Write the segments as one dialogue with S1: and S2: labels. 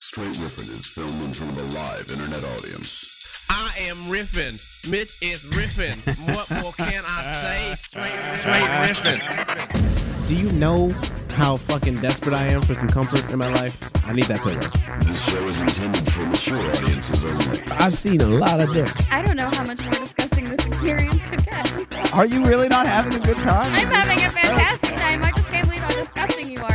S1: Straight Riffin is filmed in front of a live internet audience.
S2: I am riffing. Mitch is riffing. what more can I say? Straight riffing. Straight riffing.
S3: Do you know how fucking desperate I am for some comfort in my life? I need that pillow.
S1: This show is intended for mature audiences only.
S3: I've seen a lot of dick.
S4: I don't know how much more disgusting this experience could get.
S5: Are you really not having a good time?
S4: I'm having a fantastic time. I just can't believe how disgusting you
S3: I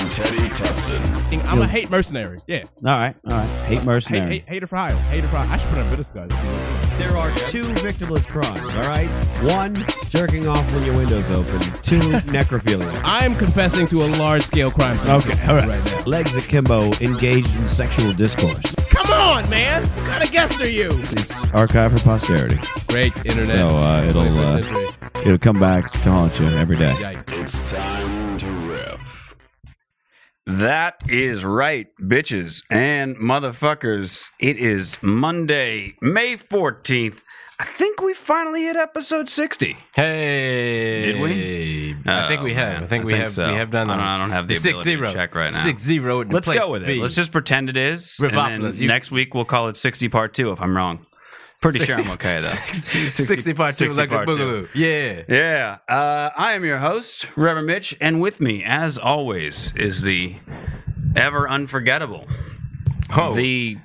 S1: And Teddy Tutson.
S6: I'm a hate mercenary. Yeah.
S5: All right, all right. Hate
S6: Hate,
S5: mercenary.
S6: hate, hater for hire. Hater for hire. I should put on Vitis guys.
S5: There are two victimless crimes. All right, one jerking off when your window's open. Two necrophilia.
S6: I am confessing to a large scale crime.
S5: Okay, all right.
S6: Right now.
S5: Legs akimbo, engaged in sexual discourse.
S6: Come on, man. What kind of guest are you?
S5: It's archived for posterity,
S6: Great internet.
S5: so uh, it'll uh, it'll come back to haunt you every day.
S6: Yikes.
S1: It's time to riff.
S7: That is right, bitches and motherfuckers. It is Monday, May 14th. I think we finally hit episode 60.
S8: Hey,
S7: Did we?
S8: I think we
S7: Oh,
S8: have.
S7: man.
S8: I think we have.
S7: so.
S8: We have done.
S7: I don't, I don't have the
S8: six
S7: ability
S8: zero
S7: to check right now.
S8: Six zero. and
S7: Let's
S8: place
S7: go with
S8: to
S7: it.
S8: be.
S7: Let's just pretend it is. and then
S8: Revopolis, you-
S7: next week we'll call it 60 part 2 if I'm wrong. Pretty sure I'm okay though.
S8: sixty-five two
S7: 60
S8: like a
S7: part two.
S8: boogaloo. Yeah.
S7: Yeah, uh, I am your host, Reverend Mitch, and with me, as always, is the ever unforgettable,
S8: Oh,
S7: the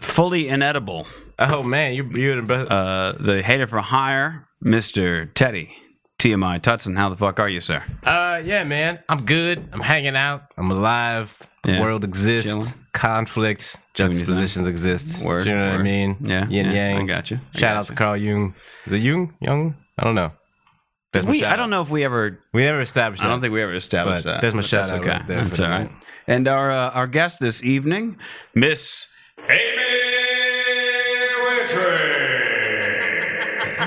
S7: fully inedible,
S8: oh man, you you and both.
S7: uh, the hater for hire, Mister Teddy TMI Tutson. How the fuck are you, sir?
S8: Uh, yeah, man. I'm good. I'm hanging out. I'm alive. The
S7: Yeah.
S8: world exists.
S7: Chilling.
S8: Conflict,
S7: Doing your thing.
S8: juxtapositions exist.
S7: Word,
S8: Do you know what I
S7: word.
S8: mean?
S7: Yeah,
S8: Yin
S7: yeah,
S8: yang.
S7: I got you. I
S8: Shout
S7: got
S8: out to
S7: you.
S8: Carl Jung. The Jung? Jung? I don't know. There's my
S7: We,
S8: shout
S7: I don't
S8: out.
S7: know if we ever.
S8: We never established.
S7: I
S8: that.
S7: don't think we ever established
S8: But
S7: that.
S8: there's my
S7: but
S8: shout
S7: that's
S8: out
S7: Okay,
S8: right there for
S7: that's
S8: the
S7: all right.
S8: night.
S7: And our uh, our guest this evening, Miss Amy Wintry.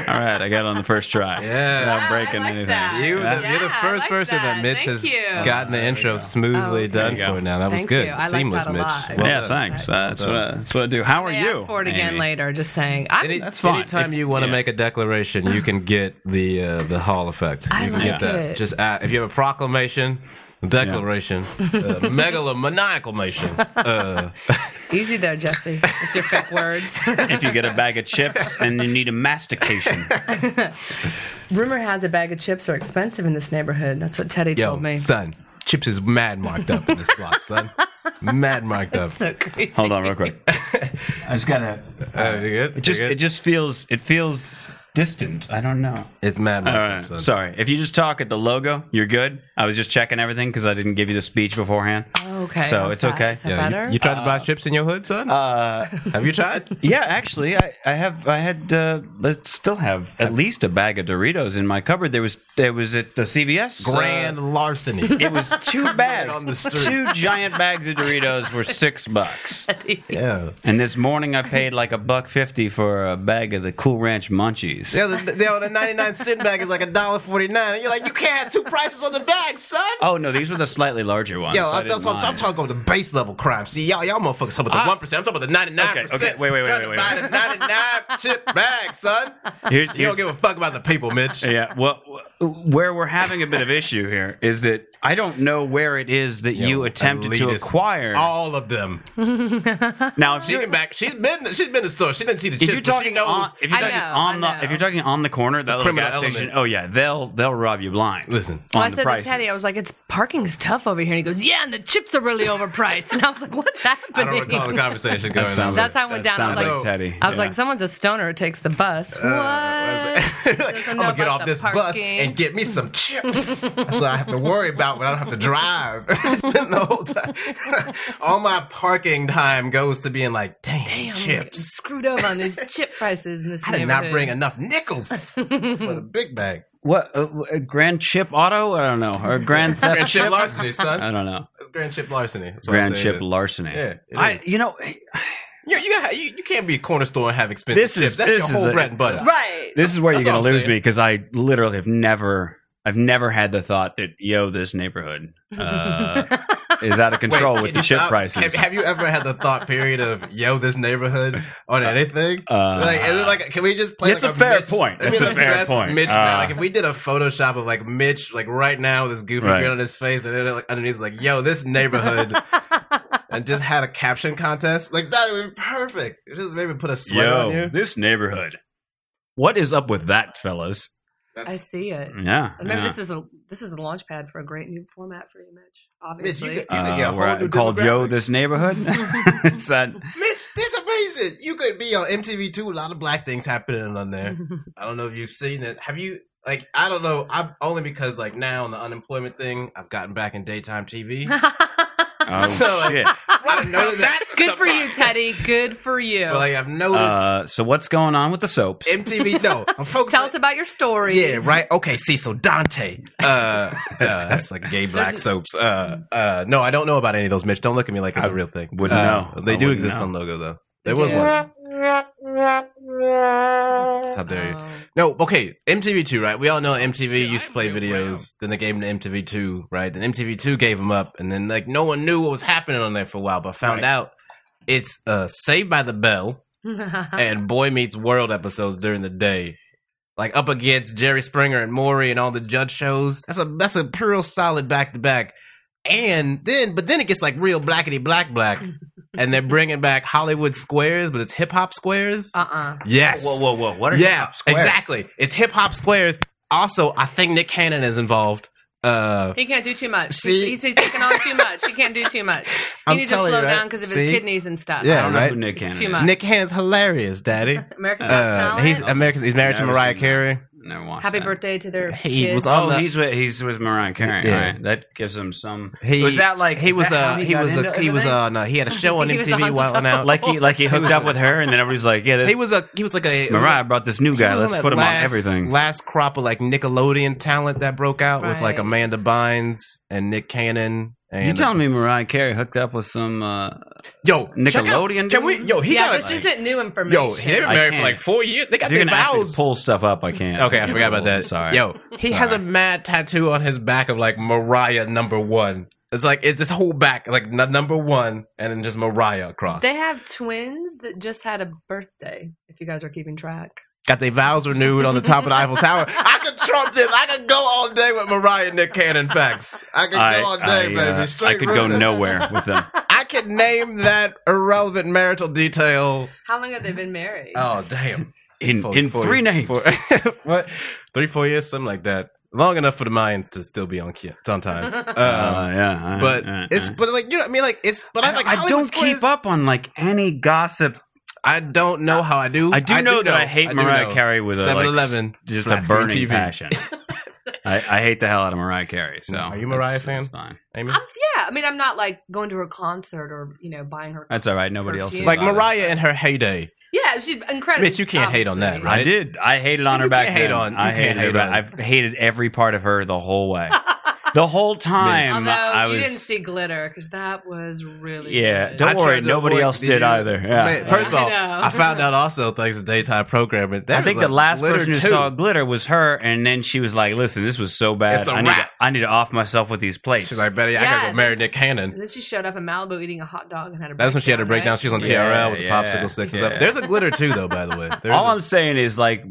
S7: all right, I got it on the first try.
S8: Yeah.
S7: without
S9: Wow, I
S7: breaking
S9: like
S7: anything.
S9: that.
S8: You,
S7: Yeah.
S8: the- you're the
S9: Yeah, I
S8: first
S9: like
S8: person that,
S9: that.
S8: Mitch
S9: Thank
S8: has
S9: you.
S8: gotten the intro smoothly
S9: Oh,
S8: done
S7: There you
S8: for
S7: go.
S8: now. That was
S9: Thank
S8: good.
S9: you. I like
S8: Seamless,
S9: that a
S8: Mitch.
S9: lot.
S8: Well
S7: yeah,
S8: done.
S7: thanks.
S9: Well
S7: that's what I, that's what I do. How are
S9: I
S7: you?
S9: ask for it again
S7: Amy?
S9: later. Just saying. I'm,
S8: Any-
S7: That's fine.
S8: Anytime
S7: If-
S8: you want to
S7: yeah.
S8: make a declaration, you can get the uh, the Hall effect.
S9: I
S8: you can
S9: like
S8: get that.
S9: it.
S8: Just add, if you have a proclamation, declaration, uh, megalomaniacalmation. Uh,
S9: easy there, Jesse. With your fake words.
S7: If you get a bag of chips and you need a mastication,
S9: Rumor has it bag of chips are expensive in this neighborhood. That's what Teddy told
S8: yo,
S9: me.
S8: son, chips is mad marked up in this block, son. Mad marked up.
S9: so crazy.
S7: hold on real quick. I just gotta.
S8: Uh, you good?
S7: It just
S8: You
S7: it
S8: good?
S7: just feels it feels distant. I don't know.
S8: it's mad
S7: All
S8: marked
S7: right.
S8: up, son.
S7: Sorry. If you just talk at the logo, you're good. I was just checking everything because I didn't give you the speech beforehand.
S9: Oh, okay.
S7: So
S9: How's
S7: it's
S9: that?
S7: okay.
S9: Is that
S8: Yo, you-
S9: better?
S8: you, tried to buy chips in your hood, son?
S7: Uh,
S8: have you tried?
S7: yeah, actually, I, I have I had uh, I still have at least a bag of Doritos in my cupboard. There was there was at the CVS. uh,
S8: Grand larceny.
S7: it was two bags,
S8: on the street.
S7: two giant bags of Doritos were six bucks.
S8: yeah.
S7: And this morning I paid like a buck fifty for a bag of the Cool Ranch Munchies.
S8: The other, the other 99 cent bag is like a dollar forty nine, and you're like, you can't have two prices on the bag, son.
S7: Oh no, these were the slightly larger ones.
S8: Yo,
S7: so I
S8: I'm,
S7: didn't
S8: just, I'm, I'm
S7: mind.
S8: talking about the base level crime. See, y'all, y'all motherfuckers talking about the one percent. I'm talking about the ninety nine percent.
S7: Ah. Okay, okay, wait, wait, wait,
S8: Trying
S7: wait,
S8: to
S7: wait.
S8: buy the ninety nine chip bag, son.
S7: Here's,
S8: You
S7: here's,
S8: don't give a fuck about the people, Mitch.
S7: Yeah. Well, where we're having a bit of issue here is that I don't know where it is that you attempted to
S8: elitist.
S7: acquire.
S8: All of them.
S7: now, if
S8: She
S7: you're,
S8: can back. She's been. She's been in the store. She didn't see the
S7: if
S8: chips.
S7: you're
S8: but she
S7: talking
S8: knows.
S7: on, if you're
S9: I
S7: talking
S9: know,
S7: on
S9: I
S7: the, if
S9: know.
S7: you're talking on the corner, that little
S8: criminal
S7: gas station.
S8: element.
S7: Oh yeah, they'll they'll rob you blind.
S8: Listen.
S9: Well, I
S7: on the
S9: said to
S7: prices.
S9: Teddy, I was like, "It's parking's tough over here," and he goes, "Yeah, and the chips are really overpriced." And I was like, "What's
S8: I
S9: happening?"
S8: don't recall the conversation
S7: That
S8: going on.
S7: sounds
S9: That's
S7: like-
S9: how I went
S7: that
S9: down. I was
S7: sounds
S9: like-
S7: Teddy.
S9: I was
S7: Yeah.
S9: like, "Someone's a stoner who takes the bus."
S8: Uh,
S9: what?
S8: like,
S9: Doesn't
S8: I'm
S9: know
S8: gonna get
S9: about
S8: off
S9: the
S8: this bus
S9: parking.
S8: and get me some chips. That's what I have to worry about when I don't have to drive. it's been the whole time. All my parking time goes to being like, damn,
S9: Damn,
S8: chips.
S9: Screwed up on these chip prices in this
S8: I did not bring enough nickels for the big bag.
S7: what uh, uh, Grand Chip Auto? I don't know. Or Grand
S8: Grand
S7: Theft.
S8: chip larceny,
S7: I
S8: son.
S7: don't know.
S8: That's grand chip larceny. That's what I'm
S7: Grand
S8: saying.
S7: Chip larceny.
S8: Yeah, it
S7: I
S8: is.
S7: you know
S8: You, you, gotta- you, you can't be a corner store and have expensive
S7: This is-
S8: chips. That's
S7: this
S8: your
S7: is
S8: whole
S7: a-
S8: bread and butter.
S9: Right.
S7: this is where
S8: That's
S7: you're
S8: all
S7: gonna
S8: I'm
S7: lose
S8: saying.
S7: me because I literally have never, I've never had the thought that yo, this neighborhood, uh, is out of control
S8: Wait,
S7: with
S8: can
S7: the
S8: you
S7: chip
S8: stop?
S7: prices.
S8: Have, have you ever had the thought period of yo this neighborhood on anything?
S7: Uh,
S8: like, is it like, can we just play?
S7: It's
S8: like
S7: a fair
S8: Mitch-
S7: point.
S8: I mean,
S7: It's a
S8: like,
S7: fair
S8: best
S7: point.
S8: Mitch, now,
S7: Uh,
S8: like if we did a Photoshop of like Mitch, like right now with his goofy
S7: Right.
S8: grin on his face, and then like, underneath is like yo this neighborhood, and just had a caption contest, like that would be perfect. It just maybe put a sweater on
S7: Yo,
S8: you.
S7: this neighborhood. What is up with that, fellas?
S9: I see it.
S7: Yeah.
S9: Remember,
S7: yeah.
S9: this is a this is a launch pad for a great new format for you, Mitch.
S8: Mitch,
S9: Obviously,
S8: you could, you could get a
S7: uh,
S8: whole
S7: where I-
S8: new
S7: called Yo,
S8: demographic.
S7: this neighborhood. is that
S8: Mitch, this amazing. You could be on MTV too. A lot of black things happening on there. I don't know if you've seen it. Have you? Like, I don't know. I'm only because like now on the unemployment thing, I've gotten back in daytime TV.
S7: oh
S8: So-
S7: shit?
S8: I don't know that.
S9: Good for you, Teddy. Good for you.
S8: But like, I've noticed
S7: Uh, so what's going on with the soaps?
S8: MTV. No, I'm focused.
S9: Tell us about your story.
S8: Yeah, right. Okay, see, so Dante. Uh, uh that's like gay black
S9: There's-
S8: soaps. Uh, uh, no, I don't know about any of those, Mitch. Don't look at me like it's
S7: I
S8: a real thing.
S7: wouldn't
S8: Uh,
S7: know.
S8: They
S7: I
S8: do
S7: wouldn't
S8: exist
S7: know.
S8: on Logo though.
S9: They
S8: There was
S9: do.
S8: once. How dare you?
S9: Um,
S8: No, okay. MTV2, right? We all know MTV used to play videos. Then they gave them to MTV2, right? Then MTV2 gave them up, and then like no one knew what was happening on there for a while, but found
S7: Right.
S8: out it's uh Saved by the Bell
S9: Oh.
S8: and Boy Meets World episodes during the day, like up against Jerry Springer and Maury and all the judge shows. That's a that's a pure solid back to back. And then, but then it gets like real blackety black black, and they're bringing back Hollywood Squares, but it's hip hop squares.
S9: uh-uh.
S8: yes,
S7: Whoa, whoa, whoa! What are
S8: yeah,
S7: hip-hop squares?
S8: exactly. It's hip hop squares. Also, I think Nick Cannon is involved. Uh,
S9: He can't do too much.
S8: See?
S9: He's, he's taking on too much. He can't do too much. He
S8: I'm
S9: needs to slow
S8: telling you, right?
S9: down because of
S8: See?
S9: his kidneys and stuff.
S7: I
S8: Yeah,
S7: don't know
S8: right?
S7: who Nick
S9: It's
S7: Cannon
S9: too
S7: is.
S9: much.
S8: Nick Cannon's hilarious, Daddy.
S9: America's Got
S8: Uh,
S9: Talent.
S8: he's American. He's married to
S7: Never
S8: Mariah
S7: seen that.
S8: Carey.
S7: Never watched
S9: Happy
S7: that.
S9: birthday to their
S8: He
S9: kid.
S8: was on
S7: Oh,
S8: the.
S7: he's with he's with Mariah Carey.
S8: Yeah.
S7: All right, that gives him some.
S8: He
S7: was that like
S8: he
S7: is
S8: was
S7: that how
S8: a he
S7: got
S8: was a
S7: into
S8: he was
S7: everything?
S8: on uh, he had a show on
S9: He was
S8: MTV
S9: on
S8: while
S9: top.
S8: out.
S7: like he like he hooked
S8: was
S7: up
S8: a-
S7: with her, and then everybody's like, yeah,
S8: he
S7: this,
S8: was a he was like a he was
S7: Mariah
S8: a-
S7: brought this
S8: he
S7: new guy.
S8: was
S7: Let's
S8: that
S7: put him
S8: last,
S7: on everything.
S8: Last crop of like Nickelodeon talent that broke out with like
S9: Right.
S8: Amanda Bynes and Nick Cannon. And
S7: you telling me Mariah Carey hooked up with some? Uh,
S8: Yo, check out-
S7: Nickelodeon
S8: Can we?
S7: dude?
S8: Yo, he
S9: yeah,
S8: got
S9: this
S8: a,
S9: isn't new information.
S8: Yo, they've been
S7: I
S8: married for
S7: can't.
S8: like four years. They got
S7: if you're
S8: their
S7: gonna ask me to
S8: vows.
S7: pull stuff up, I can't.
S8: Okay, I forgot about that.
S7: Sorry.
S8: Yo, he has a
S7: Sorry.
S8: mad tattoo on his back of like Mariah number one. It's like it's this whole back like n- number one, and then just Mariah across.
S9: They have twins that just had a birthday, if you guys are keeping track.
S8: Got their vows renewed on the top of the Eiffel Tower. I could trump this. I could go all day with Mariah and Nick Cannon facts. I could
S7: I,
S8: go all day,
S7: I, uh,
S8: baby. Straight
S7: I could go
S8: rooted.
S7: nowhere with them.
S8: I could name that irrelevant marital detail.
S9: How long have they been married?
S8: Oh damn!
S7: In
S8: Four-
S7: in
S8: four-
S7: three names. Uh,
S8: four- what? Three, four years, something like that. Long enough for the Mayans to still be on ki- on time. Um,
S7: Uh, yeah, all right,
S8: but
S7: all right,
S8: it's
S7: all right.
S8: but like you know what I mean like it's but I, like
S7: I
S8: Hollywood
S7: don't
S8: Squares-
S7: keep up on like any gossip.
S8: I don't know how I do.
S7: I do know that I hate Mariah Carey with a, like,
S8: 7-Eleven.
S7: Just
S8: Flat
S7: a
S8: screen
S7: burning
S8: TV.
S7: passion. I, I hate the hell out of Mariah Carey. So
S8: Are you a Mariah
S7: it's-
S8: fan?
S7: It's fine.
S8: Amy?
S9: I'm, yeah, I mean, I'm not like going to her concert or you know buying her.
S7: That's all right. Nobody else.
S9: Perfume.
S7: is
S8: Like
S7: bothered.
S8: Mariah in her heyday.
S9: Yeah, she's incredible.
S8: Mitch, you can't hate on that,
S7: I
S8: right?
S7: did. I hated on
S8: You
S7: her back
S8: can't hate
S7: then.
S8: on- you
S7: I
S8: can't
S7: hated her
S8: hate
S7: back.
S8: on her.
S7: I've hated every part of her the whole way. The whole time
S9: Although
S7: I
S9: you
S7: was
S9: didn't see glitter because that was really
S7: Yeah,
S9: good.
S7: don't
S8: I
S7: worry,
S8: tried to
S7: nobody
S8: avoid-
S7: else
S8: did
S7: did,
S8: you?
S7: either. Yeah.
S8: Man, first of all,
S9: I know.
S8: I, found out also thanks to daytime programming.
S7: I
S8: that
S7: think
S8: was a
S7: the last
S8: litter
S7: person who
S8: too.
S7: saw glitter was her, and then she was like, "Listen, this was so bad.
S8: It's a
S7: I need, to,
S8: wrap."
S7: I need to off myself with these plates."
S8: She's like, Betty, I
S9: Yeah,
S8: gotta go marry
S9: that's-
S8: Nick Cannon.
S9: And then she showed up in Malibu eating a hot dog and had a.
S8: That's when she had her breakdown. She was on TRL
S7: Yeah,
S8: with the
S7: yeah,
S8: popsicle sticks and
S7: yeah.
S8: stuff. There's a glitter too, though. By the way, There's
S7: "All
S8: a-
S7: I'm saying is like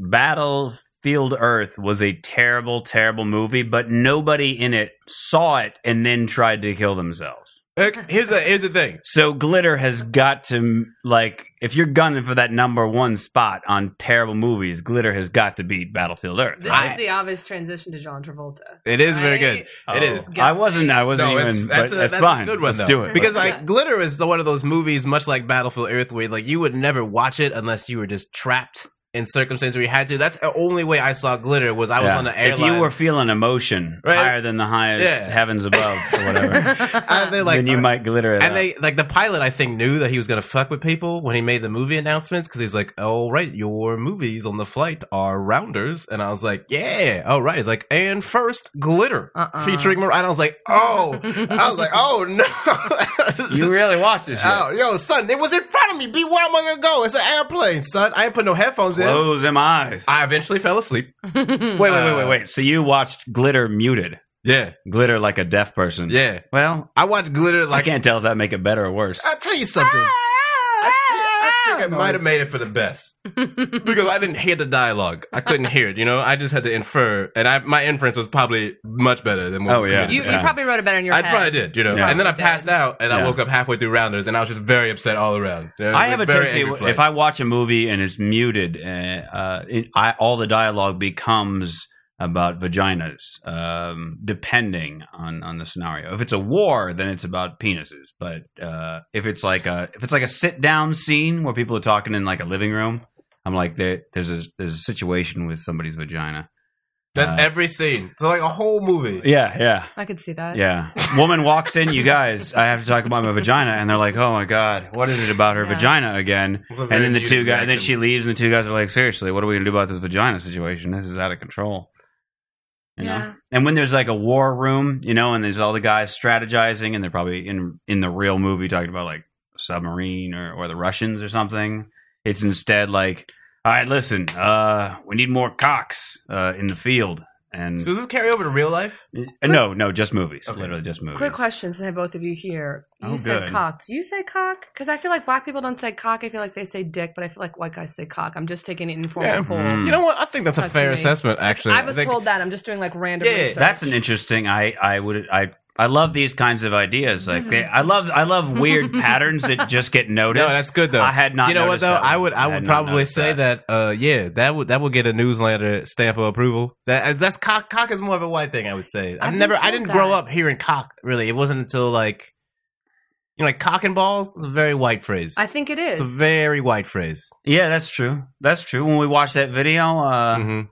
S7: Battlefield Earth was a terrible, terrible movie, but nobody in it saw it and then tried to kill themselves."
S8: Look, here's the here's the thing.
S7: So glitter has got to like if you're gunning for that number one spot on terrible movies, glitter has got to beat Battlefield Earth.
S9: This
S8: I-
S9: is the obvious transition to John Travolta.
S8: It is very good. It
S7: Oh.
S8: is.
S7: I wasn't. I wasn't
S8: No,
S7: even.
S8: it's, that's,
S7: but
S8: a,
S7: that's,
S8: that's
S7: fine.
S8: a good one
S7: Let's
S8: though.
S7: do it.
S8: Because
S9: Let's
S8: like
S9: do it.
S8: Glitter is the, one of those movies, much like Battlefield Earth, where like you would never watch it unless you were just trapped in circumstances where you had to. That's the only way I saw Glitter was I was
S7: Yeah.
S8: on an airline.
S7: If you were feeling emotion
S8: Right.
S7: higher than the highest
S8: Yeah.
S7: heavens above or whatever,
S9: Uh,
S8: and they like uh,
S7: then you might glitter it.
S8: And
S7: up.
S8: they like the pilot, I think, knew that he was gonna fuck with people when he made the movie announcements because he's like, "All right, your movies on the flight are rounders," and I was like, "Yeah, all right." It's like, and first glitter
S9: Uh-uh.
S8: featuring Mariah. And I was like, "Oh," I was like, "Oh no."
S7: you really watched this. shit.
S8: Oh, yo, son, it was in front of me. Be where I'm gonna go. It's an airplane, son. I ain't put no headphones in.
S7: Close them eyes.
S8: I eventually fell asleep.
S7: wait, wait, wait,
S8: uh,
S7: wait, wait. So you watched glitter muted?
S8: Yeah,
S7: Glitter like a deaf person.
S8: yeah.
S7: Well,
S8: I watched glitter
S7: I
S8: like
S7: can't tell if that make it better or worse.
S8: I'll tell you something.
S9: Ah,
S8: I, I think I might have made it for the best because I didn't hear the dialogue. I couldn't hear it. You know, I just had to infer, and I, my inference was probably much better than what
S7: Oh,
S8: was
S7: yeah.
S8: committed.
S9: You, you
S7: Yeah.
S9: probably wrote it better in your
S8: I
S9: head.
S8: probably did, you know.
S7: Yeah.
S8: And then I
S9: Probably
S8: passed out, and I
S7: Yeah.
S8: woke up halfway through rounders, and I was just very upset all around. You know, it was
S7: I have a
S8: very
S7: tendency
S8: angry
S7: w-
S8: flight.
S7: if I watch a movie and it's muted, uh, uh, it, I, all the dialogue becomes about vaginas, um, depending on, on the scenario. If it's a war, then it's about penises. But uh, if it's like a if it's like a sit down scene where people are talking in like a living room, I'm like there, there's a there's a situation with somebody's vagina.
S8: That's
S7: uh,
S8: every scene, so like a whole movie.
S7: Yeah, yeah.
S9: I could see that.
S7: Yeah. Woman walks in, you guys, I have to talk about my vagina. And they're like, oh my God, what is it about her
S9: Yeah.
S7: vagina again?
S8: It's a
S7: And
S8: very
S7: then the
S8: muted
S7: two guys, and then
S8: reaction.
S7: she leaves, and the two guys are like, seriously, what are we going to do about this vagina situation? This is out of control. You know?
S9: Yeah.
S7: And when there's like a war room, you know, and there's all the guys strategizing, and they're probably in in the real movie talking about like submarine or, or the Russians or something. It's instead like, all right, listen, uh, we need more cocks uh, in the field. And
S8: So does this carry over to real life?
S7: uh, no, no, just movies.
S8: Okay.
S7: Literally just movies.
S9: Quick question to have both of you here. You
S7: Oh,
S9: said
S7: good.
S9: cock. Do you say cock? Because I feel like black people don't say cock. I feel like they say dick, but I feel like white guys say cock. I'm just taking an informal
S8: Yeah.
S9: poll.
S7: Mm.
S8: You know what? I think that's a
S9: That's
S8: fair
S9: me.
S8: assessment. Actually,
S9: I was
S8: think-
S9: told that. I'm just doing like random
S8: Yeah,
S9: research.
S7: That's an interesting. I I would I I love these kinds of ideas. Like they, I love I love weird patterns that just get noticed.
S8: No, that's good though.
S7: I had not
S8: You know what
S7: noticed
S8: though?
S7: that
S8: I
S7: one.
S8: would
S7: I
S8: I
S7: had
S8: would
S7: not
S8: probably
S7: noticed
S8: say that. uh yeah, that would that would get a newsletter stamp of approval. That uh, that's cock cock is more of a white thing, I would say. I've,
S9: I've been
S8: never I
S9: told
S8: didn't grow
S9: that.
S8: up hearing cock really. It wasn't until like you know like cock and balls is a very white phrase.
S9: I think it
S8: it's
S9: is.
S8: a very white phrase.
S7: Yeah, that's true. That's true. When we watched that video, uh,
S8: Mhm.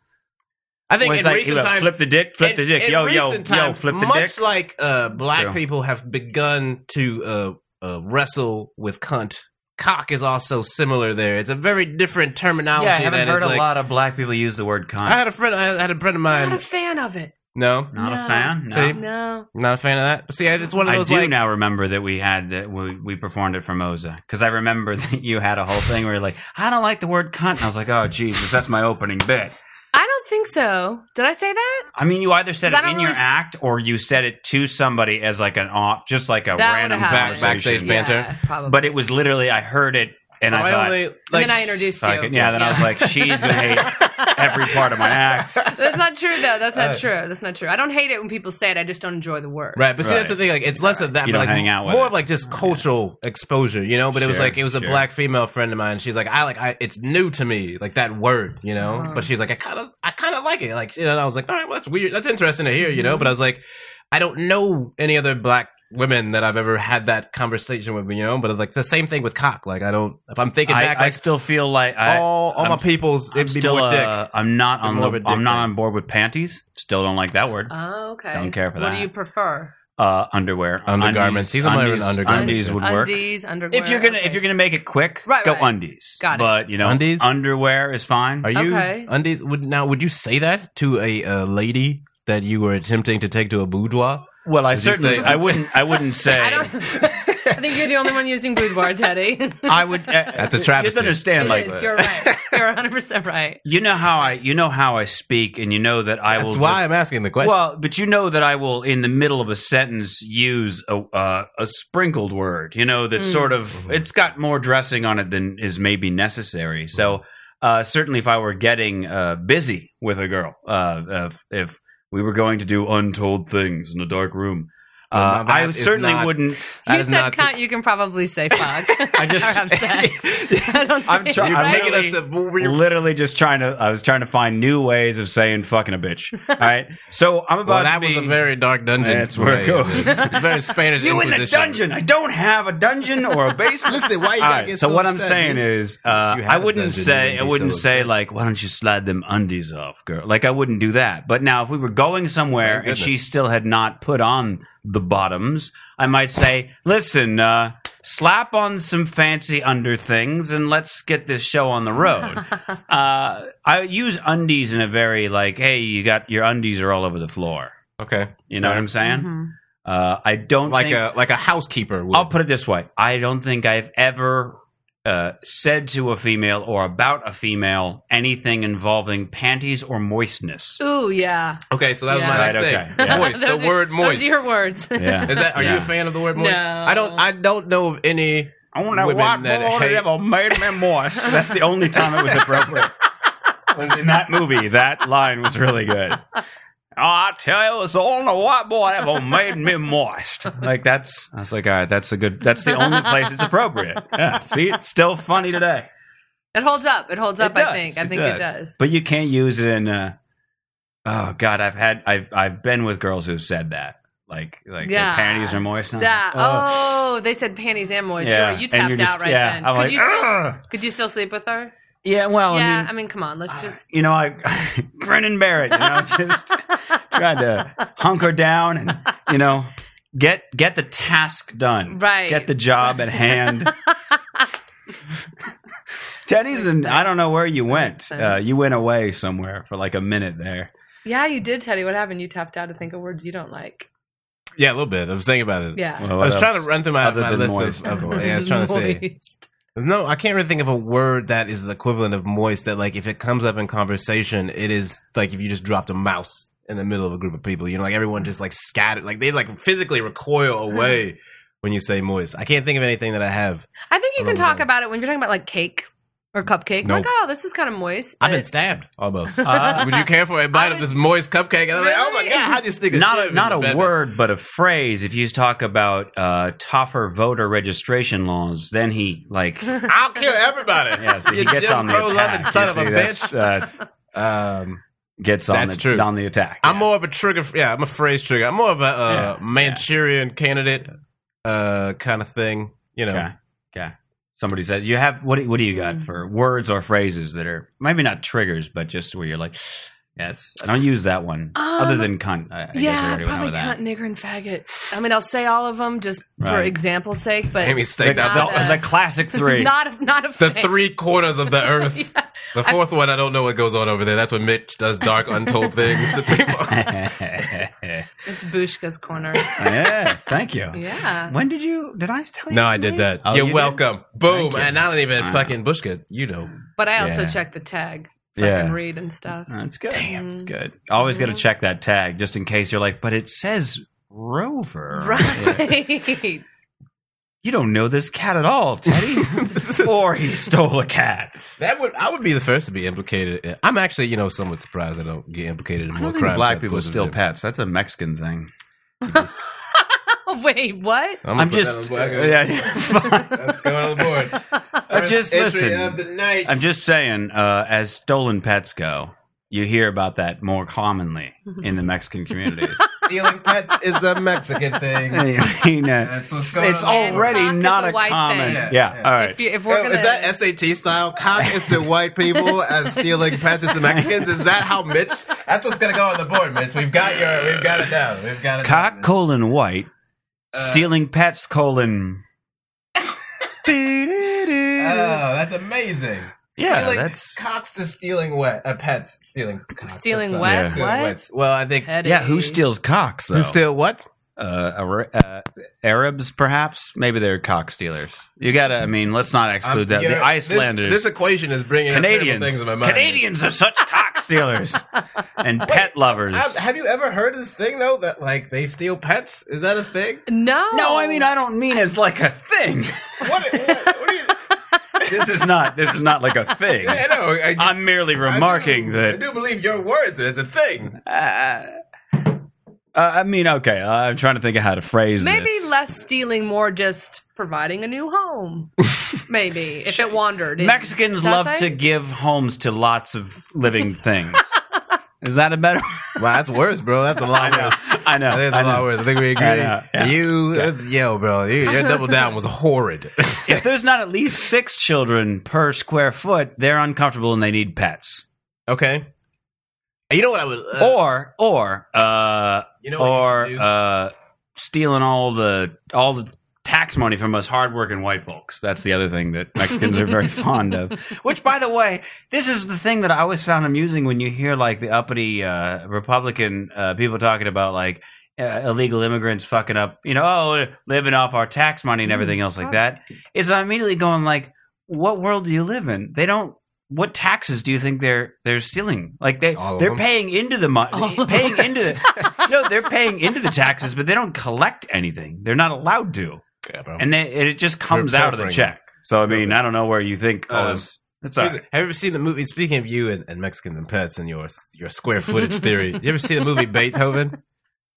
S8: I think
S7: when
S8: in
S7: it's like,
S8: recent
S7: look,
S8: times
S7: flip the dick, flip
S8: in-
S7: the dick,
S8: in
S7: yo yo
S8: recent
S7: yo,
S8: times,
S7: flip the
S8: much
S7: dick.
S8: like uh, black
S7: True.
S8: people have begun to uh, uh, wrestle with cunt. Cock is also similar there. It's a very different terminology.
S7: yeah, I haven't
S8: that is
S7: heard a
S8: like-
S7: lot of black people use the word cunt.
S8: I had a friend. I had a friend of
S9: I'm not
S8: mine.
S9: a fan of it.
S8: No,
S7: not
S9: No.
S7: a fan. No.
S8: See?
S9: No.
S8: not a fan of that. But see, it's one of
S7: I
S8: those
S7: do
S8: like
S7: now remember that we had that we, we performed at Formosa because I remember that you had a whole thing where you're like, I don't like the word cunt, and I was like, oh Jesus, that's my opening bit.
S9: I don't think so. Did I say that?
S7: I mean, you either said
S9: 'Cause
S7: it
S9: I don't
S7: in your
S9: really s-
S7: act or you said it to somebody as like an off, just like a
S9: That
S7: random
S9: would've happened.
S7: conversation.
S8: Back- backstage banter.
S9: Yeah, probably.
S7: But it was literally, I heard it and I,
S8: I
S7: thought,
S8: only
S9: And
S8: like
S9: then I introduced
S7: so I
S9: you.
S7: could- yeah, then I was like, she's gonna hate every part of my act.
S9: That's not true, though. That's not
S8: Uh,
S9: true. That's not true. I don't hate it when people say it. I just don't enjoy the word.
S8: right. But see, that's the
S7: Right.
S8: thing. Like, it's less of that,
S7: You
S8: but
S7: don't
S8: like
S7: hang out with
S8: more
S7: it.
S8: of like just cultural exposure, you know. But it was
S7: Sure,
S8: like it was a
S7: sure.
S8: black female friend of mine. She's like, I like, I it's new to me, like that word, you know.
S7: Oh.
S9: Uh-huh.
S8: But she's like, I kind of, I kind of like it, like, you know, and I was like, all right, well, that's weird, that's interesting to hear, you
S7: Mm-hmm.
S8: know. But I was like, I don't know any other black women that I've ever had that conversation with, you know. But it's like the same thing with cock. Like, I don't, if I'm thinking
S7: I,
S8: back,
S7: I
S8: like
S7: still feel like I,
S8: all, all my
S7: I'm-
S8: peoples,
S7: I'm
S8: it'd be
S7: still,
S8: more dick.
S7: uh, I'm not on
S8: More
S7: the,
S8: of a dick
S7: I'm not
S8: thing.
S7: on board with panties. Still don't like that word.
S9: Oh, okay.
S7: Don't care for
S9: what
S7: that.
S9: do you prefer?
S7: Uh, underwear,
S8: Undergarments.
S7: Undies,
S8: He's a minor in
S7: undies-
S8: undergarments.
S7: Undies would work.
S9: Undies, underwear.
S7: If you're gonna
S9: okay.
S7: if you're gonna make it quick,
S9: Right,
S7: go
S9: right.
S7: undies.
S9: Got it.
S7: But you know,
S8: Undies?
S7: underwear is fine.
S8: Are you
S9: Okay.
S8: undies? Would now would you say that to a uh, lady that you were attempting to take to a boudoir?
S7: Well, I
S8: Would you
S7: certainly
S8: say-
S7: I wouldn't I wouldn't say
S9: I don't. I think you're the only one using boudoir, Teddy.
S7: I would. Uh,
S8: That's a
S7: you
S8: travesty.
S7: understand,
S9: It
S7: like
S9: is, You're right. You're 100 percent right.
S7: you know how I, you know how I speak, and you know that I
S8: That's
S7: will.
S8: why
S7: just-
S8: I'm asking the question.
S7: well, but you know that I will, in the middle of a sentence, use a uh, a sprinkled word. You know that
S9: Mm.
S7: sort of
S8: Mhm.
S7: it's got more dressing on it than is maybe necessary.
S8: Mm.
S7: So uh, certainly, if I were getting uh, busy with a girl, uh, if, if we were going to do untold things in a dark room,
S8: Well,
S7: uh,
S8: now that
S7: I
S8: is
S7: certainly
S8: not-
S7: wouldn't.
S8: That
S9: you
S8: is
S9: said
S8: not the-
S9: cunt. You can probably say fuck. I
S7: just-
S9: or have sex. I don't.
S7: I'm
S9: think-
S7: try-
S8: You're
S7: I'm
S8: taking
S7: really-
S8: us to
S7: literally just trying to i was trying to find new ways of saying fucking a bitch all right so i'm
S8: Well,
S7: about to
S8: that
S7: be
S8: was a very dark dungeon.
S7: That's where it goes.
S8: very Spanish.
S7: you in the
S8: Inquisition.
S7: dungeon i don't have a dungeon or a basement
S8: Listen, why you
S7: All
S8: gotta
S7: right,
S8: get
S7: so,
S8: so
S7: what i'm
S8: upset,
S7: saying
S8: dude?
S7: is uh,
S8: You have
S7: i
S8: a
S7: wouldn't
S8: dungeon, you
S7: say
S8: wouldn't
S7: i
S8: be
S7: wouldn't
S8: so
S7: say
S8: upset.
S7: like why don't you slide them undies off girl like i wouldn't do that but now if we were going somewhere
S8: My
S7: and she
S8: goodness.
S7: still had not put on the bottoms i might say listen uh Slap on some fancy under things and let's get this show on the road. Uh, I use undies in a very like, hey, you got your undies are all over the floor.
S8: Okay,
S7: You know what I'm saying?
S9: Mhm.
S7: Uh, I don't
S8: like
S7: think-
S8: a like a housekeeper. Would.
S7: I'll put it this way: I don't think I've ever uh, said to a female or about a female anything involving panties or moistness.
S9: Ooh, yeah.
S8: Okay, so that was
S9: Yeah.
S8: my
S7: Right,
S8: next
S7: okay,
S8: thing.
S7: yeah.
S8: Moist.
S9: Those
S8: the
S9: are-
S8: word moist.
S9: Those are your words.
S7: Yeah.
S8: Is that? Are you
S7: Yeah.
S8: a fan of the word moist?
S9: No.
S8: I don't. I don't know of any.
S7: I don't know
S8: Women
S7: what
S8: that
S7: boy
S8: hate-
S7: ever made me moist. That's the only time it was appropriate. was in that movie. That line was really good. Oh, I tell you, it's the only white boy that ever made me moist. Like that's, I was like, all right, that's a good. That's the only place it's appropriate. Yeah, see, it's still funny today.
S9: It holds up. It holds up.
S7: It
S9: I think.
S7: does.
S9: I think it does.
S7: But you can't use it in. Uh, oh God, I've had, I've, I've been with girls who said that. Like, like their
S9: Yeah.
S7: panties are moist. and I'm
S9: That.
S7: like, oh.
S9: Oh, they said panties and moist.
S7: Yeah,
S9: You, you
S7: and
S9: tapped
S7: you're just-
S9: out right
S7: yeah,
S9: then.
S7: I'm
S9: could
S7: like,
S9: you still,
S7: "Ugh."
S9: could you still sleep with her?
S7: Yeah, well, I
S9: yeah.
S7: mean, uh,
S9: I mean, come on. Let's just.
S7: you know, I grin and bear it. You know, just tried to hunker down and you know get get the task done,
S9: Right.
S7: Get the job at hand. Teddy's and I don't know where you went.
S9: Makes sense.
S7: Uh, you went away somewhere for like a minute there.
S9: Yeah, you did, Teddy. What happened? You tapped out to think of words you don't like.
S8: Yeah, a little bit. I was thinking about it.
S9: Yeah.
S7: Well,
S8: I was
S7: what
S8: trying
S7: else?
S8: to run through my,
S7: Other
S8: my
S7: than
S8: list
S7: moist.
S8: of, of yeah, I was trying to say.
S9: Moist.
S8: No, I can't really think of a word that is the equivalent of moist. That like if it comes up in conversation, it is like if you just dropped a mouse in the middle of a group of people. You know, like everyone just like scattered, like they like physically recoil away when you say moist. I can't think of anything that I have.
S9: I think you
S8: I
S9: can
S8: don't know.
S9: talk about it when you're talking about like cake or cupcake.
S8: Nope.
S9: Like, oh, this is kind of moist.
S8: I've been
S9: but-
S8: stabbed almost.
S7: Ah.
S8: Would you care for a bite of this moist cupcake? And I was like, oh my
S9: Really?
S8: god, how do you stick a
S7: Not
S8: shiv
S7: a,
S8: in
S7: not
S8: the
S7: a
S8: bed?
S7: word, but a phrase. If you talk about uh, tougher voter registration laws, then he like
S8: I'll kill everybody.
S7: yeah, so he
S8: You
S7: gets
S8: Jim
S7: on the
S8: Crow loving
S7: attack.
S8: son
S7: You
S8: of a
S7: see, that's, uh,
S8: Um,
S7: gets on
S8: That's
S7: the,
S8: true.
S7: on the attack.
S8: I'm
S7: Yeah.
S8: more of a trigger. Yeah, I'm a phrase trigger. I'm more of a uh,
S7: Yeah,
S8: Manchurian candidate uh, kind of thing. You know.
S7: Okay. Okay. Somebody said you have what? do- What do you got for words or phrases that are maybe not triggers, but just where you're like, yeah, it's, I don't use that one other
S9: Um,
S7: than cunt. I, I guess we
S9: yeah,
S7: already went
S9: probably
S7: over that.
S9: cunt, nigger, and faggot. I mean, I'll say all of them just for
S7: Right.
S9: example's sake, but
S8: Amy
S7: The,
S8: staked out
S9: Not
S7: the,
S9: a-
S7: the classic three.
S9: not a, not a
S8: the, the
S9: thing.
S8: three corners of the earth.
S9: Yeah.
S8: The fourth one, I don't know what goes on over there. That's when Mitch does dark, untold things to people.
S7: yeah.
S9: It's Bushka's corner.
S7: Thank you.
S8: Uh-huh.
S9: yeah.
S7: When did you? Did I tell you?
S8: No, I did that.
S7: Oh, you
S8: You're
S7: did?
S8: welcome. Boom.
S7: Thank you.
S8: And I don't even
S7: Wow.
S8: fucking Bushka. You know.
S9: But I also
S7: Yeah.
S9: check the tag so I
S7: Yeah.
S9: can read and stuff.
S7: Oh, That's good.
S9: Damn.
S8: Mm.
S7: It's good. Always got to
S9: Mhm.
S7: check that tag just in case you're like, but it says Rover.
S9: Right.
S7: You don't know this cat at all, Teddy.
S8: This is-
S7: or he stole a cat.
S8: that would I would be the first to be implicated. in- I'm actually, you know, somewhat surprised I don't get implicated in
S7: I
S8: more
S7: don't think
S8: crimes.
S7: black
S8: than
S7: people
S8: those of
S7: steal
S8: them.
S7: pets. That's a Mexican thing.
S9: Oh, Wait, what?
S8: I'm, gonna
S7: I'm
S8: put that
S7: just,
S8: on the
S7: yeah,
S8: black- That's going on the board.
S7: I'm
S8: First
S7: just
S8: entry
S7: listen.
S8: of the night.
S7: I'm just saying. Uh, as stolen pets go, you hear about that more commonly in the Mexican communities.
S8: stealing pets is a Mexican thing.
S7: I mean, uh,
S8: That's what's going
S7: it's
S8: on.
S7: already
S9: cock is
S7: not
S9: a
S7: a
S9: white
S7: common.
S9: thing.
S7: Yeah,
S8: Yeah,
S7: All right.
S9: If, you, if we're
S8: Oh,
S9: gonna,
S8: Is that SAT style? Cock is to white people as stealing pets is to Mexicans. Is that how Mitch? That's what's gonna go on the board, Mitch. We've got your. We've got it down. We've got it.
S7: Cock
S8: down.
S7: colon white.
S8: Uh,
S7: stealing pets colon.
S8: Oh, that's amazing.
S7: Yeah,
S8: Stealing-
S7: that's-
S8: cocks to stealing wet. Uh, pets stealing. Cocks,
S9: Stealing
S8: That's
S9: wet?
S8: not- stealing
S9: What?
S8: wets. Well, I think.
S9: Teddy.
S7: Yeah, who steals cocks? Though?
S8: what?
S7: uh, Ara- uh, Arabs, perhaps? Maybe they're cock stealers. You gotta. I mean, let's not exclude
S8: I'm-
S7: that.
S8: you know,
S7: The Icelanders.
S8: This, this equation is bringing up terrible
S7: Canadians.
S8: things in my mind.
S7: Canadians are such cock stealers and pet lovers.
S8: Have, have you ever heard this thing though that like they steal pets? Is that a thing?
S9: No.
S7: no, I mean I don't mean it's like a thing.
S8: What? what, what do you?
S7: this is not. This is not like a thing.
S8: Yeah, I know. I-
S7: I'm merely remarking
S8: I do, I
S7: that.
S8: do believe your words. It's a thing.
S7: Uh, I mean, okay. I'm trying to think of how to phrase
S9: Maybe
S7: this.
S9: less stealing, more just providing a new home. Maybe if it wandered. in.
S7: Mexicans
S9: Should I
S7: love
S9: say?
S7: to give homes to lots of living things. is that a better?
S8: Wow, that's worse, bro. That's a
S7: I know. I know.
S8: That's
S7: I
S8: a
S7: know.
S8: lot worse. I think we agree.
S7: I know, yeah.
S8: You, that's, yo, bro, you, your double down was horrid.
S7: if there's not at least six children per square foot, they're uncomfortable and they need pets.
S8: okay. You know what I would, uh,
S7: Or or uh
S8: you know, what
S7: or
S8: you should do?
S7: uh stealing all the all the tax money from us hardworking white folks. That's the other thing that Mexicans are very fond of. Which by the way, this is the thing that I always found amusing when you hear like the uppity uh Republican uh people talking about like uh, illegal immigrants
S8: Mm,
S7: fucking up, you know, oh, living off our tax money and everything else like that. Is I'm immediately going like, what world do you live in? They don't. What taxes do you think they're they're stealing? Like they
S8: All of
S7: they're
S8: them.
S7: paying into the money,
S9: All of
S7: paying
S9: them.
S7: into the no, they're paying into the taxes, but they don't collect anything. They're not allowed to, and they and it just comes out of the
S8: pilfering.
S7: check. So I mean, I don't know where you think. Oh,
S8: Um,
S7: it's, it's all right.
S8: Have you ever seen the movie? Speaking of you and, and Mexicans and pets and your your square footage theory, you ever seen the movie Beethoven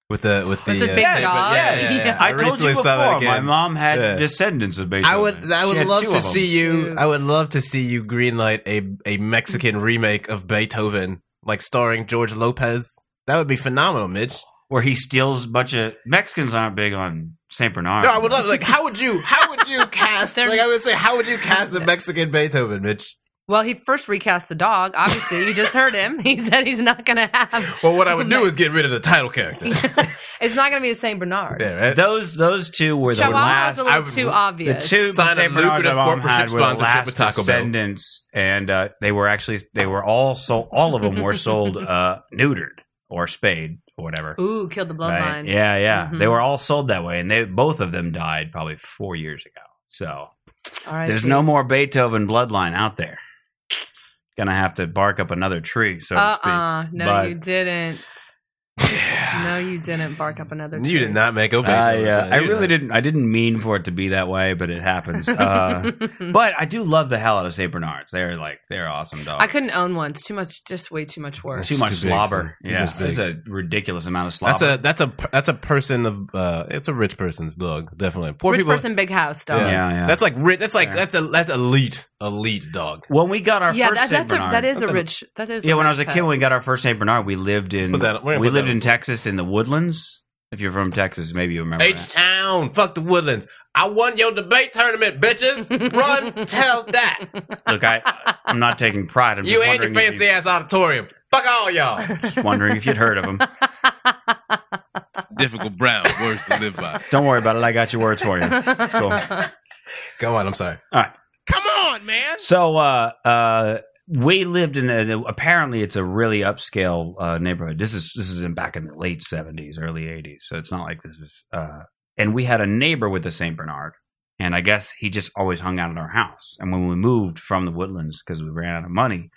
S8: with the with the, uh,
S9: With the big
S8: yeah, Yeah,
S9: dog?
S8: yeah, yeah.
S9: Yeah.
S7: I, told you
S8: recently
S7: before.
S8: saw that
S7: My
S8: again.
S7: mom had
S8: Yeah.
S7: descendants of Beethoven.
S8: I would, I
S7: She
S8: would
S7: had
S8: love
S7: two
S8: to
S7: of 'em.
S8: see you.
S9: Shoot.
S8: I would love to see you greenlight a a Mexican remake of Beethoven, like starring George Lopez. That would be phenomenal, Mitch.
S7: where he steals a bunch of Mexicans aren't big on Saint Bernard.
S8: No, I would love. Like, how would you? How would you cast?
S9: They're-
S8: like, I would say, how would you cast a Mexican Beethoven, Mitch?
S9: Well, he first recast the dog. Obviously, you just heard him. He said he's not going to have.
S8: Well, what I would do is get rid of the title character.
S9: it's not going to be the same Bernard.
S8: Yeah, right.
S7: Those those two were the
S9: Chihuahua
S7: last.
S9: was a
S8: I
S9: little
S8: would-
S9: too
S8: the
S7: the
S9: obvious.
S7: two
S8: Sign a
S7: Saint Bernards
S8: lucrative
S7: my mom
S8: corporate
S7: had were the
S8: sponsorship
S7: last
S8: with Taco Bell.
S7: descendants, and uh, they were actually they were all sold. All of them were sold uh, neutered or spayed or whatever.
S9: Ooh, killed the
S7: Right?
S9: bloodline.
S7: Yeah, yeah.
S9: Mhm.
S7: They were all sold that way, and they both of them died probably four years ago. So
S9: All right.
S7: there's
S9: dude.
S7: no more Beethoven bloodline out there. Gonna have to bark up another tree, so to speak.
S9: Uh-uh. No,
S7: But-
S9: you didn't. No, you didn't bark up another.
S8: You
S9: tree.
S8: did not make a
S7: I,
S8: Beethoven.
S7: uh,
S8: man.
S7: I
S8: You
S7: really
S8: did.
S7: didn't. I didn't mean for it to be that way, but it happens. Uh, but I do love the hell out of Saint Bernards. They're like they're awesome dogs.
S9: I couldn't own one. It's too much. Just way too much work.
S7: too much
S8: Too big,
S7: slobber.
S8: son.
S7: Yeah,
S8: It was
S7: there's a ridiculous amount of slobber.
S8: That's a that's a per- that's a person of uh, it's a rich person's dog, definitely. Poor
S9: Rich
S8: people.
S9: person, big house dog.
S8: Yeah.
S7: yeah, yeah.
S8: That's like rich. That's like
S7: Yeah.
S8: that's a that's elite elite dog.
S7: when we got our
S9: Yeah,
S7: first
S9: that,
S7: Saint
S9: that's a,
S7: Bernard.
S9: that is
S8: That's
S9: a
S8: a-
S9: rich. That is.
S7: yeah,
S9: a
S7: when I
S9: rich
S7: was a kid,
S9: pet.
S7: when we got our first Saint Bernard, we lived in
S8: Put that- we're gonna
S7: we
S8: put
S7: lived
S8: that-
S7: in Texas in the woodlands. If you're from Texas, maybe you remember.
S8: H
S7: that.
S8: Town, fuck the woodlands. I won your debate tournament, bitches. Run, tell that.
S7: Look, I I'm not taking pride. I'm
S8: You
S7: just
S8: and your
S7: wondering if
S8: fancy ass auditorium. Fuck all y'all.
S7: you- just wondering if you'd heard of him.
S6: Difficult brown words to live by.
S7: Don't worry about it. I got your words for you. It's cool.
S8: Go on. I'm sorry.
S2: Come on, man.
S7: So uh, uh, we lived in a, apparently it's a really upscale uh, neighborhood. This is this is in back in the late seventies, early eighties. So it's not like this is. Uh, and we had a neighbor with a Saint Bernard, and I guess he just always hung out at our house. And when we moved from the woodlands because we ran out of money,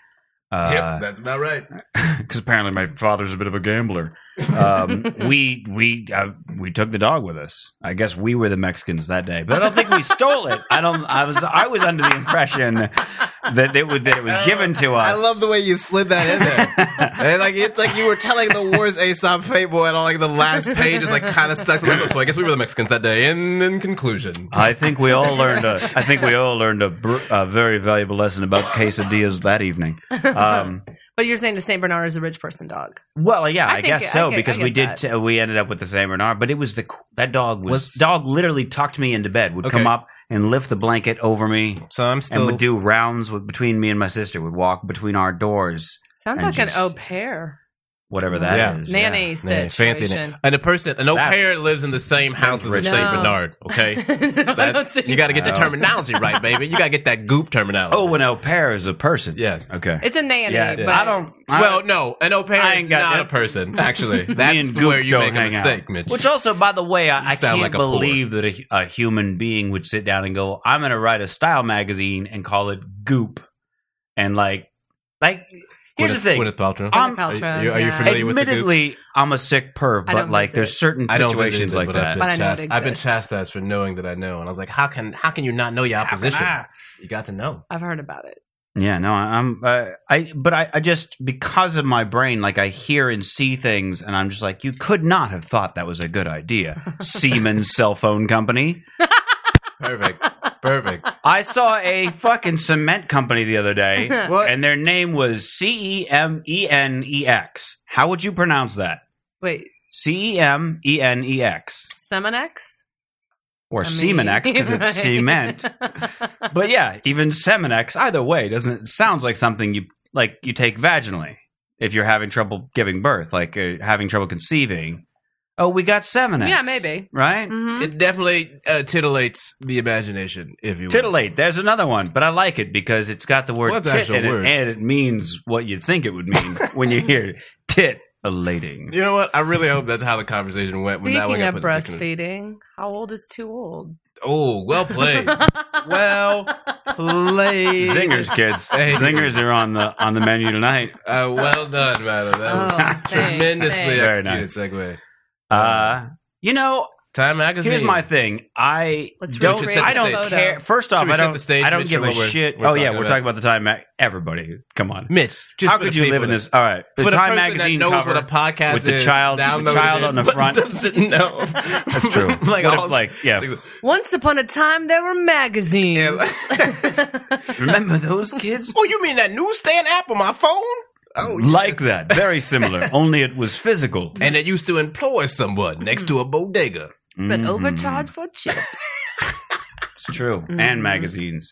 S7: uh,
S8: yep,
S7: because
S8: that's about right.
S7: apparently my father's a bit of a gambler. Um, we we uh, we took the dog with us. I guess we were the Mexicans that day, but I don't think we stole it. I don't. I was I was under the impression that it was that it was given to us.
S8: Uh, I love the way you slid that in there. And like it's like you were telling the worst Aesop fable, and all like the last page is like kind of stuck to this. So I guess we were the Mexicans that day. And in conclusion,
S7: I think we all learned. A, I think we all learned a, br- a very valuable lesson about quesadillas that evening. Um,
S9: but you're saying the Saint Bernard is a rich person dog.
S7: well, yeah,
S9: I
S7: I,
S9: think-
S7: guess so
S9: I get- I
S7: because we
S9: get
S7: did.
S9: that.
S7: T- uh, we ended up with the Saint Bernard, but it was the qu- that dog was
S8: What's-
S7: dog literally tucked me into bed. Would
S8: Okay.
S7: come up and lift the blanket over me.
S8: so I'm
S7: and
S8: still
S7: would do rounds with, between me and my sister. Would walk between our doors,
S9: Sounds
S7: And
S9: like an
S7: just-
S9: au pair,
S7: whatever that is.
S8: Yeah.
S9: nanny
S8: Yeah, fancy
S9: situation.
S8: name. And a person, an au
S7: That's-
S8: pair lives in the same house as a
S7: No.
S8: Saint Bernard. Okay,
S9: I don't
S8: That's,
S9: think
S8: you got to get your
S7: so.
S8: terminology right, baby. You got to get that goop terminology.
S7: Oh, an au pair is a person.
S8: yes.
S7: Okay.
S9: It's a nanny,
S7: yeah,
S9: but
S7: I don't. I,
S8: Well, no, an au
S7: I
S8: pair is
S7: ain't got
S8: not
S7: that.
S8: a person. Actually,
S7: Me
S8: that's
S7: and Goop
S8: where you
S7: don't
S8: make a
S7: hang out.
S8: mistake, Mitch.
S7: which also, by the way, I, I
S8: You sound
S7: can't
S8: like a whore.
S7: believe that a, hu- a human being would sit down and go, "I'm going to write a style magazine and call it Goop," and like, like. Here's
S8: Gwyneth-
S7: the thing.
S8: Gwyneth Paltrow.
S7: I-
S9: Gwyneth
S7: Um,
S9: Paltrow,
S8: are you- are you
S9: yeah.
S8: familiar with the
S7: Admittedly, I'm a sick perv,
S9: I
S7: but
S9: don't
S7: like,
S9: visit
S7: there's
S9: it.
S7: certain
S8: I don't
S7: situations
S8: visit it,
S7: like
S8: but
S7: that.
S9: But I
S8: I've been,
S9: know it
S8: chast- I've been
S9: exists.
S8: chastised for knowing that I know, and I was like, "How can how can you not know your
S7: How can
S8: opposition?
S7: I?
S8: You got to know."
S9: I've heard about it.
S7: Yeah, no, I- I'm, uh, I, but I, I just because of my brain, like I hear and see things, and I'm just like, you could not have thought that was a good idea, Siemens cell phone company.
S8: Perfect, perfect.
S7: I saw a fucking cement company the other day,
S8: What?
S7: and their name was C E M E N E X. How would you pronounce that?
S9: Wait,
S7: C E M E N E X
S9: Seminex
S7: or
S9: I mean,
S7: Seminex because it's
S9: right.
S7: cement. But yeah, even Seminex, either way, doesn't it sounds like something you like you take vaginally if you're having trouble giving birth, like uh, having trouble conceiving. Oh, we got Seminex.
S9: yeah, maybe.
S7: Right?
S9: Mhm.
S8: It definitely uh, titillates the imagination, if you will.
S7: Titillate. There's another one, but I like it because it's got the word
S8: What's the
S7: tit
S8: actual
S7: in it,
S8: word?
S7: and it means what you think it would mean when you hear tit elating.
S8: You know what? I really hope that's how the conversation went when that one
S9: Speaking
S8: got
S9: of
S8: put in the-
S9: breastfeeding, how old is too old?
S8: Oh, well played. Well played.
S7: Zingers, kids.
S8: Hey.
S7: Zingers are on the on the menu tonight.
S8: Uh, well done, madam. That was
S9: Oh, thanks,
S8: tremendously
S9: thanks.
S7: Very
S8: executed
S7: nice.
S8: segue.
S7: Uh, you know,
S8: Time magazine.
S7: here's my thing. I
S9: Let's
S7: don't.
S9: recreate
S7: I
S9: the
S7: don't
S9: photo.
S7: care. First off,
S8: Should we
S7: I
S8: set
S7: don't.
S8: the stage,
S7: I don't
S8: Mitch,
S7: give
S8: for
S7: a
S8: what we're-
S7: shit.
S8: we're
S7: oh yeah,
S8: talking
S7: we're
S8: about?
S7: talking about the Time Mag. Everybody, come on.
S8: Mitch. Just
S7: How
S8: for
S7: could
S8: the
S7: you live
S8: people
S7: in
S8: that-
S7: this? All right, the
S8: for the
S7: Time
S8: person
S7: magazine
S8: that knows
S7: cover.
S8: what a podcast
S7: with the
S8: is,
S7: child- the
S8: downloaded
S7: child
S8: it,
S7: on the
S8: but
S7: front.
S8: doesn't know.
S7: That's true.
S8: like
S7: What if,
S8: all-
S7: like, yeah.
S9: Once upon a time, there were magazines.
S7: Remember those kids?
S8: oh, you mean that newsstand app on my phone? Oh, yeah.
S7: Like that, very similar. only it was physical.
S8: and it used to employ someone next to a bodega.
S9: but
S7: Mhm.
S9: overcharged for chips.
S7: It's true.
S9: Mhm.
S7: And magazines.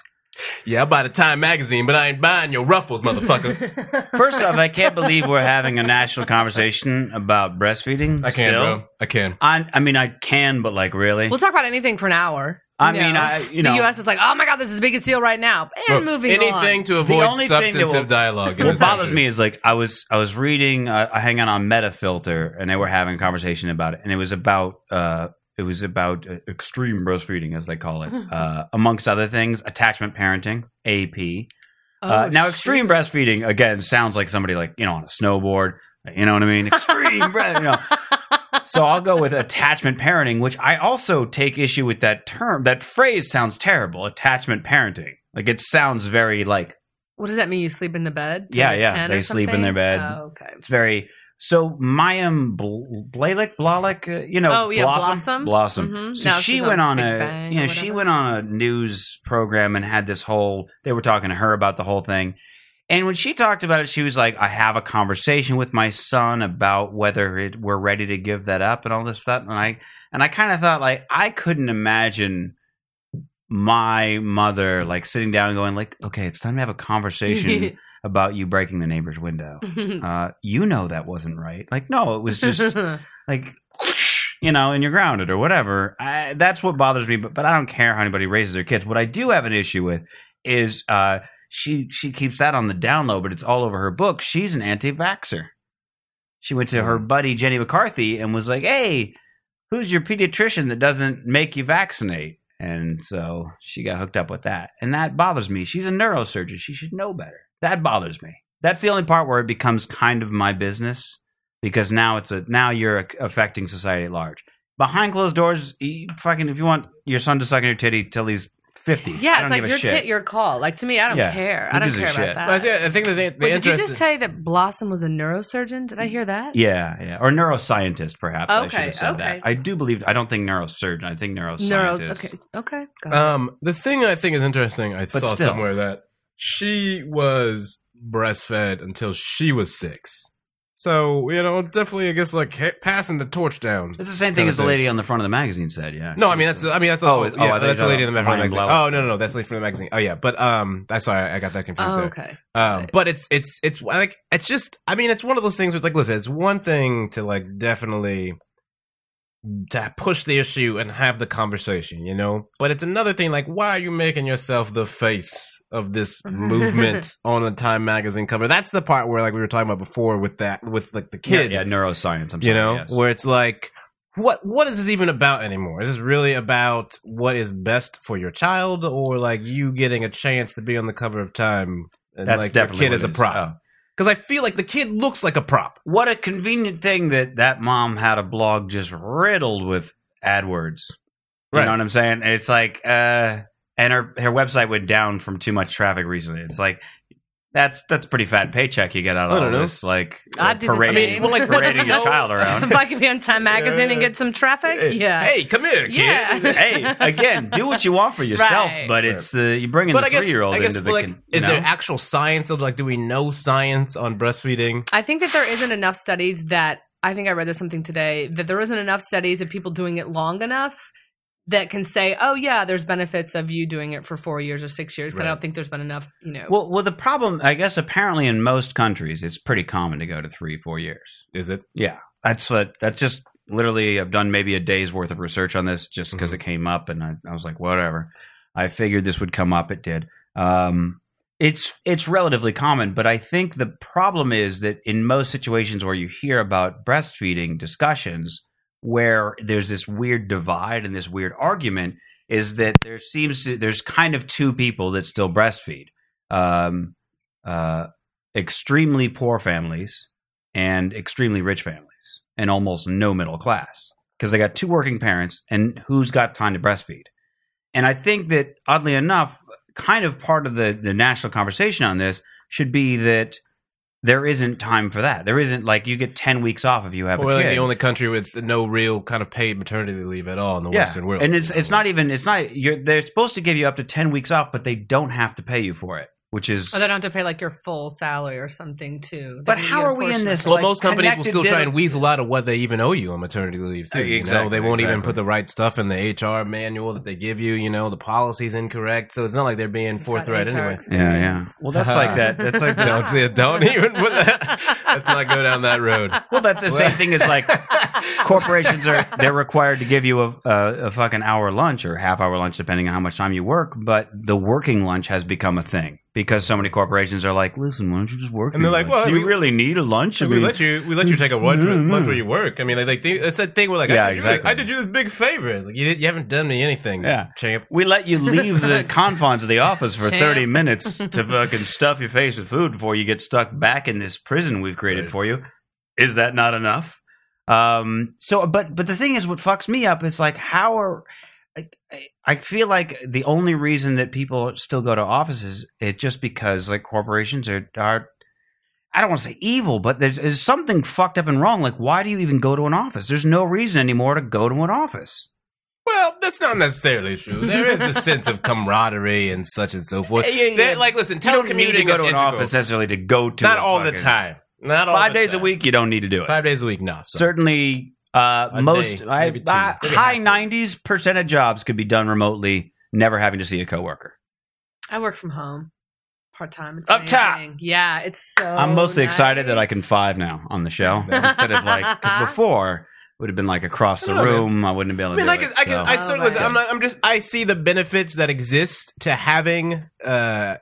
S8: Yeah, I buy the Time magazine, but I ain't buying your ruffles, motherfucker.
S7: First off, I can't believe we're having a national conversation about breastfeeding.
S8: I can,
S7: still.
S8: bro. I can.
S7: I, I mean, I can, but like, really?
S9: We'll talk about anything for an hour.
S7: I
S9: You
S7: mean,
S9: know.
S7: I you know,
S9: the U.S. is like, oh my god, this is the biggest deal right now, and
S8: Look,
S9: moving on.
S8: anything to avoid
S7: only thing that
S8: substantive
S7: will-
S8: dialogue. in
S7: what
S8: this
S7: bothers
S8: country.
S7: me is like I was I was reading uh, I hang out on Metafilter and they were having a conversation about it and it was about uh it was about uh, extreme breastfeeding as they call
S9: Hmm.
S7: it uh, amongst other things attachment parenting AP uh,
S9: Oh,
S7: now
S9: shit.
S7: extreme breastfeeding again sounds like somebody like you know on a snowboard you know what I mean extreme breast you know so I'll go with attachment parenting, which I also take issue with that term. That phrase sounds terrible. Attachment parenting, like it sounds very like
S9: What does that mean? You sleep in the bed?
S7: Yeah,
S9: 10 to
S7: yeah,
S9: 10 or
S7: they sleep in
S9: something?
S7: their bed.
S9: Oh, okay.
S7: it's very. So Mayim Bl- Blalik, Blalik, uh, you know,
S9: Oh, yeah,
S7: Blossom,
S9: Blossom.
S7: Blossom.
S9: Mhm.
S7: So
S9: Now
S7: she
S9: she's
S7: went on
S9: on Big
S7: a,
S9: Bang
S7: you know,
S9: or
S7: she
S9: whatever.
S7: went on a news program and had this whole. They were talking to her about the whole thing, and when she talked about it, she was like, "I have a conversation with my son about whether it, we're ready to give that up and all this stuff." And I and I kind of thought like I couldn't imagine my mother like sitting down and going like, "Okay, it's time to have a conversation about you breaking the neighbor's window." uh, you know that wasn't right. Like, no, it was just like, you know, and you're grounded or whatever. I, that's what bothers me. But but I don't care how anybody raises their kids. What I do have an issue with is uh, she she keeps that on the down low, but it's all over her book. She's an anti-vaxxer. She went to her
S9: Hmm.
S7: buddy Jenny McCarthy and was like, "Hey, who's your pediatrician that doesn't make you vaccinate?" And so she got hooked up with that, and that bothers me. She's a neurosurgeon; she should know better. That bothers me. That's the only part where it becomes kind of my business because now it's a now you're affecting society at large. Behind closed doors, you fucking if you want your son to suck in your titty till he's fifty, I
S9: yeah,
S7: don't
S9: it's
S7: give a
S9: like your
S7: shit.
S9: tit, your call. Like to me, I don't
S7: Yeah.
S9: care.
S7: Who
S9: I don't
S7: gives a
S9: care about
S7: shit?
S9: that.
S8: But I see- I think that the, the
S9: Wait, did you
S8: interest
S9: just tell you that Blossom was a neurosurgeon? Did I hear that?
S7: Yeah, yeah. Or neuroscientist, perhaps. I should
S9: Okay,
S7: have said
S9: okay.
S7: that. I do believe, I don't think neurosurgeon. I think neuroscientist.
S9: Neuro. Okay. Okay. Got it.
S8: Um, the thing I think is interesting, I
S7: Uh-huh. But
S8: saw
S7: still.
S8: somewhere that she was breastfed until she was six. So you know, it's definitely I guess like ha- passing the torch down.
S7: It's the same thing
S8: Kinda
S7: as the
S8: thing.
S7: lady on the front of the magazine said, yeah.
S8: No, I mean that's I mean that's the,
S7: Oh,
S8: oh,
S7: it- oh, I
S8: yeah,
S7: thought
S8: that's
S7: you
S8: the lady
S7: thought
S8: in the front
S7: Ryan
S8: of the magazine.
S7: Blauer.
S8: Oh no no no that's the lady from the magazine. Oh yeah, but um that's sorry I got that confused
S9: oh,
S8: there.
S9: okay.
S8: Um, but it's it's it's like it's just I mean it's one of those things with like listen it's one thing to like definitely to push the issue and have the conversation you know but it's another thing like why are you making yourself the face of this movement on a Time magazine cover that's the part where like we were talking about before with that with like the
S7: Yeah,
S8: kid
S7: yeah, neuroscience. I'm sorry.
S8: you know
S7: yes.
S8: where it's like what what is this even about anymore is this really about what is best for your child or like you getting a chance to be on the cover of time and
S7: That's
S8: like
S7: definitely
S8: your
S7: what
S8: kid is
S7: it
S8: a prop
S7: Oh.
S8: because i feel like the kid looks like a prop
S7: What a convenient thing that that mom had a blog just riddled with AdWords. You
S8: Right.
S7: know what I'm saying? And it's like, uh, and her, her website went down from too much traffic recently. It's like, that's that's pretty fat paycheck you get
S8: I
S7: out of
S8: don't
S7: all
S8: know.
S7: this, like
S9: I'd
S7: uh,
S9: do the
S7: parading,
S9: same. I mean,
S8: well, like, what-
S7: parading your
S8: no.
S7: child around.
S9: if I could be on Time Magazine and get some traffic, yeah.
S8: hey come here kid
S9: Yeah.
S7: hey, again, do what you want for yourself,
S9: Right.
S7: but it's the you bringing
S8: but
S7: the
S8: i guess
S7: three year old
S8: i guess
S7: into the
S8: like
S7: con-
S8: is
S7: you
S8: there
S7: know?
S8: actual science of like do we know science on breastfeeding
S9: I think that there isn't enough studies that I think I read this something today that there isn't enough studies of people doing it long enough that can say, oh yeah, there's benefits of you doing it for four years or six years. I
S8: Right.
S9: don't think there's been enough, you know.
S7: well, well, the problem, I guess, apparently in most countries, it's pretty common to go to three, four years.
S8: is it
S7: That's what. That's just literally. I've done maybe a day's worth of research on this just because it came up, and I, I was like, whatever. I figured this would come up. It did. Um, It's it's relatively common, but I think the problem is that in most situations where you hear about breastfeeding discussions, where there's this weird divide and this weird argument, is that there seems to, there's kind of two people that still breastfeed. Um, uh, extremely poor families and extremely rich families, and almost no middle class because they got two working parents, and who's got time to breastfeed? And I think that oddly enough, kind of part of the the national conversation on this should be that there isn't time for that. There isn't like you get ten weeks off if you have
S8: We're
S7: a
S8: like
S7: kid.
S8: the only country with no real kind of paid maternity leave at all in the Western world.
S7: And it's it's not even it's not you're they're supposed to give you up to ten weeks off, but they don't have to pay you for it, which is
S9: Or they don't have to pay like your full salary or something too. They
S7: But
S9: can
S7: how
S9: get a
S7: are we in
S9: portion of
S7: this,
S9: it.
S8: Well,
S7: like,
S8: most companies will
S7: connected
S8: still try
S7: dinner-
S8: and weasel out of what they even owe you on maternity leave too.
S7: Uh,
S8: you know,
S7: exactly,
S8: they won't even
S7: exactly.
S8: put the right stuff in the HR manual that they give you. You know, the policy's incorrect, so it's not like they're being
S9: Got
S8: forthright
S9: HR
S8: anyway.
S7: yeah yeah.
S9: experience.
S7: Well, that's like that. That's like
S8: Don't yeah, don't even put that. Let's not go down that road.
S7: well, that's the same thing as like corporations are they're required to give you a, a, a fucking hour lunch or half hour lunch depending on how much time you work but the working lunch has become a thing because so many corporations are like listen why don't you just work
S8: And they're
S7: your
S8: like,
S7: lunch?
S8: well,
S7: do you
S8: we-
S7: really need a lunch I
S8: we
S7: mean,
S8: let you we let you take a lunch,
S7: No, no.
S8: lunch where you work. I mean, like, like they, it's that thing where like
S7: Yeah,
S8: I, did you-
S7: exactly.
S8: I did you this big favor. Like you, did, you haven't done me anything,
S7: Yeah.
S8: champ.
S7: we let you leave the confines of the office for
S9: Champ.
S7: 30 minutes to fucking stuff your face with food before you get stuck back in this prison we've created
S6: Right.
S7: for you is that not enough um so but but the thing is what fucks me up is like how are like, I- I feel like the only reason that people still go to offices it just because like corporations are are I don't want to say evil, but there's, there's something fucked up and wrong. Like, why do you even go to an office? There's no reason anymore to go to an office.
S8: Well, that's not necessarily true. There is the sense of camaraderie and such and so forth.
S7: Yeah, yeah,
S8: That-
S7: yeah.
S8: Like, listen,
S7: You don't need to
S8: telecommuting
S7: go
S8: is
S7: to an
S8: integral.
S7: office necessarily to go to.
S8: Not
S7: a
S8: all the
S7: fucking-
S8: time. Not all
S7: Five
S8: the
S7: days a
S8: time.
S7: week, you don't need to do it.
S8: Five days a week, no. son.
S7: Certainly, uh,
S8: A
S7: most
S8: day,
S7: I,
S8: maybe two,
S7: I-
S8: maybe
S7: high
S8: half a day.
S7: nineties percent of jobs could be done remotely, never having to see a coworker.
S9: I work from home part time. It's
S7: Up top.
S9: amazing. Yeah, it's so.
S7: I'm mostly excited that I
S9: Oh, nice.
S7: can five now on the show instead of like because before would have been like across the
S8: I don't know,
S7: room. I wouldn't have been able
S8: I
S7: to.
S8: mean,
S7: do
S8: I can,
S7: it,
S8: I can,
S7: so.
S8: I
S9: Oh
S8: certainly,
S9: my
S8: listen, I'm
S9: God.
S8: not, I'm just, I see the benefits that exist to having, uh,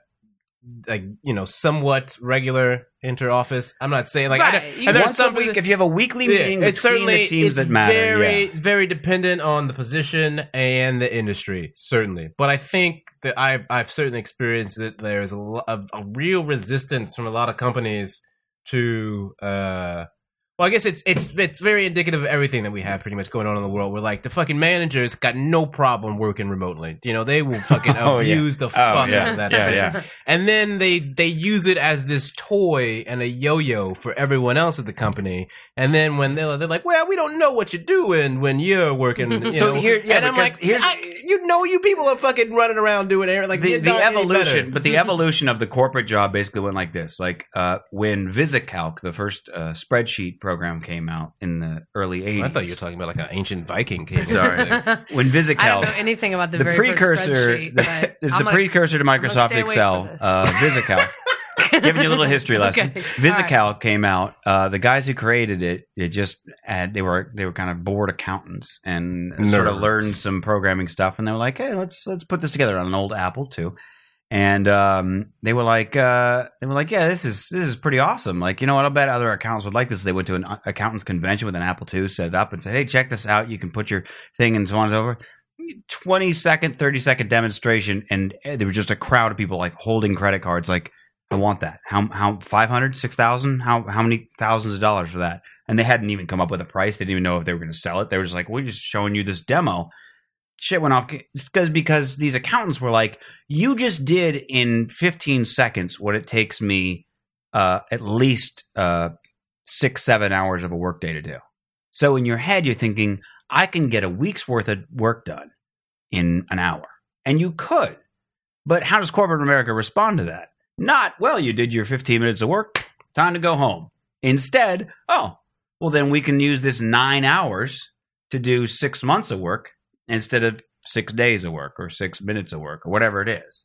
S8: like, you know, somewhat regular inter-office. I'm not saying, like, I
S9: Right.
S8: don't,
S9: You-
S8: and there's
S7: Once
S8: some
S7: a week,
S8: posi-
S7: if you have a weekly
S8: yeah,
S7: meeting between
S8: it's certainly,
S7: the teams
S8: it's
S7: that matter,
S8: very,
S7: yeah.
S8: very dependent on the position and the industry, certainly. But I think that I've, I've certainly experienced that there's a, lo- of a real resistance from a lot of companies to, uh, well, I guess it's it's it's very indicative of everything that we have pretty much going on in the world. Where like the fucking managers got no problem working remotely. You know, they will fucking
S7: Oh, yeah.
S8: abuse the fuck out
S7: yeah.
S8: of that
S7: Yeah,
S8: shit.
S7: yeah.
S8: And then they they use it as this toy and a yo-yo for everyone else at the company. And then when they're, they're like, "Well, we don't know what you're doing when you're working," you
S7: So
S8: know?
S7: here- yeah,
S8: and I'm
S7: because
S8: like,
S7: here's-
S8: I- "You know, you people are fucking running around doing everything." Like
S7: the,
S8: you're
S7: the
S8: not any
S7: evolution,
S8: better.
S7: but the evolution of the corporate job basically went like this: like uh, when VisiCalc, the first uh, spreadsheet program, came out in the early '80s.
S8: Oh, I thought you were talking about like an ancient Viking king.
S7: Sorry. when
S9: I don't know
S7: VisiCalc,
S9: anything about the,
S7: the
S9: very
S7: precursor,
S9: First spreadsheet,
S7: the,
S9: but
S7: is
S9: I'm
S7: the
S9: gonna-
S7: precursor to
S9: gonna
S7: Microsoft
S9: stay away
S7: Excel.
S9: from this.
S7: Uh, VisiCalc, giving you a little history lesson.
S9: Okay.
S7: VisiCalc came out. Uh, the guys who created it, it just had, they were they were kind of bored accountants and sort of
S8: Nerds.
S7: learned some programming stuff, and they were like, hey, let's let's put this together on an old Apple II. And um, they were like, uh, they were like, yeah, this is this is pretty awesome. Like, you know what? I'll bet other accountants would like this. They went to an uh, accountants convention with an Apple II, set it up, and said, hey, check this out. You can put your thing and so on and over. 20 second, 30 second demonstration, and eh, there was just a crowd of people like holding credit cards, like, I want that. How, how, 500, 6,000? How, how many thousands of dollars for that? And they hadn't even come up with a price. They didn't even know if they were going to sell it. They were just like, we're just showing you this demo. Shit went off because because these accountants were like, you just did in 15 seconds what it takes me uh, at least uh, six, seven hours of a workday to do. So in your head, you're thinking, I can get a week's worth of work done in an hour. And you could. But how does corporate America respond to that? Not, well, you did your 15 minutes of work, time to go home. Instead, oh, well, then we can use this nine hours to do six months of work instead of six days of work or six minutes of work or whatever it is.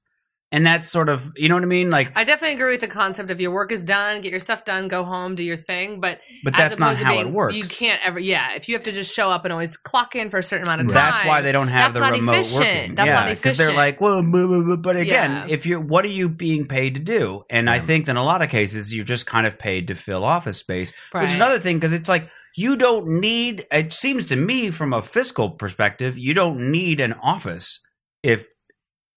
S7: and that's sort of you know what I mean. Like,
S9: I definitely agree with the concept of your work is done, get your stuff done, go home, do your thing. But
S7: but
S9: as
S7: that's not
S9: opposed to
S7: how
S9: being-
S7: it works.
S9: You can't ever, yeah. If you have to just show up and always clock in for a certain amount of time,
S7: That's why they don't have
S9: That's
S7: the
S9: not
S7: remote
S9: efficient.
S7: working.
S9: That's
S7: yeah,
S9: not
S7: they're
S9: efficient.
S7: like, well, blah, blah, blah. but again,
S9: Yeah.
S7: if you're, what are you being paid to do? And I think in a lot of cases, you're just kind of paid to fill office space, which is
S9: Right.
S7: another thing because it's like you don't need. It seems to me, from a fiscal perspective, you don't need an office if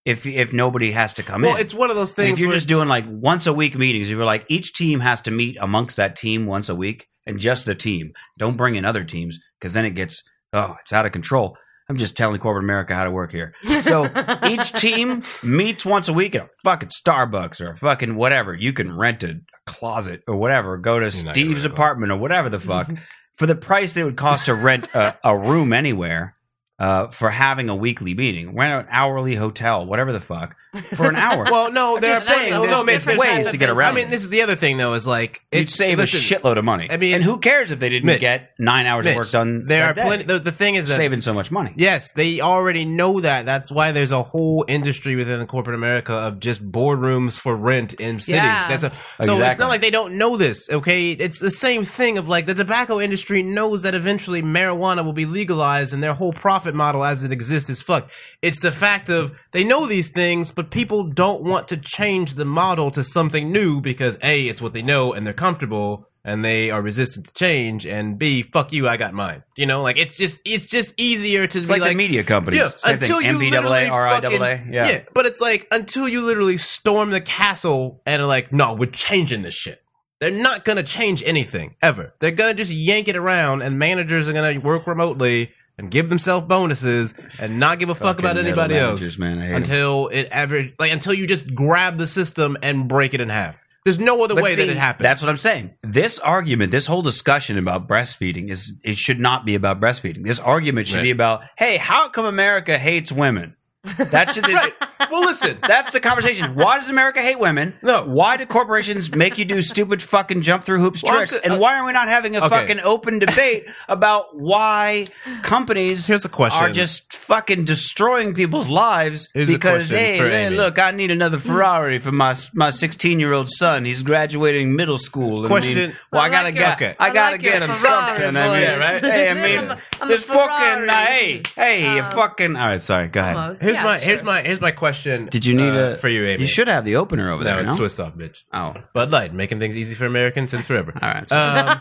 S7: if if nobody has to come
S8: Well,
S7: in.
S8: it's one of those
S7: And
S8: things.
S7: if you're
S8: where
S7: just
S8: it's-
S7: doing like once a week meetings, if you're like each team has to meet amongst that team once a week and just the team. Don't bring in other teams because then it gets oh, it's out of control. I'm just telling corporate America how to work here. So each team meets once a week at a fucking Starbucks or a fucking whatever. You can rent a closet or whatever. Go to
S6: You're not gonna
S7: Steve's
S6: rent a closet.
S7: apartment or whatever the fuck
S8: Mm-hmm.
S7: for the price that it would cost to rent a, a room anywhere. Uh, for having a weekly meeting, rent an hourly hotel, whatever the fuck, for an hour.
S8: Well, no, there are
S7: just
S8: plenty-
S7: saying,
S8: well, no,
S7: there's-
S8: man,
S7: there's
S8: there's-
S7: ways to get
S8: I
S7: around
S8: mean,
S7: it.
S8: this is the other thing though. Is like
S7: You'd save
S8: listen,
S7: a shitload of money.
S8: I mean-
S7: and who cares if they didn't
S8: Mitch,
S7: get nine hours
S8: Mitch,
S7: of work done?
S8: There are
S7: that day?
S8: plenty. The, the thing is that
S7: saving so much money.
S8: Yes, they already know that. That's why there's a whole industry within corporate America of just boardrooms for rent in cities.
S9: Yeah.
S8: That's a, so it's
S7: Exactly.
S8: not like they don't know this. Okay, it's the same thing of like the tobacco industry knows that eventually marijuana will be legalized, and their whole profit model as it exists is fucked. It's the fact of they know these things, but people don't want to change the model to something new because a it's what they know and they're comfortable and they are resistant to change, and b fuck you, I got mine. You know, like it's just it's just easier to
S7: It's
S8: be
S7: like, the media companies.
S8: yeah,
S7: Same
S8: until
S7: thing.
S8: you literally
S7: MBAA, RIAA.
S8: fucking-
S7: Yeah.
S8: but it's like until you literally storm the castle and are like, no, we're changing this shit. They're not gonna change anything ever. They're gonna just yank it around, and managers are gonna work remotely and give themselves bonuses and not give a fuck
S7: Fucking
S8: about
S7: middle
S8: anybody
S7: managers,
S8: else
S7: Man, I hate 'em.
S8: until it ever like until you just grab the system and break it in half. There's no other
S7: But
S8: way
S7: see,
S8: that it happens.
S7: That's what I'm saying. This argument, this whole discussion about breastfeeding is it should not be about breastfeeding. This argument should
S8: Right.
S7: be about, hey, how come America hates women? That should
S8: right. Well, listen.
S7: That's the conversation. Why does America hate women?
S8: No.
S7: Why do corporations make you do stupid fucking jump through hoops
S8: Well, I'm
S7: tricks?
S8: s- uh,
S7: and why are we not having a
S8: okay.
S7: fucking open debate about why companies
S8: Here's a question.
S7: are just fucking destroying people's lives
S8: Here's a
S7: because
S8: question
S7: hey,
S8: for
S7: hey,
S8: Amy.
S7: look, I need another Ferrari for my my 16 year old son. He's graduating middle school. I mean,
S8: Question-
S7: well, I,
S9: I
S7: gotta
S9: like
S7: get,
S8: your- Okay.
S7: I
S9: I
S7: gotta
S9: like
S7: get
S9: your
S7: him
S9: Ferrari
S7: something. I mean,
S9: voice.
S7: right? Hey, I mean,
S9: I'm a- I'm a
S7: this fucking,
S9: Ferrari.
S7: hey, hey, you
S9: Um,
S7: fucking. All right, sorry, go ahead.
S9: Almost.
S8: Here's
S9: Yeah,
S8: my here's
S9: sure.
S8: my here's my question.
S7: Did you need
S8: uh,
S7: a-
S8: for you, Amy?
S7: You should have the opener over
S8: No,
S7: there.
S8: it's
S7: no?
S8: twist off, bitch.
S7: Oh,
S8: Bud Light, making things easy for Americans since forever.
S7: all right.
S8: Um,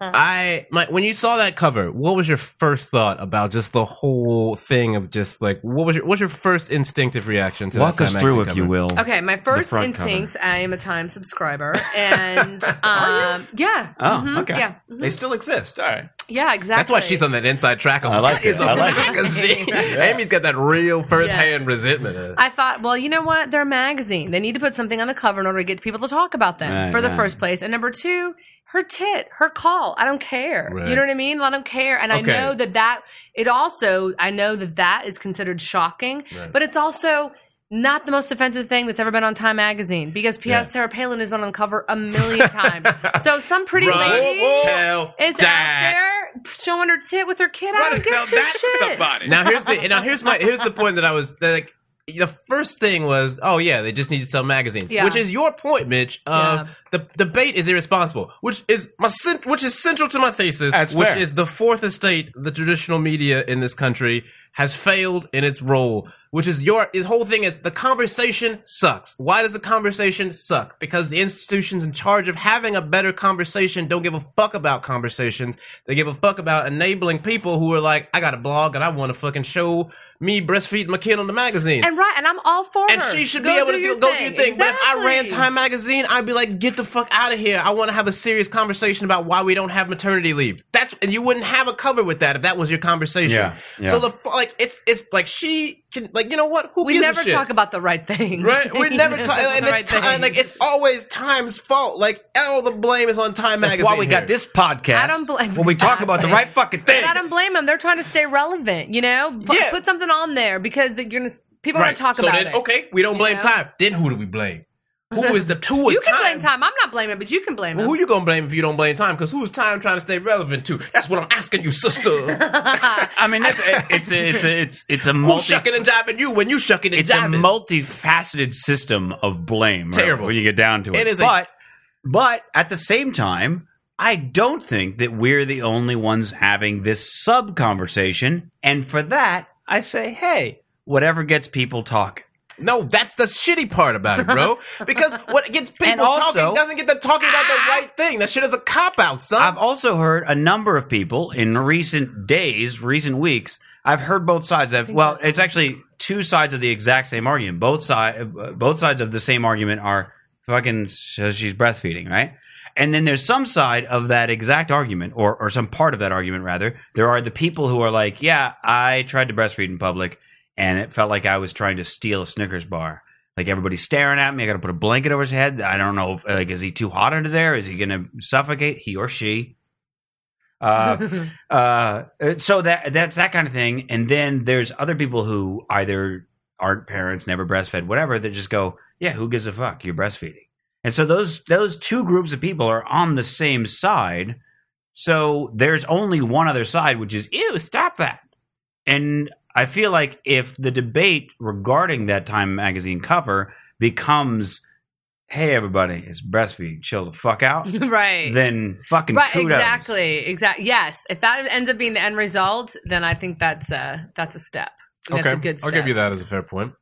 S8: I my when you saw that cover, what was your first thought about just the whole thing of just like what was your what's your first instinctive reaction to
S7: Walk
S8: that
S7: us
S8: Time
S7: through,
S8: magazine
S7: if you
S8: cover?
S7: will.
S9: Okay, my first
S7: front cover.
S9: instincts. I am a Time subscriber, and um, yeah,
S7: Oh,
S9: mhm,
S7: okay.
S9: yeah, mhm.
S7: They still exist. All right.
S9: yeah, exactly.
S8: That's why she's on that inside track. Of,
S7: I like
S8: what
S7: it.
S8: is a
S7: I like it.
S8: magazine? Amy's got that real first hand resentment. of it.
S9: I thought, well, you know what? They're a magazine. They need to put something on the cover in order to get people to talk about them
S7: Right,
S9: for the
S7: right.
S9: first place. And number two, her tit, her call. I don't care.
S8: Right.
S9: You know what I mean? I don't care. And
S8: Okay.
S9: I know that that, it also, I know that that is considered shocking,
S8: Right.
S9: but it's also not the most offensive thing that's ever been on Time Magazine because P.S. Sarah Palin has been on the cover a million times. so some pretty
S8: Run,
S9: lady
S8: tell
S9: is
S8: that.
S9: out there showing her tit with her kid. I
S6: Run
S9: don't
S6: and
S9: give
S6: tell
S9: two
S6: that to
S9: shits.
S6: somebody.
S8: now here's the now here's my here's the point that I was that, like the first thing was oh yeah they just need to sell magazines
S9: Yeah.
S8: which is your point Mitch of
S9: Yeah.
S8: the debate is irresponsible which is my cent- which is central to my thesis
S7: That's
S8: which
S7: fair.
S8: is the fourth estate the traditional media in this country has failed in its role which is your his whole thing is the conversation sucks why does the conversation suck because the institutions in charge of having a better conversation don't give a fuck about conversations they give a fuck about enabling people who are like, I got a blog and I want to fucking show me breastfeeding my kid on the magazine. And-
S9: And right, and I'm all for her.
S8: she should
S9: Go
S8: be able
S9: do
S8: to
S9: your
S8: do, go do your thing. But if I ran
S9: Exactly.
S8: Time Magazine, I'd be like, get the fuck out of here. I want to have a serious conversation about why we don't have maternity leave. That's and you wouldn't have a cover with that if that was your conversation.
S7: Yeah, yeah.
S8: So the fu- like it's it's like she can like you know what? Who
S9: we
S8: gives
S9: never
S8: a shit?
S9: talk about the right things.
S8: Right, we
S9: You
S8: never
S9: know,
S8: talk, and
S9: the
S8: it's ti- and, like it's always Time's fault. Like all the blame is on Time
S7: That's
S8: Magazine.
S7: why we got
S8: here.
S7: this podcast.
S9: I don't blame-
S7: When we talk about the right fucking thing.
S9: But I don't blame them. They're trying to stay relevant. You know, P-
S8: Yeah.
S9: put something on there because that you're gonna people are gonna talk
S8: so
S9: about
S8: then,
S9: it.
S8: Okay, we don't
S9: You
S8: blame
S9: know?
S8: time. Then who do we blame? Who is the who is
S9: You can
S8: time?
S9: blame time. I'm not blaming, but you can blame
S8: Well, who
S9: him.
S8: you gonna blame if you don't blame time? Because who's time trying to stay relevant to? That's what I'm asking you, sister.
S7: I mean, that's, it's a, it's a, it's it's a
S8: who's
S7: multi
S8: shucking and jiving you when you shucking and
S7: it's a
S8: jiving?
S7: multifaceted system of blame. right,
S8: Terrible.
S7: when you get down to it.
S8: It is a-
S7: but but at the same time, I don't think that we're the only ones having this sub conversation, and for that, I say, hey, whatever gets people talking.
S8: no, that's the shitty part about it, bro. Because what gets
S7: And
S8: people
S7: also-
S8: talking doesn't get them talking about the
S7: Ah!
S8: right thing. That shit is a cop out, son.
S7: I've also heard a number of people in recent days, recent weeks. I've heard both sides of. Well, it's actually two sides of the exact same argument. Both side, uh, both sides of the same argument are fucking. So she's breastfeeding, right? And then there's some side of that exact argument, or or some part of that argument rather. There are the people who are like, yeah, I tried to breastfeed in public, and it felt like I was trying to steal a Snickers bar. Like everybody's staring at me. I got to put a blanket over his head. I don't know. If, like, is he too hot under there? Is he going to suffocate? He or she? Uh, uh, so that that's that kind of thing. And then there's other people who either aren't parents, never breastfed, whatever. That just go, yeah, who gives a fuck? You're breastfeeding. And so those those two groups of people are on the same side. So there's only one other side, which is ew, stop that. And I feel like if the debate regarding that Time magazine cover becomes, hey, everybody, it's breastfeed, chill the fuck out,
S9: right.
S7: then fucking
S9: right.
S7: kudos.
S9: Exactly. Exactly. Yes. If that ends up being the end result, then I think that's a that's a step. That's a good step.
S8: I'll give you that as a fair point.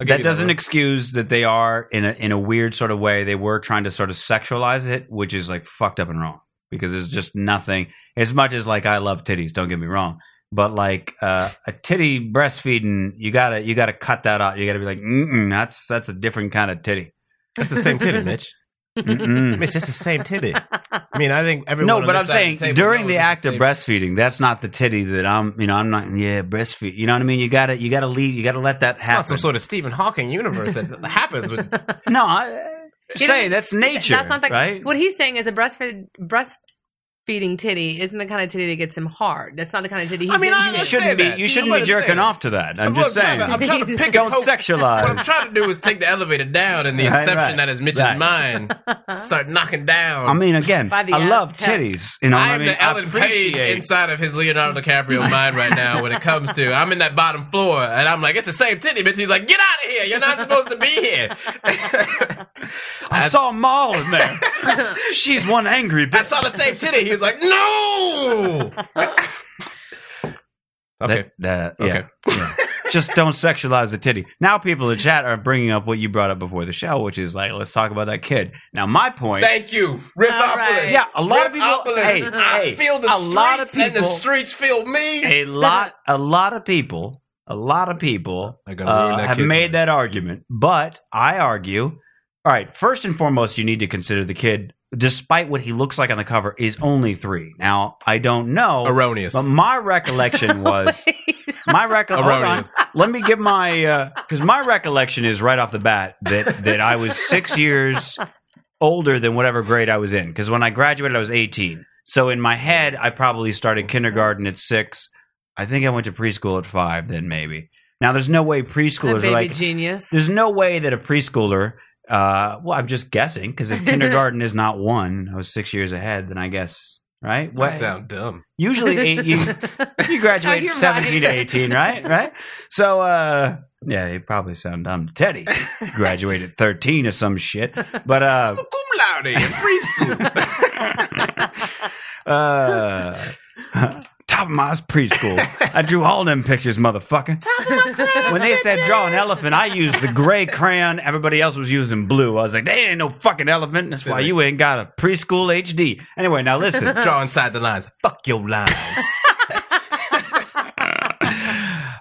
S8: I'll give
S7: that
S8: you
S7: doesn't
S8: one.
S7: excuse that they are in a in a weird sort of way. They were trying to sort of sexualize it, which is like fucked up and wrong because there's just nothing. As much as like I love titties, don't get me wrong, but like uh, a titty breastfeeding, you gotta you gotta cut that out. You gotta be like, mm that's that's a different kind of titty.
S8: That's the same titty, Mitch.
S7: Mm-mm.
S8: Mitch, that's the same titty. I mean, I think everyone.
S7: no,
S8: on
S7: but
S8: this
S7: I'm
S8: side of
S7: saying
S8: the table
S7: during
S8: knows
S7: the
S8: it's
S7: act of
S8: same-
S7: breastfeeding, that's not the titty that I'm. You know, I'm not. Yeah, breastfeed. You know what I mean? You gotta you gotta leave. You gotta let that
S8: It's not
S7: happen.
S8: some sort of Stephen Hawking universe that happens with
S7: no, I,
S9: You
S7: say
S9: know,
S7: that's nature.
S9: That's not the
S7: right.
S9: What he's saying is a breastfed breastfeeding titty isn't the kind of titty that gets him hard. That's not the kind of titty he's
S8: I mean, I
S9: into.
S7: you
S8: understand
S7: shouldn't be
S8: that.
S7: you shouldn't
S8: But
S7: be
S8: it's
S7: jerking
S8: there.
S7: off to that. I'm,
S8: I'm
S7: just
S8: trying
S7: saying.
S8: to- I'm trying to pick a
S7: Don't
S8: coat. What I'm
S7: sexualize.
S8: trying to do is take the elevator down and the
S7: Right,
S8: inception
S7: right.
S8: that is Mitch's
S7: Right.
S8: mind. Start knocking down.
S7: I mean, again,
S9: By the
S7: I love
S9: Aztec.
S7: titties. You know, what I
S8: I'm
S7: mean,
S8: the Ellen
S7: I
S8: Page
S7: appreciate-
S8: inside of his Leonardo DiCaprio mind right now when it comes to I'm in that bottom floor and I'm like, it's the same titty, bitch. He's like, get out of here. You're not supposed to be here.
S7: I saw Maul in there. She's one angry
S8: I
S7: bitch.
S8: saw the same titty. He's like, no. okay.
S7: That- that- yeah,
S8: Okay.
S7: yeah. Just don't sexualize the titty. Now, people in the chat are bringing up what you brought up before the show, which is like, let's talk about that kid. Now, my point.
S8: Thank you, Ripopolis.
S9: All right.
S7: yeah, a lot of people.
S8: Ripopolis.
S7: Hey,
S8: I
S7: hey,
S8: feel the
S7: a
S8: streets
S7: lot of people.
S8: and the streets feel me.
S7: a lot a lot of people a lot of people
S8: I gotta ruin
S7: uh,
S8: that
S7: have
S8: kid's
S7: made
S8: life.
S7: that argument but i argue all right first and foremost you need to consider the kid despite what he looks like on the cover is only three now i don't know
S8: Erroneous.
S7: but my recollection was my recollection.
S8: Erroneous.
S7: Let me give my because my recollection is right off the bat that that I was six years older than whatever grade I was in. Because when I graduated, I was eighteen. So in my head, I probably started kindergarten at six. I think I went to preschool at five. Then maybe. Now there's no way
S9: That
S7: preschoolers
S9: baby
S7: are like.
S9: genius.
S7: There's no way that a preschooler. Uh, well, I'm just guessing because if kindergarten is not one, I was six years ahead. Then I guess right.
S8: You
S7: What
S8: sound dumb.
S7: usually eight, you, you graduate
S9: Oh, you're
S7: 17 to
S9: right.
S7: 18 right right so uh yeah you probably sound dumb teddy graduated 13 or some shit but uh
S8: Cum laude in preschool.
S7: uh top of my preschool i drew all them pictures motherfucker when they said draw an elephant i used the gray crayon everybody else was using blue i was like they ain't no fucking elephant that's why you ain't got a preschool hd anyway now
S9: Uh.
S7: listen
S8: Draw inside the lines. Fuck your lines.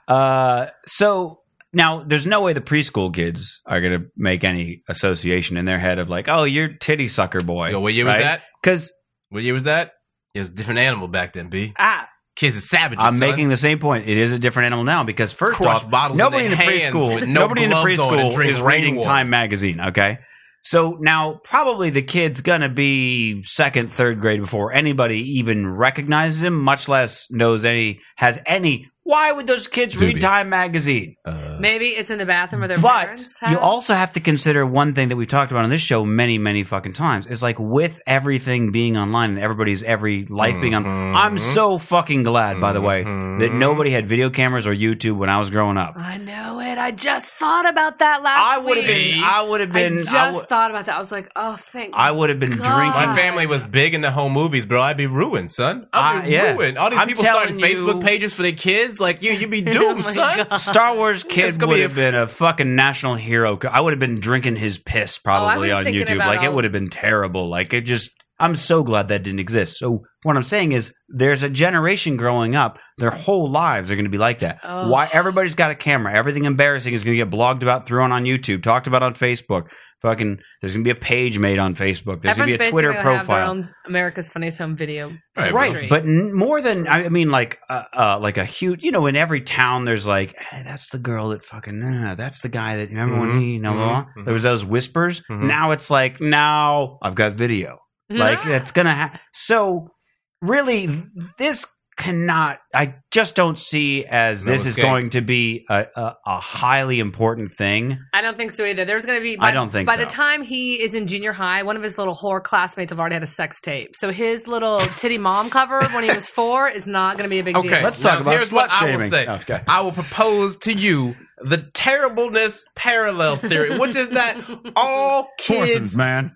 S7: uh, so now there's no way the preschool kids are going to make any association in their head of like, oh, you're titty sucker boy.
S8: Yo, what year was that?
S7: Because
S8: What year was that? It was a different animal back then, B.
S7: ah,
S8: Kids are savages.
S7: I'm
S8: son.
S7: making the same point. It is a different animal now because first
S8: Crush
S7: off,
S8: bottles in
S7: nobody in
S8: their
S7: the
S8: hands
S7: preschool,
S8: with no
S7: nobody in the
S8: gloves on and
S7: preschool
S8: drink
S7: is reading
S8: rainwater.
S7: Time magazine. Okay, so now probably the kid's gonna be second, third grade before anybody even recognizes him, much less knows any has any Why would those kids read
S6: Doobies.
S7: Time magazine?
S6: Uh,
S9: Maybe it's in the bathroom or their
S7: But
S9: parents.
S7: you
S9: have-
S7: also have to consider one thing that we've talked about on this show many, many fucking times. It's like with everything being online and everybody's every life being on.
S8: Mhm.
S7: I'm so fucking glad, by the way, that
S8: Mhm.
S7: nobody had video cameras or YouTube when I was growing up.
S9: I know it. I just thought about that last
S7: I would have
S9: week.
S7: been. I would have been.
S9: I just
S7: I would-
S9: thought about that. I was like, oh, thank.
S7: I would have been
S9: God.
S7: drinking.
S9: God.
S8: My family was big into home movies, bro. I'd be ruined, son.
S7: Uh,
S8: I'd be
S7: yeah.
S8: ruined. All these
S7: I'm
S8: people starting
S7: telling you-
S8: Facebook pages for their kids, like you, you'd be
S9: Oh my
S8: doomed, son.
S9: God.
S7: Star Wars
S8: It's
S7: kid
S8: gonna
S7: would
S8: be
S7: have
S8: a-
S7: been a fucking national hero. I would have been drinking his piss probably
S9: Oh, was
S7: on
S9: thinking
S7: YouTube.
S9: about
S7: Like it
S9: all-
S7: would have been terrible. Like it just. I'm so glad that didn't exist. So what I'm saying is, there's a generation growing up. Their whole lives are going to be like that.
S9: Oh.
S7: Why everybody's got a camera? Everything embarrassing is going to get blogged about, thrown on YouTube, talked about on Facebook. Fucking, there's going to be a page made on Facebook. There's going to
S9: Everyone's
S7: be a
S9: basically
S7: Twitter
S9: gonna have their
S7: profile.
S9: own America's Funniest Home Video.
S6: Right,
S7: right
S9: history.
S7: but n- more than i mean like uh, uh like a huge you know in every town there's like "Hey, that's the girl that fucking nah, that's the guy that remember when he you know
S8: Mhm,
S7: blah, blah,
S8: mhm.
S7: there was those whispers
S8: Mhm.
S7: now it's like now i've got video like it's gonna ha- so really this cannot i just don't see as
S8: No
S7: this is
S8: escape.
S7: going to be a, a, a highly important thing
S9: I don't think so either. There's going to be.
S7: I don't think
S9: By
S7: so.
S9: the time he is in junior high, one of his little whore classmates have already had a sex tape. So his little titty mom cover when he was four is not going to be a big
S8: Okay.
S9: deal.
S7: let's talk
S8: Now,
S7: about
S8: here's what
S7: slut
S8: I will
S7: shaming.
S8: say.
S7: okay.
S8: I will propose to you the terribleness parallel theory, which is that all kids,
S5: Forces, man.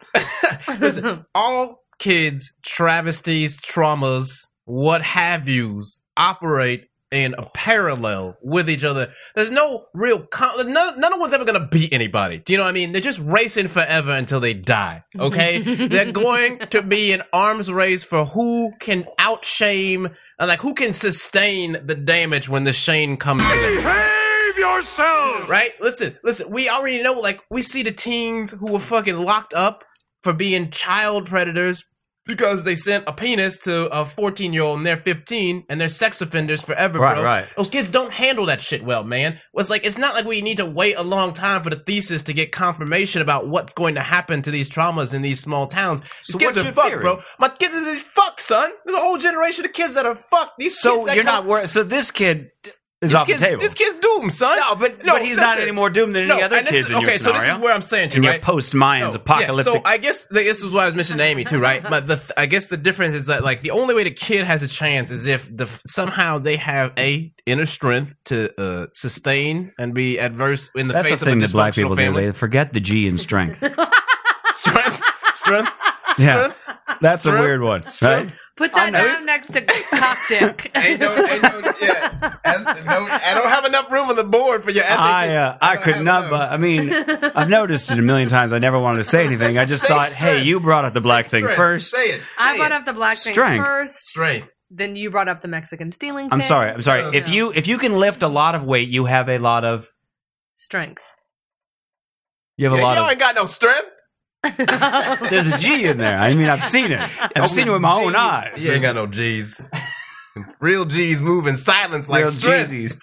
S8: listen, all kids, travesties, traumas, what have yous, operate in a parallel with each other. There's no real con- none, none of one's ever going to beat anybody. Do you know what I mean? They're just racing forever until they die. Okay, they're going to be an arms race for who can outshame, uh, like who can sustain the damage when the shame comes to them right? Listen, listen. We already know. Like, we see the teens who were fucking locked up for being child predators because they sent a penis to a fourteen-year-old and they're fifteen and they're sex offenders forever,
S7: Right,
S8: bro.
S7: right.
S8: Those kids don't handle that shit well, man. Well, It's like it's not like we need to wait a long time for the thesis to get confirmation about what's going to happen to these traumas in these small towns. These
S7: So
S8: kids
S7: what's
S8: are
S7: your
S8: fucked,
S7: theory?
S8: bro. My kids is these fuck, son. There's a whole generation of kids that are fucked. These
S7: so
S8: kids that
S7: you're
S8: come-
S7: not worried so this kid is
S8: These
S7: off
S8: kids,
S7: the table
S8: This kid's doomed, son.
S7: No, but
S8: No,
S7: but he's not
S8: listen.
S7: any more doomed than any other
S8: and this
S7: kids
S8: is-
S7: in your
S8: okay,
S7: scenario.
S8: so this is where I'm saying to
S7: in
S8: you,
S7: your
S8: right?
S7: post Mayans
S8: No,
S7: apocalyptic.
S8: Yeah, so I guess the, this was what I was mentioning to Amy too, right? But the I guess the difference is that like the only way the kid has a chance is if the somehow they have a inner strength to uh, sustain and be adverse in the
S7: That's the
S8: face of
S7: thing
S8: a
S7: that black
S8: dysfunctional
S7: people
S8: family.
S7: do. They forget the G in strength.
S8: strength, strength,
S7: yeah,
S8: strength.
S7: that's a
S8: Strength.
S7: weird one, right?
S8: Strength.
S9: Put
S8: I
S9: that
S8: know.
S9: down next to cock dick.
S8: Ain't no, ain't no, yeah. As, no, I don't have enough room on the board for your essay.
S7: I uh, I could not. But I mean, I've noticed it a million times. I never wanted to say anything. I just
S8: Say
S7: thought, hey,
S8: strength.
S7: you brought up the black
S8: Say
S7: thing
S8: strength.
S7: first.
S8: Say it. Say
S9: I brought
S8: it.
S9: up the black thing
S7: Strength.
S9: first.
S8: strength.
S9: Then you brought up the Mexican stealing.
S7: I'm
S9: thing.
S7: sorry. I'm sorry. If you if you can lift a lot of weight, you have a lot of
S9: strength.
S7: you have a
S8: Yeah,
S7: lot
S8: y'all
S7: of.
S8: ain't got no strength.
S7: There's a G in there. I mean, I've seen it. I've seen it with my own eyes.
S8: You ain't got no G's. Real G's move in silence like
S7: Real
S8: strength.
S7: Jeezys.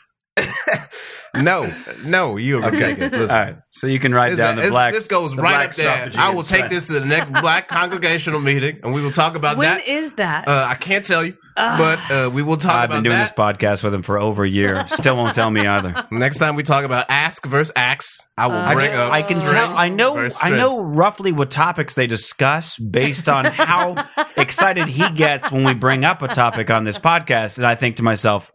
S8: No, no, you are
S7: Okay,
S8: mistaken.
S7: All
S8: Listen.
S7: right. So you can write
S8: This,
S7: down the
S8: this-
S7: black.
S8: this goes
S7: the
S8: right
S7: black
S8: up there.
S7: strategy
S8: I
S7: and
S8: will take
S7: strength.
S8: this to the next black congregational meeting, and we will talk about
S9: When
S8: that.
S9: is that?
S8: Uh, I can't tell you,
S9: Ugh.
S8: but uh, we will talk
S7: I've
S8: about
S7: been doing
S8: that
S7: this podcast with him for over a year. Still won't tell me either.
S8: next time. We talk about ask versus axe. I will
S9: Uh,
S8: bring
S9: I-
S8: up.
S7: I can
S9: Strength
S7: tell. I know.
S8: versus
S7: I
S8: strength.
S7: know roughly what topics they discuss based on how excited he gets when we bring up a topic on this podcast. And I think to myself,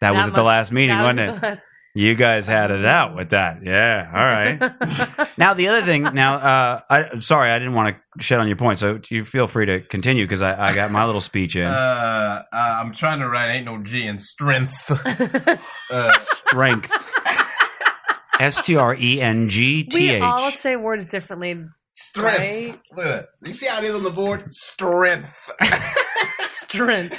S7: that,
S9: That
S7: was at the
S9: must-
S7: last meeting,
S9: That was
S7: wasn't it? You guys had it out with that. Yeah. All right.
S9: the last-
S7: Now the other thing. Now, uh, I, I'm sorry, I didn't want to shed on your point. So you feel free to continue because I, I got my little speech in.
S8: uh, uh, I'm trying to write. Ain't no G in strength. uh,
S7: strength. S T R E N G T
S9: we all
S7: H.
S9: say words differently.
S8: strength. Look at that. You see how it is on the board? Strength.
S9: Strength.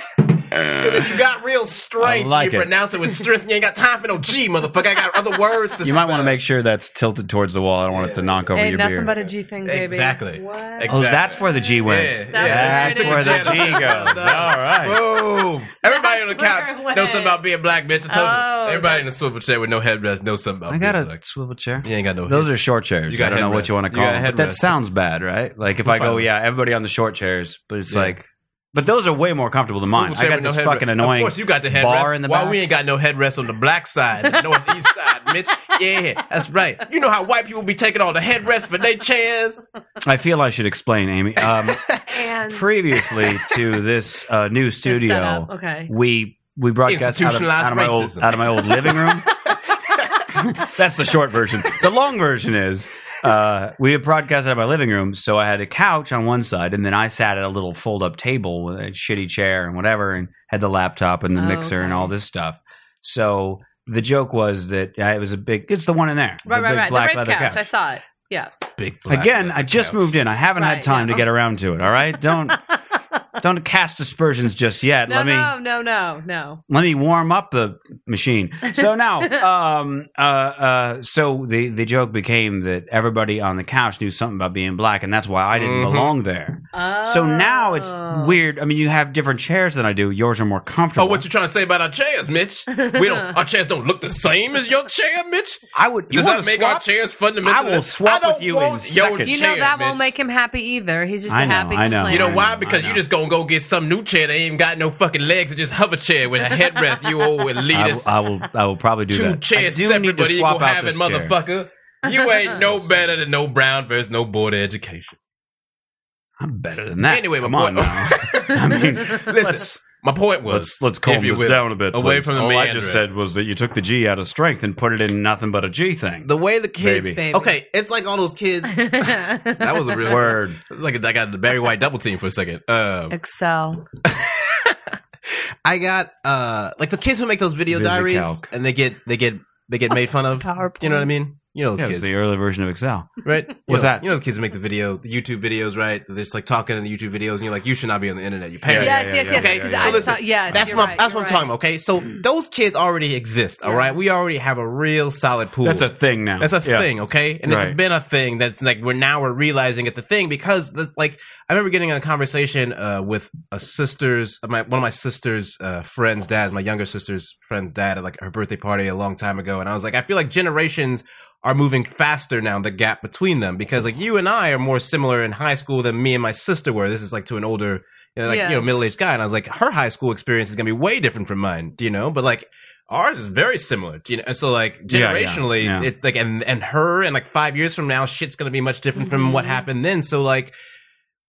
S8: If you got real
S7: I
S8: strength,
S7: like
S8: you
S7: it.
S8: pronounce it with strength. You ain't got time for no G, motherfucker. I got other words to
S7: You might want to
S8: spell.
S7: make sure that's tilted towards the wall. I don't want it to knock over
S9: Ain't
S7: your
S9: nothing
S7: beer.
S9: but a G thing, baby.
S8: Exactly.
S9: What?
S8: Ex-
S7: oh, that's where the G went.
S8: Yeah,
S9: That's
S7: That's
S9: where
S7: where
S9: it
S7: the
S9: is.
S7: G goes. All right.
S8: Boom. Everybody on the
S9: That's
S8: couch
S9: where it
S8: knows something
S9: went.
S8: about being black, bitch. I told
S9: Oh,
S8: you. Everybody in the swivel chair with no headrest knows something about
S7: I got
S8: being
S7: a
S8: black.
S7: swivel chair.
S8: You ain't got no
S7: Those
S8: head-
S7: are short chairs.
S8: You got
S7: I don't know what you
S8: headrest.
S7: want to
S8: You
S7: call
S8: got
S7: them. But that
S8: headrest.
S7: sounds bad, right? Like if
S8: We'll
S7: I go,
S8: find
S7: yeah, everybody on the short chairs, but it's
S8: Yeah.
S7: like But those are way more comfortable than mine. I
S8: Silverchair
S7: got
S8: with no
S7: this
S8: headrest.
S7: fucking annoying.
S8: Of course, you got the headrest.
S7: bar in the
S8: Why
S7: back.
S8: we ain't got no headrest on the black side, the northeast side, Mitch? Yeah, that's right. You know how white people be taking all the headrests for their chairs?
S7: I feel I should explain, Amy. Um,
S9: And
S7: previously to this uh, new
S9: the
S7: studio,
S9: setup. Okay.
S7: we we broadcast out of,
S8: Institutionalized
S7: out of my old
S8: racism.
S7: out of my old living room. That's the short version. The long version is uh, we had broadcast out of my living room, so I had a couch on one side, and then I sat at a little fold up table with a shitty chair and whatever, and had the laptop and the
S9: Oh,
S7: mixer and
S9: okay.
S7: all this stuff. So the joke was that uh, it was a big. It's the one in there,
S9: Right,
S7: the
S9: right,
S7: big
S9: right.
S7: black
S9: the red
S7: leather
S9: couch. I saw it. Yeah.
S8: Big
S7: Again, I just moved in. I haven't had
S9: Right,
S7: time
S9: yeah.
S7: to get around to it. All right, don't don't cast aspersions just yet.
S9: no,
S7: let me
S9: no, no, no, no.
S7: let me warm up the machine. So now, um, uh, uh, so the the joke became that everybody on the couch knew something about being black, and that's why I didn't
S8: Mhm.
S7: belong there.
S9: Oh.
S7: So now it's weird. I mean, you have different chairs than I do. Yours are more
S8: Oh,
S7: comfortable.
S8: what you trying to say about our chairs, Mitch? We don't. Our chairs don't look the same as your chair, Mitch.
S7: I would. You
S8: Does
S7: want
S8: that
S7: to
S8: make
S7: swap?
S8: our chairs fundamentally?
S7: I will swap
S8: I don't
S7: with you
S8: want
S7: in
S8: your
S7: seconds.
S9: You know
S8: chair,
S9: that
S8: Mitch.
S9: won't make him happy either. He's just
S7: I
S9: a
S7: know,
S9: happy
S7: I know.
S9: complainer.
S8: You know
S7: Mm, I
S8: why?
S7: know, I
S8: Because
S7: know.
S8: you just gonna go get some new chair that ain't got no fucking legs and just hover chair with a headrest. You old
S7: I
S8: elitist.
S7: will, I will. I will probably do
S8: two
S7: that.
S8: chairs
S7: I do
S8: separate
S7: need
S8: but
S7: to
S8: equal
S7: swap out
S8: having
S7: this chair.
S8: motherfucker. You ain't no better than no Brown versus no Board of Education.
S7: I'm better than that.
S8: Anyway, my
S7: Ah, come on
S8: point-
S7: now. I mean, listen. Let's,
S8: My point was
S7: let's let's calm
S8: if you
S7: this
S8: will,
S7: down a bit.
S8: Away
S7: please.
S8: from the
S7: All I
S8: meandering.
S7: just said was that you took the G out of strength and put it in nothing but a G thing.
S8: the way the kids.
S7: Baby.
S9: Baby.
S8: Okay, it's like all those kids. That was a real
S7: Word.
S8: It's like I got the Barry White double team for a second. Um,
S9: Excel.
S8: I got uh like the kids who make those video diaries
S7: VisiCalc.
S8: and they get they get they get made fun of.
S9: PowerPoint.
S8: You know what I mean? You know those
S7: Yeah, it was
S8: kids.
S7: the early version of Excel.
S8: right? You
S7: What's
S8: know,
S7: that?
S8: You know, the kids make the video, the YouTube videos, right? They're just like talking in the YouTube videos, and you're like, you should not be on the internet. You
S7: Yeah,
S8: parent.
S9: yes,
S7: yeah,
S9: yes,
S7: yeah,
S9: yes.
S8: yeah, yeah,
S9: I
S8: yeah. So
S9: saw-
S8: listen,
S9: yes,
S8: That's
S9: you're
S8: my
S9: right,
S8: that's what
S9: you're
S8: I'm
S9: right.
S8: talking about. Okay, so those kids already exist. All
S9: Yeah.
S8: right, we already have a real solid pool.
S7: That's a thing now.
S8: That's a
S7: Yeah.
S8: thing, okay? And
S7: Right.
S8: it's been a thing that's like we're now we're realizing it the thing because the, like I remember getting in a conversation uh, with a sister's my one of my sister's uh, friend's dad, my younger sister's friend's dad at like her birthday party a long time ago, and I was like, I feel like generations are moving faster now the gap between them because like you and I are more similar in high school than me and my sister were. This is like to an older you know, like you know
S9: Yes.
S8: middle aged guy, and I was like, her high school experience is gonna be way different from mine, you know, but like. Ours is very similar, you know. So, like
S7: Yeah, yeah,
S8: generationally,
S7: yeah.
S8: it's like and and her and like five years from now, shit's gonna be much different from what
S9: Mhm.
S8: happened then. So, like,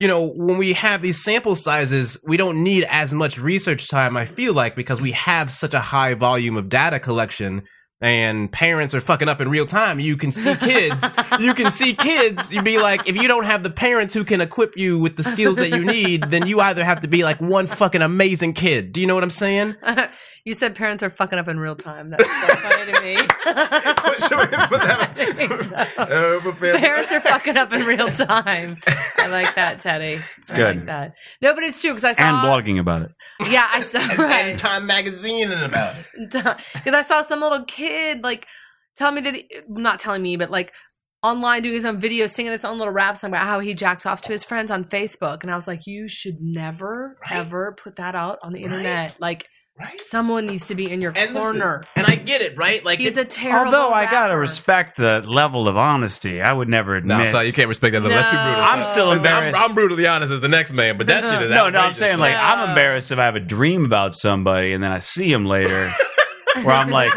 S8: you know, when we have these sample sizes, we don't need as much research time. I feel like because we have such a high volume of data collection, and parents are fucking up in real time. You can see kids. you can see kids. You'd be like, if you don't have the parents who can equip you with the skills that you need, then you either have to be like one fucking amazing kid. Do you know what I'm saying?
S9: you said parents are fucking up in real time. That's so funny to me. I think so.
S8: Oh,
S9: Parents are fucking up in real time. I like that, Teddy. It's I
S7: good.
S9: like that. No, but it's true because I saw.
S7: And blogging about it.
S9: Yeah, I saw. Right.
S8: Time magazine and about it.
S9: because I saw some little kid like tell me that he, not telling me, but like online doing his own video singing this own little rap song about how he jacks off to his friends on Facebook, and I was like, you should never ever put that out on the internet. Like,
S8: Right.
S9: someone needs to be in your
S8: And listen,
S9: corner.
S8: And I get it, right? Like
S9: He's
S8: it-
S9: a terrible.
S7: Although I gotta
S9: rapper.
S7: respect the level of honesty. I would never admit.
S8: No, sorry, you can't respect that. level. That's too
S9: No.
S8: brutal.
S7: I'm still
S8: Listen, I'm-
S7: embarrassed.
S8: I'm, brutally honest as the next man, but that shit is
S7: no, no, I'm
S8: outrageous.
S7: saying like I'm
S9: No.
S7: embarrassed if I have a dream about somebody and then I see him later. where I'm like,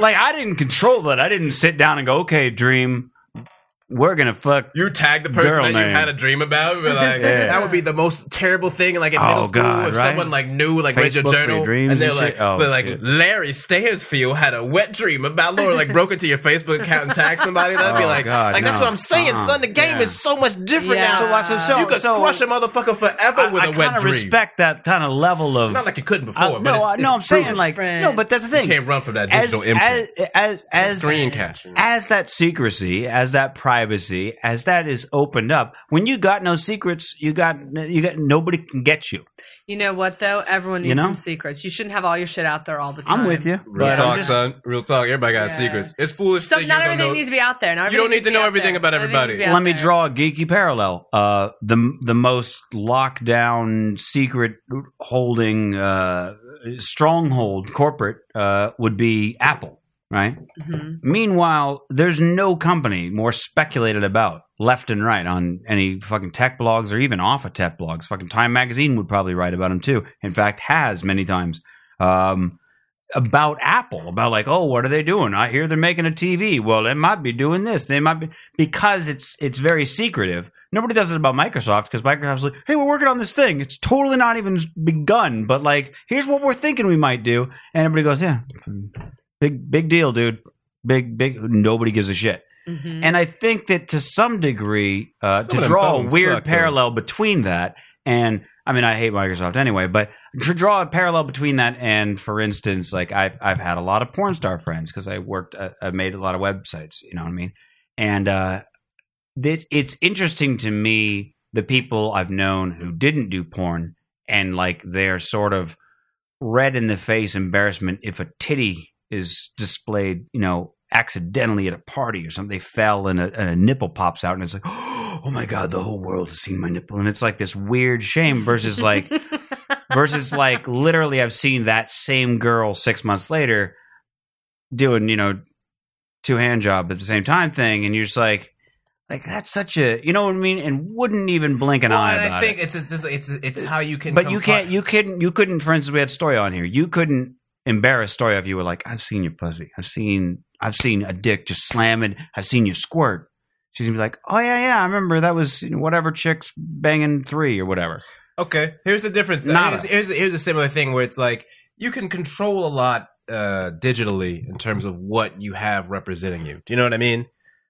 S7: like I didn't control that. I didn't sit down and go, okay, dream, we're gonna fuck.
S8: you tag the person
S7: Girl
S8: that
S7: name.
S8: you had a dream about, and be like,
S7: Yeah.
S8: that would be the most terrible thing. Like in
S7: Oh,
S8: middle school,
S7: God,
S8: if
S7: right?
S8: someone like knew, like read your
S7: Facebook for your
S8: journal,
S7: dreams
S8: and they're
S7: and
S8: like,
S7: shit? Oh,
S8: they're like,
S7: shit.
S8: Larry Stansfield had a wet dream about Laura, like broke into your Facebook account and tagged somebody. That'd be
S7: Oh,
S8: like,
S7: God,
S8: like that's
S7: no.
S8: what I'm saying,
S7: Uh-uh.
S8: son. The game
S7: Yeah.
S8: is so much different
S9: Yeah.
S8: now.
S9: So watch, so- so-
S8: you could
S7: so-
S8: crush a motherfucker forever
S7: I,
S8: with
S7: I
S8: a wet
S7: kind of
S8: dream.
S7: respect that kind of level of.
S8: Not like you couldn't before,
S7: I-
S8: but
S7: no,
S8: it's,
S7: I-
S8: it's
S7: no, I'm saying
S8: brutal.
S7: like no, but that's the
S8: you
S7: thing.
S8: can't run from that
S7: as,
S8: digital imprint.
S7: as as as
S8: Screen catch.
S7: as that secrecy, as that privacy, as that is opened up. When you got no secrets, you got you got nobody can get you.
S9: you know what though? Everyone needs
S7: You know?
S9: some secrets. You shouldn't have all your shit out there all the time.
S7: I'm with you.
S8: Real
S7: but I'm
S8: talk,
S7: just-
S8: son. Real talk. Everybody got
S9: Yeah.
S8: secrets. It's foolish.
S9: So
S8: that you
S9: not
S8: don't
S9: everything
S8: know-
S9: needs to be out there. Not
S8: You don't
S9: everything
S8: need to
S9: needs
S8: know
S9: be out
S8: everything
S9: there.
S8: about
S9: Everything needs to
S8: everybody.
S9: be out
S7: Let me
S9: there.
S7: draw a geeky parallel. Uh, the the most lockdown secret holding uh, stronghold corporate uh, would be Apple, right?
S9: Mhm.
S7: Meanwhile, there's no company more speculated about left and right on any fucking tech blogs or even off of tech blogs. Fucking Time Magazine would probably write about them too. In fact, has many times um, about Apple, about like, oh, what are they doing? I hear they're making a TV. Well, they might be doing this. They might be because it's it's very secretive. Nobody does it about Microsoft because Microsoft's like, hey, we're working on this thing. It's totally not even begun, but like, here's what we're thinking we might do, and everybody goes, yeah, big big deal, dude big big nobody gives a shit
S9: Mhm.
S7: and i think that to some degree uh,
S8: Some
S7: to
S8: of them
S7: draw a
S8: phones
S7: weird
S8: suck, though.
S7: parallel between that and i mean i hate microsoft anyway but to draw a parallel between that and for instance like i've, I've had a lot of porn star friends because i worked uh, I, I made a lot of websites you know what i mean and uh, that it's interesting to me the people i've known who didn't do porn and like they're sort of red in the face embarrassment if a titty is displayed, you know, accidentally at a party or something. They fell and a, and a nipple pops out, and it's like, oh my god, the whole world has seen my nipple, and it's like this weird shame versus like versus like literally, I've seen that same girl six months later doing, you know, two hand job at the same time thing, and you're just like. Like that's such a you know what I mean, and wouldn't even blink an
S8: Well,
S7: eye
S8: and
S7: about
S8: I
S7: it
S8: think it's, it's it's it's it's how you can.
S7: but you
S8: compart-
S7: can't you couldn't you couldn't for instance we had story on here you couldn't embarrass story if you were like i've seen your pussy i've seen i've seen a dick just slamming i've seen you squirt she's gonna be like oh yeah yeah i remember that was you know, whatever chicks banging three or whatever
S8: Okay, here's the difference. though.
S7: Nada.
S8: Here's, here's here's a similar thing where it's like you can control a lot uh, digitally in terms of what you have representing you. Do you know what I mean?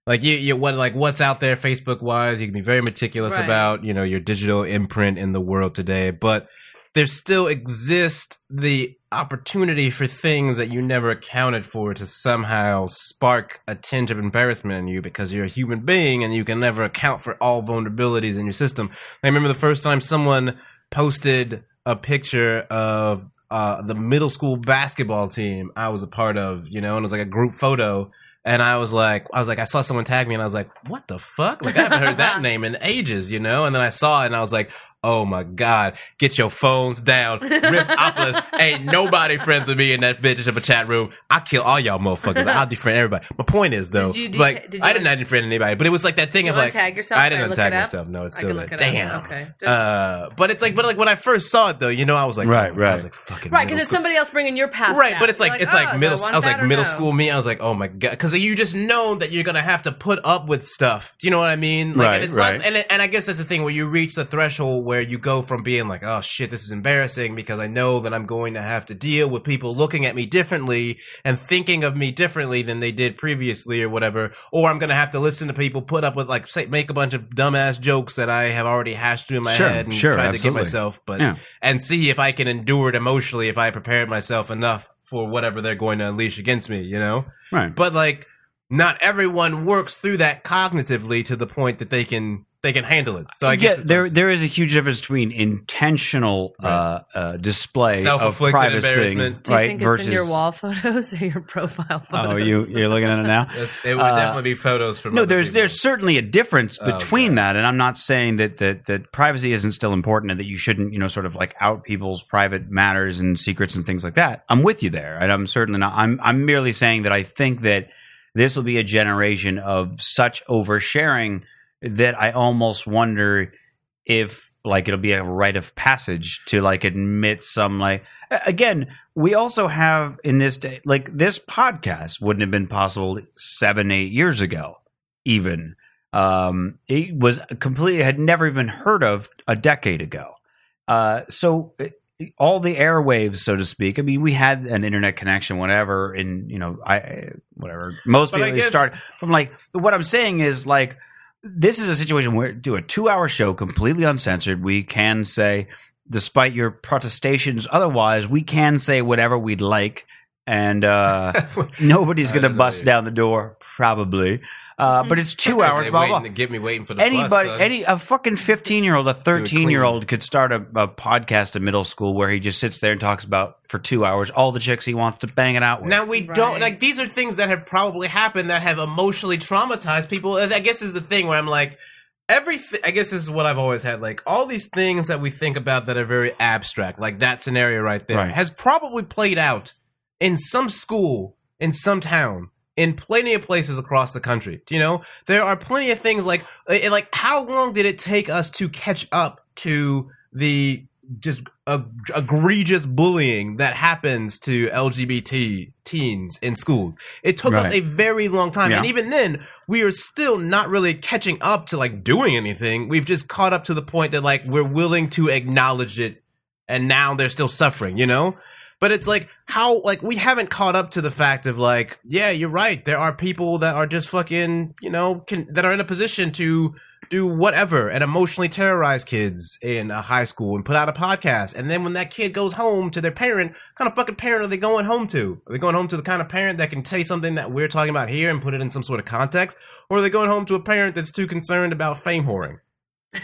S8: Like you, you what like what's out there Facebook wise, you can be very meticulous
S9: Right.
S8: about you know your digital imprint in the world today, but there still exists the opportunity for things that you never accounted for to somehow spark a tinge of embarrassment in you because you're a human being and you can never account for all vulnerabilities in your system. I remember the first time someone posted a picture of uh, the middle school basketball team I was a part of, you know, and it was like a group photo. And I was like, I was like, I saw someone tag me, and I was like, what the fuck? Like I haven't heard that name in ages, you know. And then I saw it, and I was like, oh my god, get your phones down, Riffopolis. Ain't nobody friends with me in that bitch of a chat room. I kill all y'all motherfuckers. I'll defriend everybody. My point is though,
S9: Did you de-
S8: like
S9: did you
S8: I didn't
S9: un-
S8: defriend anybody, but it was like that thing
S9: Did
S8: of
S9: you
S8: like
S9: untag yourself?
S8: I
S9: Should
S8: didn't
S9: look
S8: untag
S9: it up?
S8: myself. No, it's
S9: I
S8: still
S9: can
S8: there.
S9: look it
S8: Damn.
S9: up. Okay. Just,
S8: Uh, but it's like, but like when I first saw it though, you know, I was like, oh,
S7: Right,
S8: I
S7: right.
S8: was like, fucking
S9: right,
S8: middle
S9: because it's
S8: school-
S9: somebody else bringing your past.
S8: Right,
S9: out.
S8: but it's
S9: You're
S8: like, it's like
S9: oh,
S8: middle.
S9: do want
S8: I was
S9: that
S8: like
S9: or
S8: middle
S9: no?
S8: school me. I was like, oh my god, because you just know that you're gonna have to put up with stuff. Do you know what I mean? Like,
S7: Right,
S8: and it's
S7: right.
S8: Not, and it- and I guess that's the thing where you reach the threshold where you go from being like, oh shit, this is embarrassing because I know that I'm going to have to deal with people looking at me differently and thinking of me differently than they did previously or whatever, or I'm gonna have to listen to people put up with like say make a bunch of dumbass jokes that I have already hashed through in my
S7: Sure,
S8: head and
S7: sure,
S8: tried to get
S7: absolutely.
S8: myself, but
S7: Yeah.
S8: and see if I can endure it emotionally if I prepared myself enough for whatever they're going to unleash against me, you know?
S7: right
S8: But like not everyone works through that cognitively to the point that they can they can handle it. So I guess
S7: yeah,
S8: it's-
S7: there there is a huge difference between intentional uh, uh, display of
S8: Self-inflicted
S7: private thing,
S8: embarrassment.
S9: Do you
S7: right?
S9: think it's
S7: versus
S9: in your wall photos or your profile photos?
S7: oh, you you're looking at it now.
S8: it's- it would
S7: uh,
S8: definitely be photos from
S7: No,
S8: other
S7: there's
S8: people.
S7: there's certainly a difference
S8: Oh,
S7: between
S8: God.
S7: that, and I'm not saying that, that that privacy isn't still important and that you shouldn't, you know, sort of like out people's private matters and secrets and things like that. I'm with you there, and I'm certainly not. I'm I'm merely saying that I think that this will be a generation of such oversharing that I almost wonder if like it'll be a rite of passage to like admit some like a- again we also have in this day like this podcast wouldn't have been possible seven eight years ago even um it was completely had never even heard of a decade ago uh so it- all the airwaves so to speak i mean we had an internet connection whatever and you know i whatever most
S8: But I
S7: people they
S8: guess-
S7: start from like what i'm saying is like this is a situation where do a two hour show completely uncensored we can say despite your protestations otherwise we can say whatever we'd like and uh nobody's
S8: I
S7: gonna
S8: don't
S7: bust
S8: know.
S7: down the door probably uh, but it's two hours
S8: They
S7: blah,
S8: waiting
S7: blah.
S8: to get me waiting for the
S7: anybody
S8: bus, son.
S7: any a fucking 15 year old a 13 year old could start a, a podcast in middle school where he just sits there and talks about for two hours all the chicks he wants to bang it out with
S8: Now we don't
S9: Right.
S8: like these are things that have probably happened that have emotionally traumatized people. And I guess is the thing where I'm like everything. I guess this is what I've always had. Like all these things that we think about that are very abstract, like that scenario right there,
S7: Right.
S8: has probably played out in some school in some town in plenty of places across the country. You know, there are plenty of things like eh, like how long did it take us to catch up to the just uh, egregious bullying that happens to LGBT teens in schools? It took us a
S7: Right.
S8: very long time, and
S7: Yeah.
S8: even then, we are still not really catching up to like doing anything. We've just caught up to the point that like we're willing to acknowledge it, and now they're still suffering. You know. But it's like how like we haven't caught up to the fact of like yeah you're right there are people that are just fucking you know can, that are in a position to do whatever and emotionally terrorize kids in a high school and put out a podcast and then when that kid goes home to their parent kind of fucking parent are they going home to are they going home to the kind of parent that can take something that we're talking about here and put it in some sort of context or are they going home to a parent that's too concerned about fame whoring do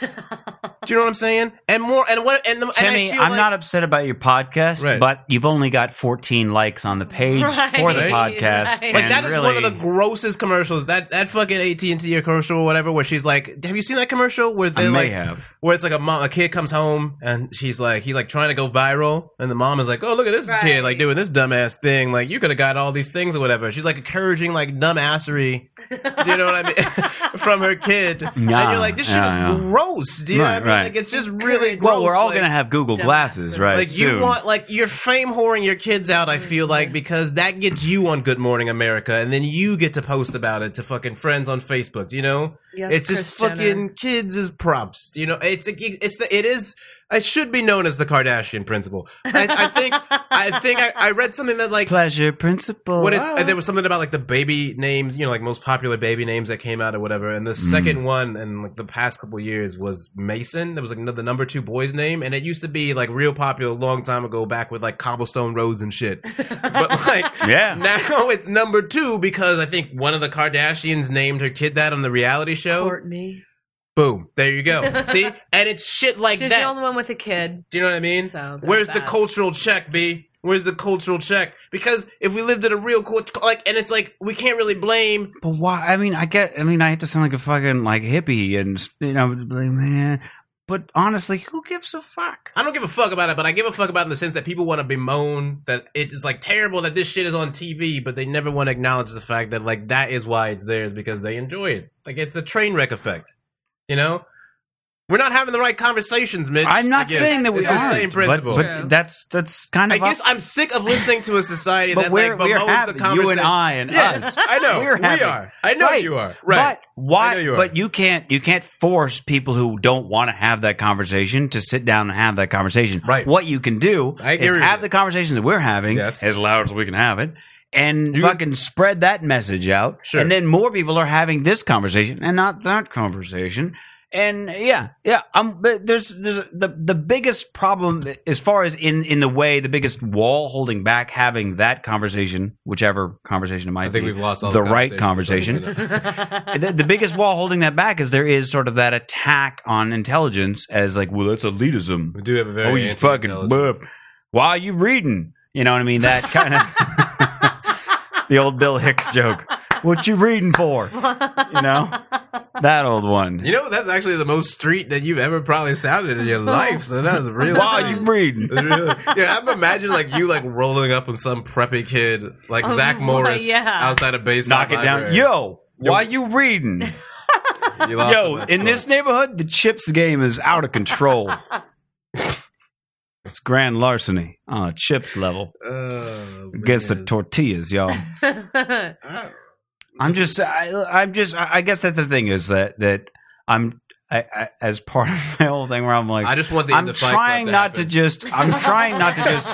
S8: you know what I'm saying and more and what and, the, and I
S7: Timmy,
S8: feel
S7: I'm
S8: like-
S7: not upset about your podcast,
S8: Right.
S7: but you've only got 14 likes on the page
S9: Right,
S7: for the
S9: right.
S7: podcast.
S9: But
S8: Like
S7: and
S8: that is
S7: really,
S8: one of the grossest commercials. That that fucking AT and T commercial, or whatever, where she's like, "Have you seen that commercial where
S7: I
S8: they
S7: may
S8: like,
S7: have.
S8: where it's like a mom, a kid comes home and she's like, he's like trying to go viral, and the mom is like, "Oh, look at this kid, like
S9: Right.
S8: doing this dumbass thing. Like you could have got all these things or whatever." She's like encouraging like dumbassery, do you know what I mean, from her kid. and
S7: Yeah,
S8: you're like, this shit
S7: yeah,
S8: is
S7: yeah.
S8: gross. Do you know what I
S7: Right,
S8: mean?
S7: right.
S8: Like it's just really gross.
S7: Well, we're all
S8: like-
S7: going to have Google
S9: dumbass.
S7: Glasses, right?
S8: like you
S7: soon.
S8: want like you're fame whoring your kids out, I feel like, because that gets you on Good Morning America and then you get to post about it to fucking friends on Facebook, you know?
S9: Yes,
S8: it's just
S9: Kris Jenner.
S8: fucking kids as props. You know, it's it's the it is it should be known as the Kardashian principle. I, I think I think I, I read something that like
S7: pleasure principle.
S8: what it's,
S7: Ah.
S8: and there was something about like the baby names, you know, like most popular baby names that came out or whatever. And the second one in like the past couple years was Mason. There was like another number two boy's name, and it used to be like real popular a long time ago, back with like cobblestone roads and shit. But like
S7: yeah.
S8: now it's number two because I think one of the Kardashians named her kid that on the reality show.
S9: Courtney.
S8: Boom, there you go. See, and it's shit like
S9: She's the
S8: that.
S9: only one with a kid.
S8: Do you know what I mean?
S9: So there's
S8: Where's the
S9: that.
S8: cultural check, B? Where's the cultural check? Because if we lived in a real cult, like, and it's like we can't really blame.
S7: But why? I mean, I get. I mean, I have to sound like a fucking like hippie, and you know, like, man. But honestly, who gives a fuck?
S8: I don't give a fuck about it, but I give a fuck about it in the sense that people want to bemoan that it is like terrible that this shit is on TV, but they never want to acknowledge the fact that like that is why it's there is because they enjoy it. Like it's a train wreck effect, you know. We're not having the right conversations, Mitch.
S7: I'm
S8: I
S7: not
S8: guess.
S7: saying that we
S8: it's
S7: aren't.
S8: the same
S7: but-
S8: principle.
S7: But,
S9: True.
S7: that's that's kind
S8: I
S7: of.
S8: guess
S7: us.
S8: I'm sick of listening to a society
S7: but
S8: that
S7: we're
S8: like
S7: we're
S8: bemoans the
S7: happy.
S8: conversation.
S7: You and I and
S8: Yeah.
S7: us.
S8: I know
S7: We're
S8: we
S7: happy.
S8: are. I know
S7: Right.
S8: you are. Right.
S7: But why?
S8: I know you are.
S7: but you can't. You can't force people who don't want to have that conversation to sit down and have that conversation.
S8: Right.
S7: What you can do
S8: I agree
S7: is
S8: with
S7: have
S8: you.
S7: the conversations that we're having
S8: Yes.
S7: as loud as we can have it, and
S8: You-
S7: fucking spread that message out.
S8: Sure.
S7: And then more people are having this conversation and not that conversation. And yeah, yeah. Um, but there's there's the the biggest problem as far as in in the way the biggest wall holding back having that conversation, whichever conversation it might
S8: I think
S7: be,
S8: we've lost all
S7: the
S8: the,
S7: right
S8: conversations.
S7: conversation the, the biggest wall holding that back is there is sort of that attack on intelligence as like, well, that's elitism.
S8: We do have a very
S7: Oh, you fucking burp. Why are you reading? You know what I mean? That kind of the old Bill Hicks joke. What you reading for? You know that old one.
S8: You know that's actually the most street that you've ever probably sounded in your life. So that was real.
S7: Why are you reading?
S8: That's really- yeah, I'm imagining like you like rolling up on some preppy kid like
S9: Oh,
S8: Zach Morris
S9: yeah.
S8: outside of base.
S7: Knock it down. Yo, why you reading?
S8: you lost
S7: Yo,
S8: him, that's
S7: in
S8: cool.
S7: this neighborhood, the chips game is out of control. it's grand larceny on a chips level.
S8: Oh,
S7: against the
S8: man.
S7: tortillas, y'all. I'm just, I, I'm just, I I guess that the thing is that that I'm I, I, as part of my whole thing where I'm like,
S8: I just want the end
S7: I'm
S8: of Fight Club
S7: trying not to
S8: happen.
S7: just, I'm trying not to just,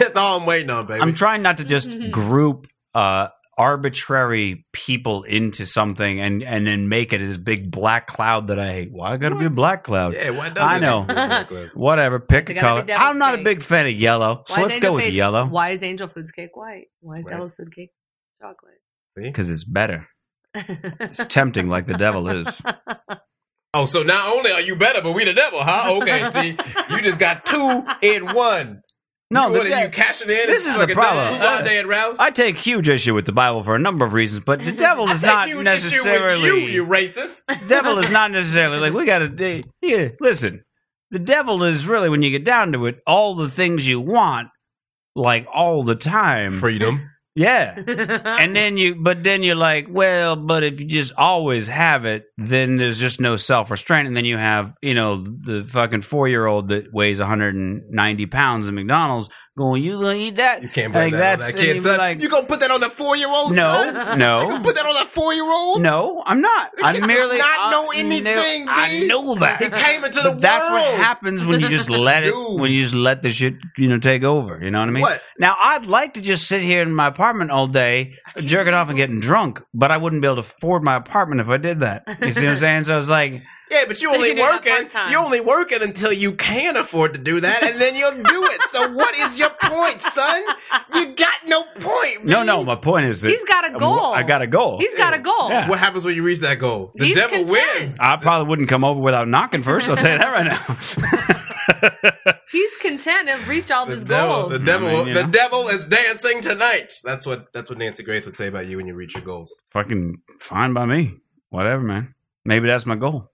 S8: That's all I'm waiting on, baby.
S7: I'm trying not to just group uh, arbitrary people into something and and then make it this big black cloud that I hate. Why I got to be a black cloud?
S8: yeah, why doesn't
S7: I know.
S8: it?
S7: Whatever, pick
S9: They
S7: a
S9: gotta be
S7: color.
S9: devil's
S7: I'm not a
S9: cake.
S7: big fan of yellow, so
S9: Why is
S7: let's
S9: Angel
S7: go with
S9: Food-
S7: yellow
S9: Why is Angel Food's cake white? Why is
S8: Right.
S9: Devil's Food cake chocolate?
S7: because it's better. It's tempting, like the devil is.
S8: Oh, so not only are you better, but we the devil, huh? Okay, see, you just got two in one.
S7: No,
S8: you,
S7: the
S8: what, are
S7: de-
S8: you cashing in?
S7: this
S8: and
S7: is the
S8: fucking
S7: problem.
S8: double Poobah
S7: Uh,
S8: Day at Rouse?
S7: I take huge issue with the Bible for a number of reasons, but the devil is
S8: take
S7: not
S8: huge
S7: necessarily.
S8: issue with you, you racist.
S7: devil is not necessarily like we got to. Yeah, listen, the devil is really when you get down to it, all the things you want, like all the time.
S8: Freedom.
S7: Yeah.
S9: and
S7: And then you, but then you're like, well, but if you just always have it, then there's just no self restraint. And then you have, you know, the fucking four year old that weighs 190 pounds at McDonald's going, you gonna eat that?
S6: You can't
S7: Like,
S6: blame that on
S7: that's-
S6: that
S7: and
S6: kid,
S7: you'd
S6: son.
S7: be like-
S6: you gonna put that on that four year old?
S7: No, no,
S6: Put that on that four year old?
S7: no, I'm not.
S6: kid
S7: I'm
S6: did
S7: merely
S6: not
S7: I
S6: know
S7: knew-
S6: anything,
S7: I
S6: dude.
S7: know that.
S6: He came into the
S7: But that's
S6: world.
S7: what happens when you just let it
S6: Dude.
S7: when you just let the shit you know take over you know what i mean
S6: What?
S7: now i'd like to just sit here in my apartment all day jerking off and getting drunk but i wouldn't be able to afford my apartment if i did that you see what i'm saying so i was like
S6: Yeah, but you
S9: So you
S6: only
S9: can do that
S6: working.
S9: part-time.
S6: You only working until you can afford to do that, and then you'll do it. So what is your point, son? You got no point.
S7: no
S6: man.
S7: no my point is that
S9: He's got a goal.
S7: i got a goal
S9: he's got a goal.
S7: Yeah.
S6: What happens when you reach that goal? The
S9: He's
S6: devil
S9: content.
S6: wins.
S7: i probably wouldn't come over without knocking first i'll tell you that right now
S9: He's content and reached all of his
S6: the devil,
S9: goals.
S6: the devil,
S7: I mean, you
S6: the
S7: know.
S6: devil is dancing tonight. That's what that's what Nancy Grace would say about you when you reach your goals.
S7: fucking fine by me. Whatever, man. Maybe that's my goal.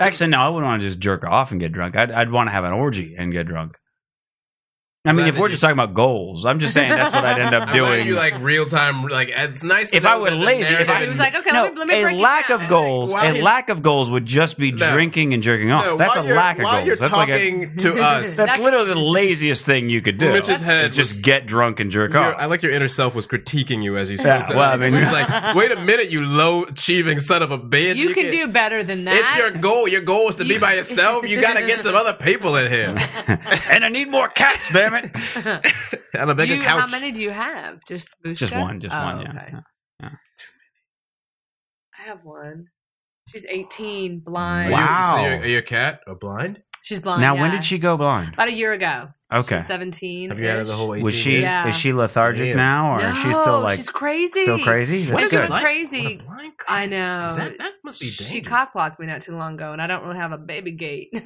S7: Actually, no, I wouldn't want to just jerk off and get drunk. I'd, I'd want to have an orgy and get drunk. I mean,
S6: Glad
S7: if
S6: that
S7: we're
S6: you-
S7: just talking about goals, I'm just saying that's what I'd end up
S6: I'm glad
S7: doing.
S6: you like real time. Like it's nice. to
S7: If I
S6: know
S7: were
S6: that the
S7: lazy, if I
S6: narrative-
S7: didn't
S9: he was like, okay,
S7: no,
S9: let me, let me
S7: a
S9: break it
S7: lack
S9: down.
S7: of goals.
S6: Why
S7: A
S6: is-
S7: lack of goals would just be
S6: No.
S7: drinking and jerking off.
S6: No,
S7: that's a
S6: while you're-
S7: lack of
S6: while
S7: goals.
S6: you're
S7: that's like a,
S6: talking to us.
S7: that's literally the laziest thing you could do.
S6: Mitch's head
S7: is just
S6: was-
S7: get drunk and jerk
S6: Your-
S7: off.
S6: I like your inner self was critiquing you as you
S7: Yeah,
S6: said.
S7: well, I mean-
S6: like, wait a minute, you low achieving son of a bitch.
S9: You can
S6: can't-
S9: do better than that.
S6: It's your goal. Your goal is to be
S9: You-
S6: by yourself. You got to get some other people in here.
S7: and I need more cats, damn it.
S6: On a bigger
S9: You-
S6: couch.
S9: How many do you have? Just Bushka?
S7: Just one, just one. Yeah.
S9: Oh, okay. I have one. She's 18, blind.
S6: Are you- so
S7: Wow.
S6: you're- are you a cat or blind?
S9: She's blind.
S7: now, when
S9: yeah.
S7: did she go blind?
S9: About a year ago. She
S7: Okay.
S9: was 17.
S6: Have you had her the whole 18
S7: Was she
S6: years?
S9: Yeah.
S7: is she lethargic
S6: Damn.
S7: now, or
S9: no,
S7: is she still like
S9: she's crazy.
S7: still crazy?
S9: What
S7: That's
S9: is it
S7: good.
S9: with crazy?
S6: What a blind cat.
S9: I know.
S6: Is that, that must be dangerous.
S9: she cockblocked me not too long ago, and I don't really have a baby gate, so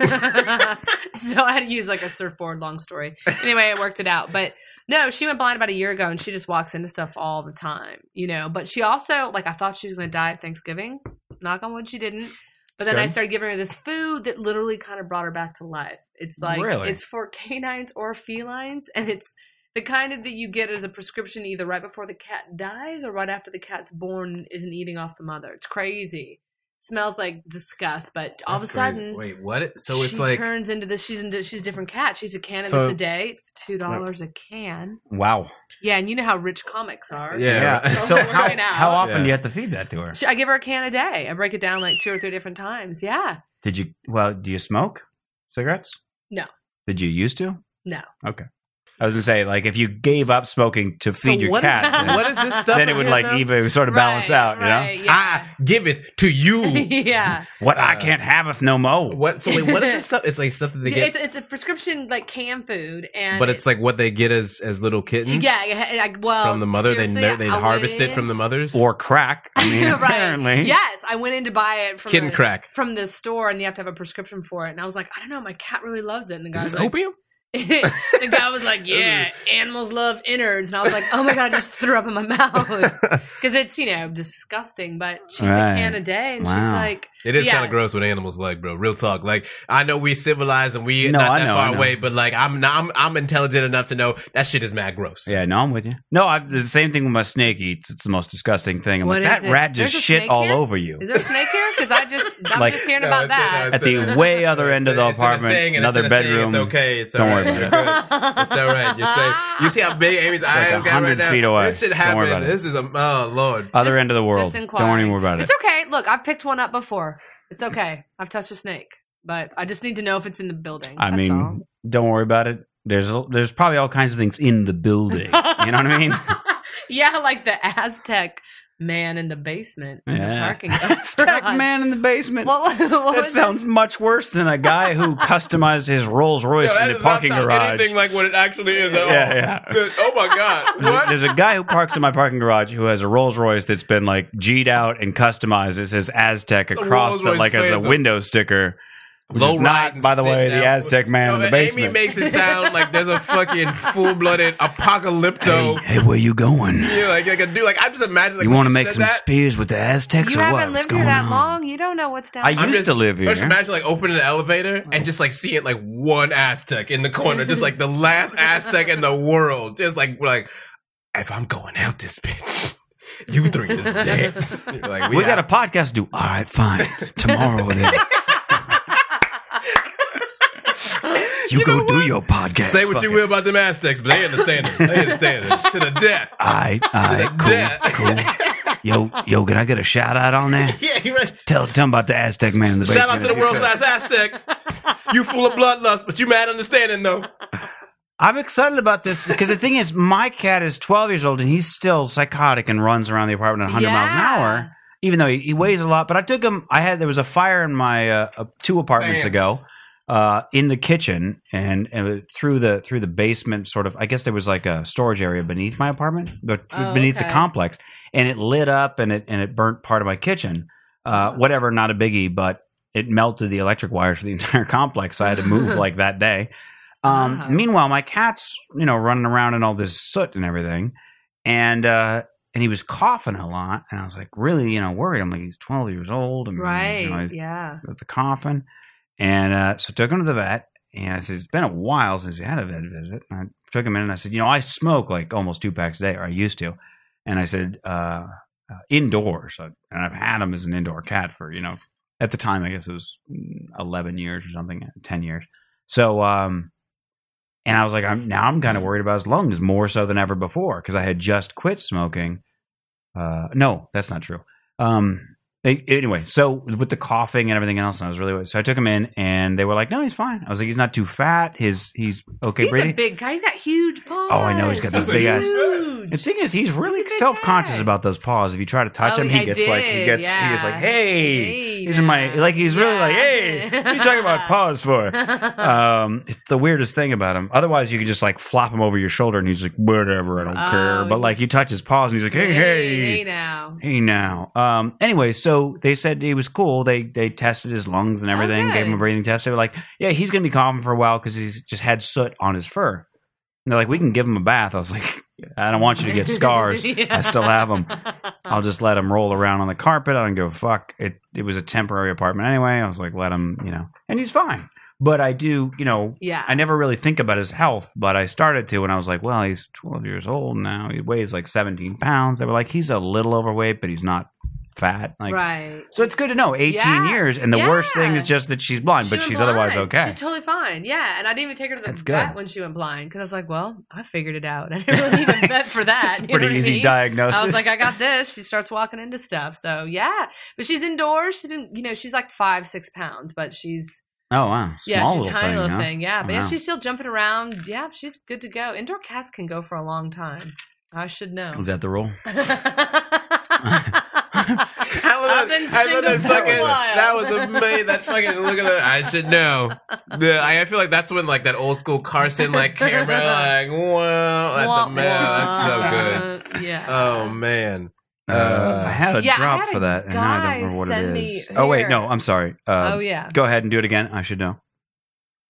S9: I had to use like a surfboard. Long story. Anyway, I worked it out, but no, she went blind about a year ago, and she just walks into stuff all the time, you know. But she also like I thought she was going to die at Thanksgiving. Knock on wood, she didn't. But then I
S7: Good.
S9: started giving her this food that literally kind of brought her back to life. It's like
S7: Really?
S9: it's for canines or felines, and it's the kind of that you get as a prescription either right before the cat dies or right after the cat's born and isn't eating off the mother. It's crazy. smells like disgust, but all
S6: That's
S9: of a
S6: crazy.
S9: sudden,
S6: Wait, what? So it's
S9: she
S6: like.
S9: turns into this. She's into, she's a different cat. She's a cannabis
S6: So-
S9: a day. It's two dollars a can.
S7: Wow.
S9: Yeah, and you know how rich comics are.
S6: Yeah.
S7: So
S9: We're
S7: how,
S9: going out.
S7: how often
S6: Yeah.
S7: do you have to feed that to her?
S9: She- I give her a can a day. I break it down like two or three different times. Yeah.
S7: Did you? Well, do you smoke cigarettes?
S9: No.
S7: Did you used to?
S9: No.
S7: Okay. I was gonna say, like, if you gave up smoking to feed your
S6: what is-
S7: cat, then,
S6: what is this stuff?
S7: then it would like
S6: again now?
S7: even it would sort of balance
S9: Right,
S7: out. You
S9: right,
S6: I give it "Ah, to
S9: Yeah.
S6: you.
S9: yeah.
S7: know what I
S6: Uh,
S7: can't have if no mo.
S6: what? So wait, what is this stuff? It's like stuff that they
S9: Yeah,
S6: get,
S9: it's, it's a prescription like canned food, and
S6: but it's like what they get as as little kittens.
S9: yeah, yeah, yeah, like, well,
S6: from the mother. They
S9: seriously,
S6: ner- they
S9: I
S6: harvest
S9: went
S6: it from
S9: in-
S6: the mothers.
S7: Or crack? I mean,
S9: Right.
S7: apparently.
S9: Yes, I went in to buy it from
S6: kitten
S9: the,
S6: crack.
S9: from the store, and you have to have a prescription for it. And I was like, I don't know, my cat really loves it. And the guy
S6: Is this
S9: was like,
S6: opium?
S9: the guy was like, yeah, animals love innards, and I was like, oh my god, I just threw up in my mouth because it's you know disgusting. But she's
S7: Right.
S9: a can a day, and she's
S7: Wow.
S9: like,
S6: It is
S9: Yeah.
S6: kind of gross what animals like, bro. Real talk. Like I know we civilized and we
S7: No,
S6: not
S7: I
S6: that
S7: know, I
S6: far
S7: know.
S6: away, but like I'm not, I'm I'm intelligent enough to know that shit is mad gross.
S7: Yeah, no, I'm with you. No, I, the same thing with my snake eats. It's the most disgusting thing. I'm
S9: What
S7: like,
S9: is
S7: that
S9: it?
S7: rat just
S9: There's a
S7: shit
S9: snake
S7: all
S9: here?
S7: over you.
S9: is there a snake here? Because I just I'm
S7: Like-
S9: just hearing
S6: No,
S9: about
S6: it's in
S9: that.
S6: a-
S7: at the way other end of the
S6: It's in a
S7: apartment,
S6: thing and it's
S7: another
S6: in a thing.
S7: bedroom.
S6: It's okay. It's
S7: Don't
S6: all
S7: worry
S6: right. You're good. It's all right. You're safe. You see how big Amy's
S7: like
S6: eyes got
S7: 100
S6: right now?
S7: feet away.
S6: This shit
S7: Don't worry
S6: happened.
S7: about it.
S6: This is a oh lord.
S7: Other
S9: Just-
S7: end of the world.
S9: just
S7: Don't
S9: inquiring.
S7: worry more about it.
S9: It's okay. Look, I've picked one up before. It's okay. I've touched a snake, but I just need to know if it's in the building.
S7: I
S9: That's
S7: mean,
S9: all.
S7: don't worry about it. There's there's probably all kinds of things in the building. you know what I mean?
S9: yeah, like the Aztec man in the basement in the
S7: Yeah.
S9: parking
S7: Stack
S9: garage.
S7: man in the basement.
S9: What, what, what
S7: that
S9: was
S7: sounds much worse than a guy who customized his Rolls Royce
S6: Yo, that
S7: in a
S6: does not
S7: parking
S6: sound
S7: garage.
S6: Anything like what it actually is. At all.
S7: yeah, yeah.
S6: Oh my god.
S7: There's a-
S6: What?
S7: There's a guy who parks in my parking garage who has a Rolls Royce that's been like G'd out and customized. It says Aztec across
S6: Rolls
S7: the
S6: Royce
S7: like as a
S6: Phantom.
S7: window sticker. Which
S6: Low
S7: is
S6: ride
S7: not,
S6: and
S7: by the
S6: sit
S7: way,
S6: down.
S7: the Aztec man
S6: No,
S7: in the
S6: Amy
S7: basement.
S6: makes it sound like there's a fucking full blooded apocalypto.
S7: hey, where you going?
S6: Yeah, like, like a dude. Like I just imagine. Like,
S7: you
S6: when
S7: want to
S6: she
S7: make
S6: said
S7: some
S6: that,
S7: spears with the Aztecs
S9: You
S7: or what?
S9: haven't
S7: What's
S9: lived
S7: going
S9: here that
S7: on?
S9: long. You don't know what's down.
S7: I
S9: there.
S7: used
S6: just-
S7: to live
S6: Just
S7: here.
S6: imagine like opening an elevator and just like seeing like one Aztec in the corner, just like the last Aztec in the world, just like like if I'm going out this bitch, you three is dead. You're like,
S7: We, got
S6: out.
S7: a podcast due. All right, fine. Tomorrow it is. You, go do your podcast.
S6: Say what
S7: Fuck
S6: you
S7: it.
S6: will about them Aztecs, but they understand it. They understand it to the death.
S7: I,
S6: Yeah.
S7: I, cool, cool. Yo, yo, can I get a shout out on that?
S6: Yeah, you right.
S7: Tell, tell 'em about the Aztec man in the
S6: Shout out to
S7: basement.
S6: the world's last Aztec. You full of bloodlust, but you mad understanding though.
S7: I'm excited about this because the thing is, my cat is 12 years old and he's still psychotic and runs around the apartment at 100 miles an
S9: Yeah.
S7: hour, even though he, he weighs a lot. But I took him. I had there was a fire in my uh, uh, two apartments
S6: Vance.
S7: ago uh, in the kitchen and, and through the through the basement. Sort of, I guess there was like a storage area beneath my apartment, but
S9: Oh,
S7: beneath the
S9: okay.
S7: complex, and it lit up and it and it burnt part of my kitchen. Uh, whatever, not a biggie, but it melted the electric wires for the entire complex. So I had to move like that day. Um,
S9: Wow.
S7: Meanwhile, my cat's you know running around in all this soot and everything, and uh, and he was coughing a lot, and I was like really you know worried. I'm like he's 12 years old, and Mm, you know,
S9: Right.
S7: he's
S9: Yeah.
S7: with the coffin, and uh, so took him to the vet. And I said, it's been a while since he had a vet visit. And I took him in and I said, you know, I smoke like almost two packs a day, or I used to. And I said, uh, uh, indoors. So, and I've had him as an indoor cat for, you know, at the time, I guess it was mm, 11 years or something, 10 years. So, um, and I was like, I'm now I'm kind of worried about his lungs more so than ever before because I had just quit smoking. Uh, no, that's not true. Um, a- anyway, so with the coughing and everything else, I was really worried. So I took him in, and they were like, "No, he's fine." I was like, "He's not too fat. His he's okay."
S9: he's
S7: Brady,
S9: a big guy. He's got huge paws.
S7: Oh, I know, he's got
S9: He's
S6: those big ass-
S9: huge.
S7: the thing is, he's really
S9: a big
S7: self conscious
S9: guy.
S7: about those paws. If you try to touch
S9: Oh,
S7: him, he
S9: I
S7: gets like he
S9: did,
S7: gets he gets
S9: yeah.
S7: like, "Hey,
S9: Hey,
S7: he's in my
S9: now.
S7: like." He's really
S9: Yeah,
S7: like,
S9: I
S7: "Hey,
S9: did.
S7: what are you talking about paws for?" um, it's the weirdest thing about him. Otherwise, you could just like flop him over your shoulder, and he's like, "Whatever, I don't
S9: Oh,
S7: care." But
S9: yeah.
S7: like, you touch his paws, and he's like, "Hey, hey,
S9: hey now.
S7: hey, now." Um, anyway, so they said he was cool. They they tested his lungs and everything,
S9: Okay.
S7: gave him a breathing test. They were like, "Yeah, he's gonna be coughing for a while because he's just had soot on his fur." And they're like, "We can give him a bath." I was like, "I don't want you to get scars." I still have 'em. I'll just let him roll around on the carpet. I don't give a fuck. It it was a temporary apartment anyway. I was like, let him, you know, and he's fine. But I do, you know,
S9: Yeah.
S7: I never really think about his health, but I started to, and I was like, well, he's 12 years old now. He weighs like 17 pounds. They were like, he's a little overweight, but he's not fat. Like,
S9: right.
S7: so it's good to know. 18
S9: Yeah.
S7: years, and the worst
S9: Yeah.
S7: thing is just that she's blind, but
S9: She went
S7: she's otherwise
S9: blind.
S7: okay.
S9: She's totally fine. Yeah, and I didn't even take her to the
S7: That's good.
S9: vet when she went blind because I was like, well, I figured it out. I didn't really even vet for that.
S7: It's a
S9: You know
S7: pretty
S9: what I
S7: easy
S9: mean?
S7: diagnosis.
S9: I was like, I got this. She starts walking into stuff. So yeah, but she's indoors. She didn't, you know, she's like five, six pounds, but she's
S7: oh wow, small
S9: yeah, she's
S7: little
S9: a tiny
S7: thing,
S9: little
S7: huh?
S9: thing. Yeah, but yeah,
S7: Wow.
S9: she's still jumping around. Yeah, she's good to go. Indoor cats can go for a long time. I should know.
S7: Is that the rule?
S6: I love
S9: I've
S6: that.
S9: been
S6: I love that
S9: single for a
S6: fucking.
S9: while.
S6: That was amazing. That fucking look at that. I should know. The, I, I feel like that's when like that old school Carson like camera like wow that's
S9: Wah,
S6: a man. That's so good.
S9: wah. Yeah.
S6: Oh man.
S7: Uh, I had a
S9: Yeah, I
S7: drop
S9: had a
S7: for that, and now I
S9: guy
S7: don't remember what
S9: send
S7: it
S9: me
S7: is. Oh wait,
S9: here.
S7: no, I'm sorry. Uh,
S9: oh yeah.
S7: Go ahead and do it again. I should know.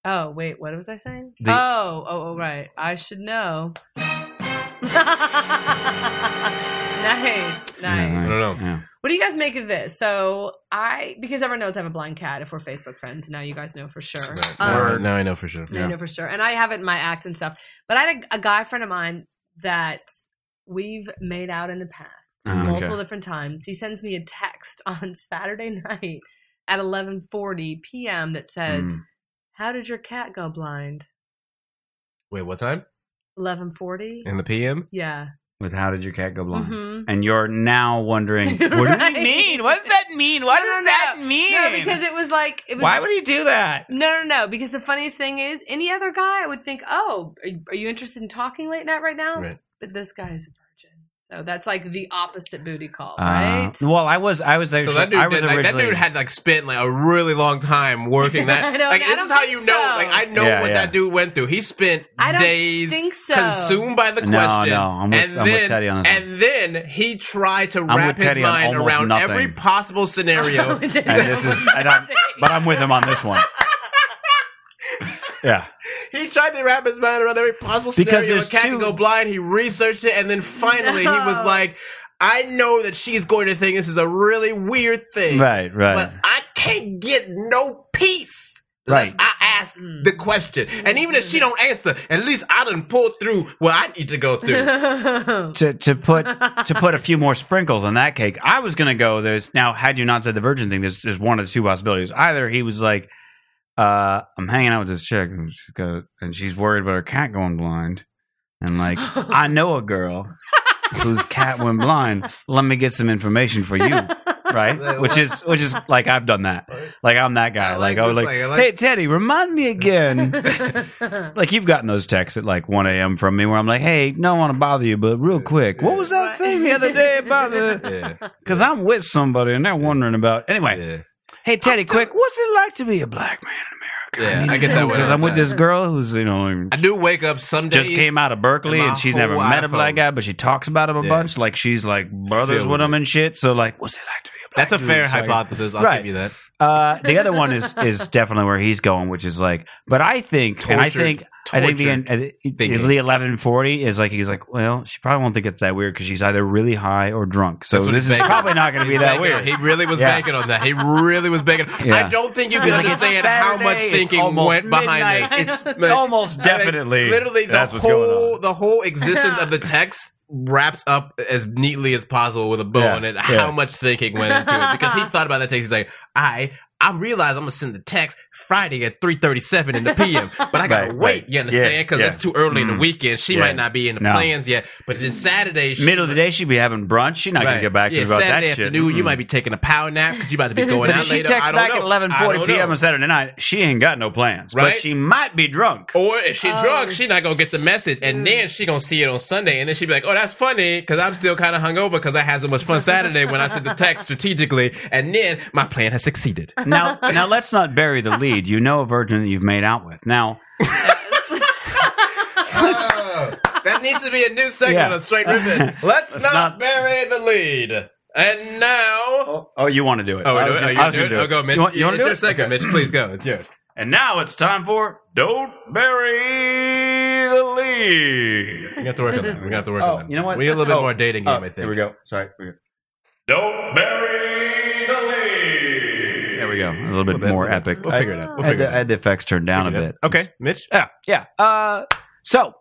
S9: Oh wait, what was I saying?
S7: The-
S9: oh, oh, oh, right. I should know. nice, nice.
S7: Yeah,
S6: I don't
S7: Yeah.
S9: What do you guys make of this? So I, because everyone knows I have a blind cat. If we're Facebook friends, now you guys know for sure. Um,
S6: Now- now I know for sure.
S9: I know for sure. And I have it in my act and stuff. But I had a, a guy friend of mine that we've made out in the past
S7: Oh, okay.
S9: multiple different times. He sends me a text on Saturday night at 11:40 p.m. that says,
S7: Mm.
S9: "How did your cat go blind?"
S6: Wait, what time?
S9: 11:40.
S6: In the PM?
S9: Yeah.
S7: With how did your cat go blind?
S9: hmm
S7: And you're now wondering what
S9: Right.
S7: does it mean? What does that mean? What
S9: No,
S7: does
S9: no,
S7: that mean?
S9: No, because it was like it was.
S7: Why would he do that?
S9: No, no, no. Because the funniest thing is, any other guy would think, "Oh, are you, are you interested in talking late night right now?"
S6: Right.
S9: But this guy's a virgin, so that's like the opposite booty call,
S7: Uh,
S9: right?
S7: well, I was, I was,
S6: So that dude,
S7: I was
S6: did, like, that
S7: originally-
S6: dude had like spent like a really long time working that.
S9: I don't-
S6: like
S9: I
S6: this
S9: don't
S6: is how
S9: think
S6: you know.
S9: so.
S6: Like I know
S7: Yeah,
S6: what
S7: yeah.
S6: that dude went through. He spent
S9: I don't
S6: days
S9: think so.
S6: consumed by the
S7: No,
S6: question.
S7: no, I'm with-
S6: and
S7: I'm with
S6: then,
S7: Teddy on this one.
S6: And then he tried to
S7: I'm
S6: wrap
S7: with
S6: his
S7: Teddy on
S6: mind
S7: almost
S6: around
S7: nothing.
S6: every possible scenario.
S9: and
S7: And this is, I don't, but I'm with him on this one. yeah.
S6: he tried to wrap his mind around every possible scenario.
S7: Because there's
S6: a cat can
S7: two-
S6: go blind. He researched it, and then finally he was
S9: No.
S6: like, "I know that she's going to think this is a really weird thing."
S7: Right. Right.
S6: but I can't get no peace.
S7: Right.
S6: Unless I asked the question. And even if she don't answer, at least I done pulled through what I need to go through.
S7: to to put to put a few more sprinkles on that cake. I was gonna go. There's now had you not said the virgin thing, there's there's one of the two possibilities. Either he was like, uh, I'm hanging out with this chick and she's got and she's worried about her cat going blind, and like I know a girl whose cat went blind. Let me get some information for you. Right, which is which is like I've done that, like I'm that guy.
S6: I
S7: like,
S6: like
S7: I was
S6: this
S7: like,
S6: thing. I like-
S7: hey Teddy, remind me again like you've gotten those texts at like 1 a.m. from me where I'm like, hey, don't want to bother you, but real quick, what was that thing the other day about the?
S6: Yeah,
S7: Because I'm with somebody and they're wondering about. Anyway,
S6: yeah.
S7: hey Teddy, quick, what's it like to be a black man in America?
S6: Yeah, I get that one
S7: because
S6: all
S7: I'm
S6: the
S7: with
S6: time.
S7: this girl who's you know
S6: I do wake up some days.
S7: just came out of Berkeley
S6: and my
S7: and she's never
S6: whole
S7: met a
S6: iPhone.
S7: black guy, but she talks about him a
S6: Yeah.
S7: bunch. Like she's like brothers
S6: Filled
S7: with him
S6: with
S7: and shit. So like, what's it like to be a black?
S6: That's a
S7: dude?
S6: fair
S7: It's like-
S6: hypothesis. I'll
S7: Right.
S6: give you that.
S7: Uh, the other one is is definitely where he's going, which is like, but I think, and I
S6: Tortured-
S7: think, I think the,
S6: tortured
S7: end- uh,
S6: thinking.
S7: the eleven forty is like he's like, well, she probably won't think it's that weird because she's either really high or drunk, so
S6: That's what
S7: this
S6: he's
S7: is
S6: banking
S7: probably
S6: on.
S7: not going to be
S6: He's
S7: that
S6: banking on-
S7: weird.
S6: He really was
S7: Yeah.
S6: banking on that. He really was banking.
S7: Yeah.
S6: I don't think you can
S7: Because, like, it's
S6: understand how much
S7: Saturday, it's
S6: thinking
S7: almost
S6: went behind
S7: midnight.
S6: that.
S7: It's almost definitely,
S6: literally the
S7: that's what's going on.
S6: whole the whole existence of the text wraps up as neatly as possible with a bow
S7: Yeah,
S6: on it.
S7: yeah.
S6: How much thinking went into it because he thought about that text. He's like, I. I realize I'm gonna send the text Friday at 3:37 in the PM, but I gotta
S7: Right,
S6: wait.
S7: right.
S6: You understand?
S7: Yeah,
S6: Because
S7: yeah.
S6: it's too early in
S7: Mm.
S6: the weekend. She
S7: Yeah.
S6: might not be in the
S7: No.
S6: plans yet, but then Saturday, she
S7: Middle of the day, she'd be having brunch. She's not going
S6: Right.
S7: to get back to
S6: yeah,
S7: you about
S6: Saturday
S7: that shit.
S6: afternoon, you
S7: Mm-mm.
S6: might be taking a power nap because you about to be going
S7: But
S6: out
S7: if she
S6: later. I
S7: texts
S6: don't
S7: back at
S6: know.
S7: eleven
S6: I
S7: forty
S6: don't
S7: p.m.
S6: know.
S7: on Saturday night, she ain't got no plans. But
S6: Right?
S7: she might be drunk.
S6: Or if she
S9: Oh,
S6: drunk, she not gonna get the message, and then she gonna see it on Sunday, and then she be like, "Oh, that's funny," because I'm still kind of hungover because I had so much fun Saturday when I sent the text strategically, and then my plan has succeeded.
S7: Now, now let's not bury the lead. You know a virgin that you've made out with. Now,
S6: Oh, that needs to be a new segment
S7: Yeah.
S6: on Straight Ribbon. Let's,
S7: Let's
S6: not,
S7: not-
S6: bury the lead. And now,
S7: oh, you want to do it?
S6: oh,
S7: I
S6: do
S7: was
S6: it?
S7: gonna-
S6: Oh,
S7: I
S6: you
S7: was
S6: do
S7: gonna
S6: it? Oh, go, Mitch.
S7: You want, you want
S6: it's
S7: to do
S6: your
S7: it?
S6: second, Mitch. Please go. It's yours.
S7: And now it's time for Don't Bury the Lead.
S6: We have to work on that. We are gonna have to work
S7: Oh,
S6: on that.
S7: you know what?
S6: We need a little bit
S7: Oh.
S6: more dating game.
S7: Oh,
S6: I think.
S7: Here we go. Sorry. here we go. Don't bury the lead. There we go. A little bit
S6: We'll bit-
S7: more
S6: we'll-
S7: epic.
S6: We'll figure it out.
S7: I,
S6: We'll
S7: I had,
S6: figure
S7: the, I
S6: it out.
S7: had the effects turned down a
S6: Figure it
S7: bit.
S6: out. Okay, Mitch.
S7: Yeah. Yeah. Uh, so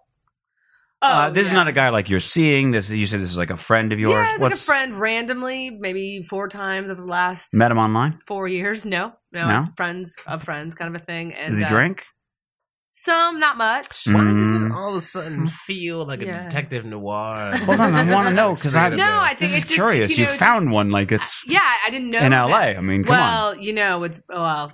S7: uh, this is
S9: Oh, yeah.
S7: not a guy like you're seeing. This you said this is like a friend of yours.
S9: Yeah, it's
S7: What's
S9: like a friend randomly, maybe four times over the last
S7: met him online?
S9: four years. No, no,
S7: No?
S9: friends of friends, kind of a thing. And
S7: Does he
S9: uh,
S7: drink?
S9: Some, not much.
S7: Why does this Mm.
S6: all of a sudden feel like
S9: a Yeah.
S6: detective uh, noir?
S7: Hold on, I want to know because I
S6: uh,
S9: No, I think
S7: this is
S9: it's just
S7: curious.
S9: You, know, just-
S7: found one like it's
S9: Yeah, I didn't know
S7: in
S9: that-
S7: LA. I mean, come on.
S9: well, you know, it's well,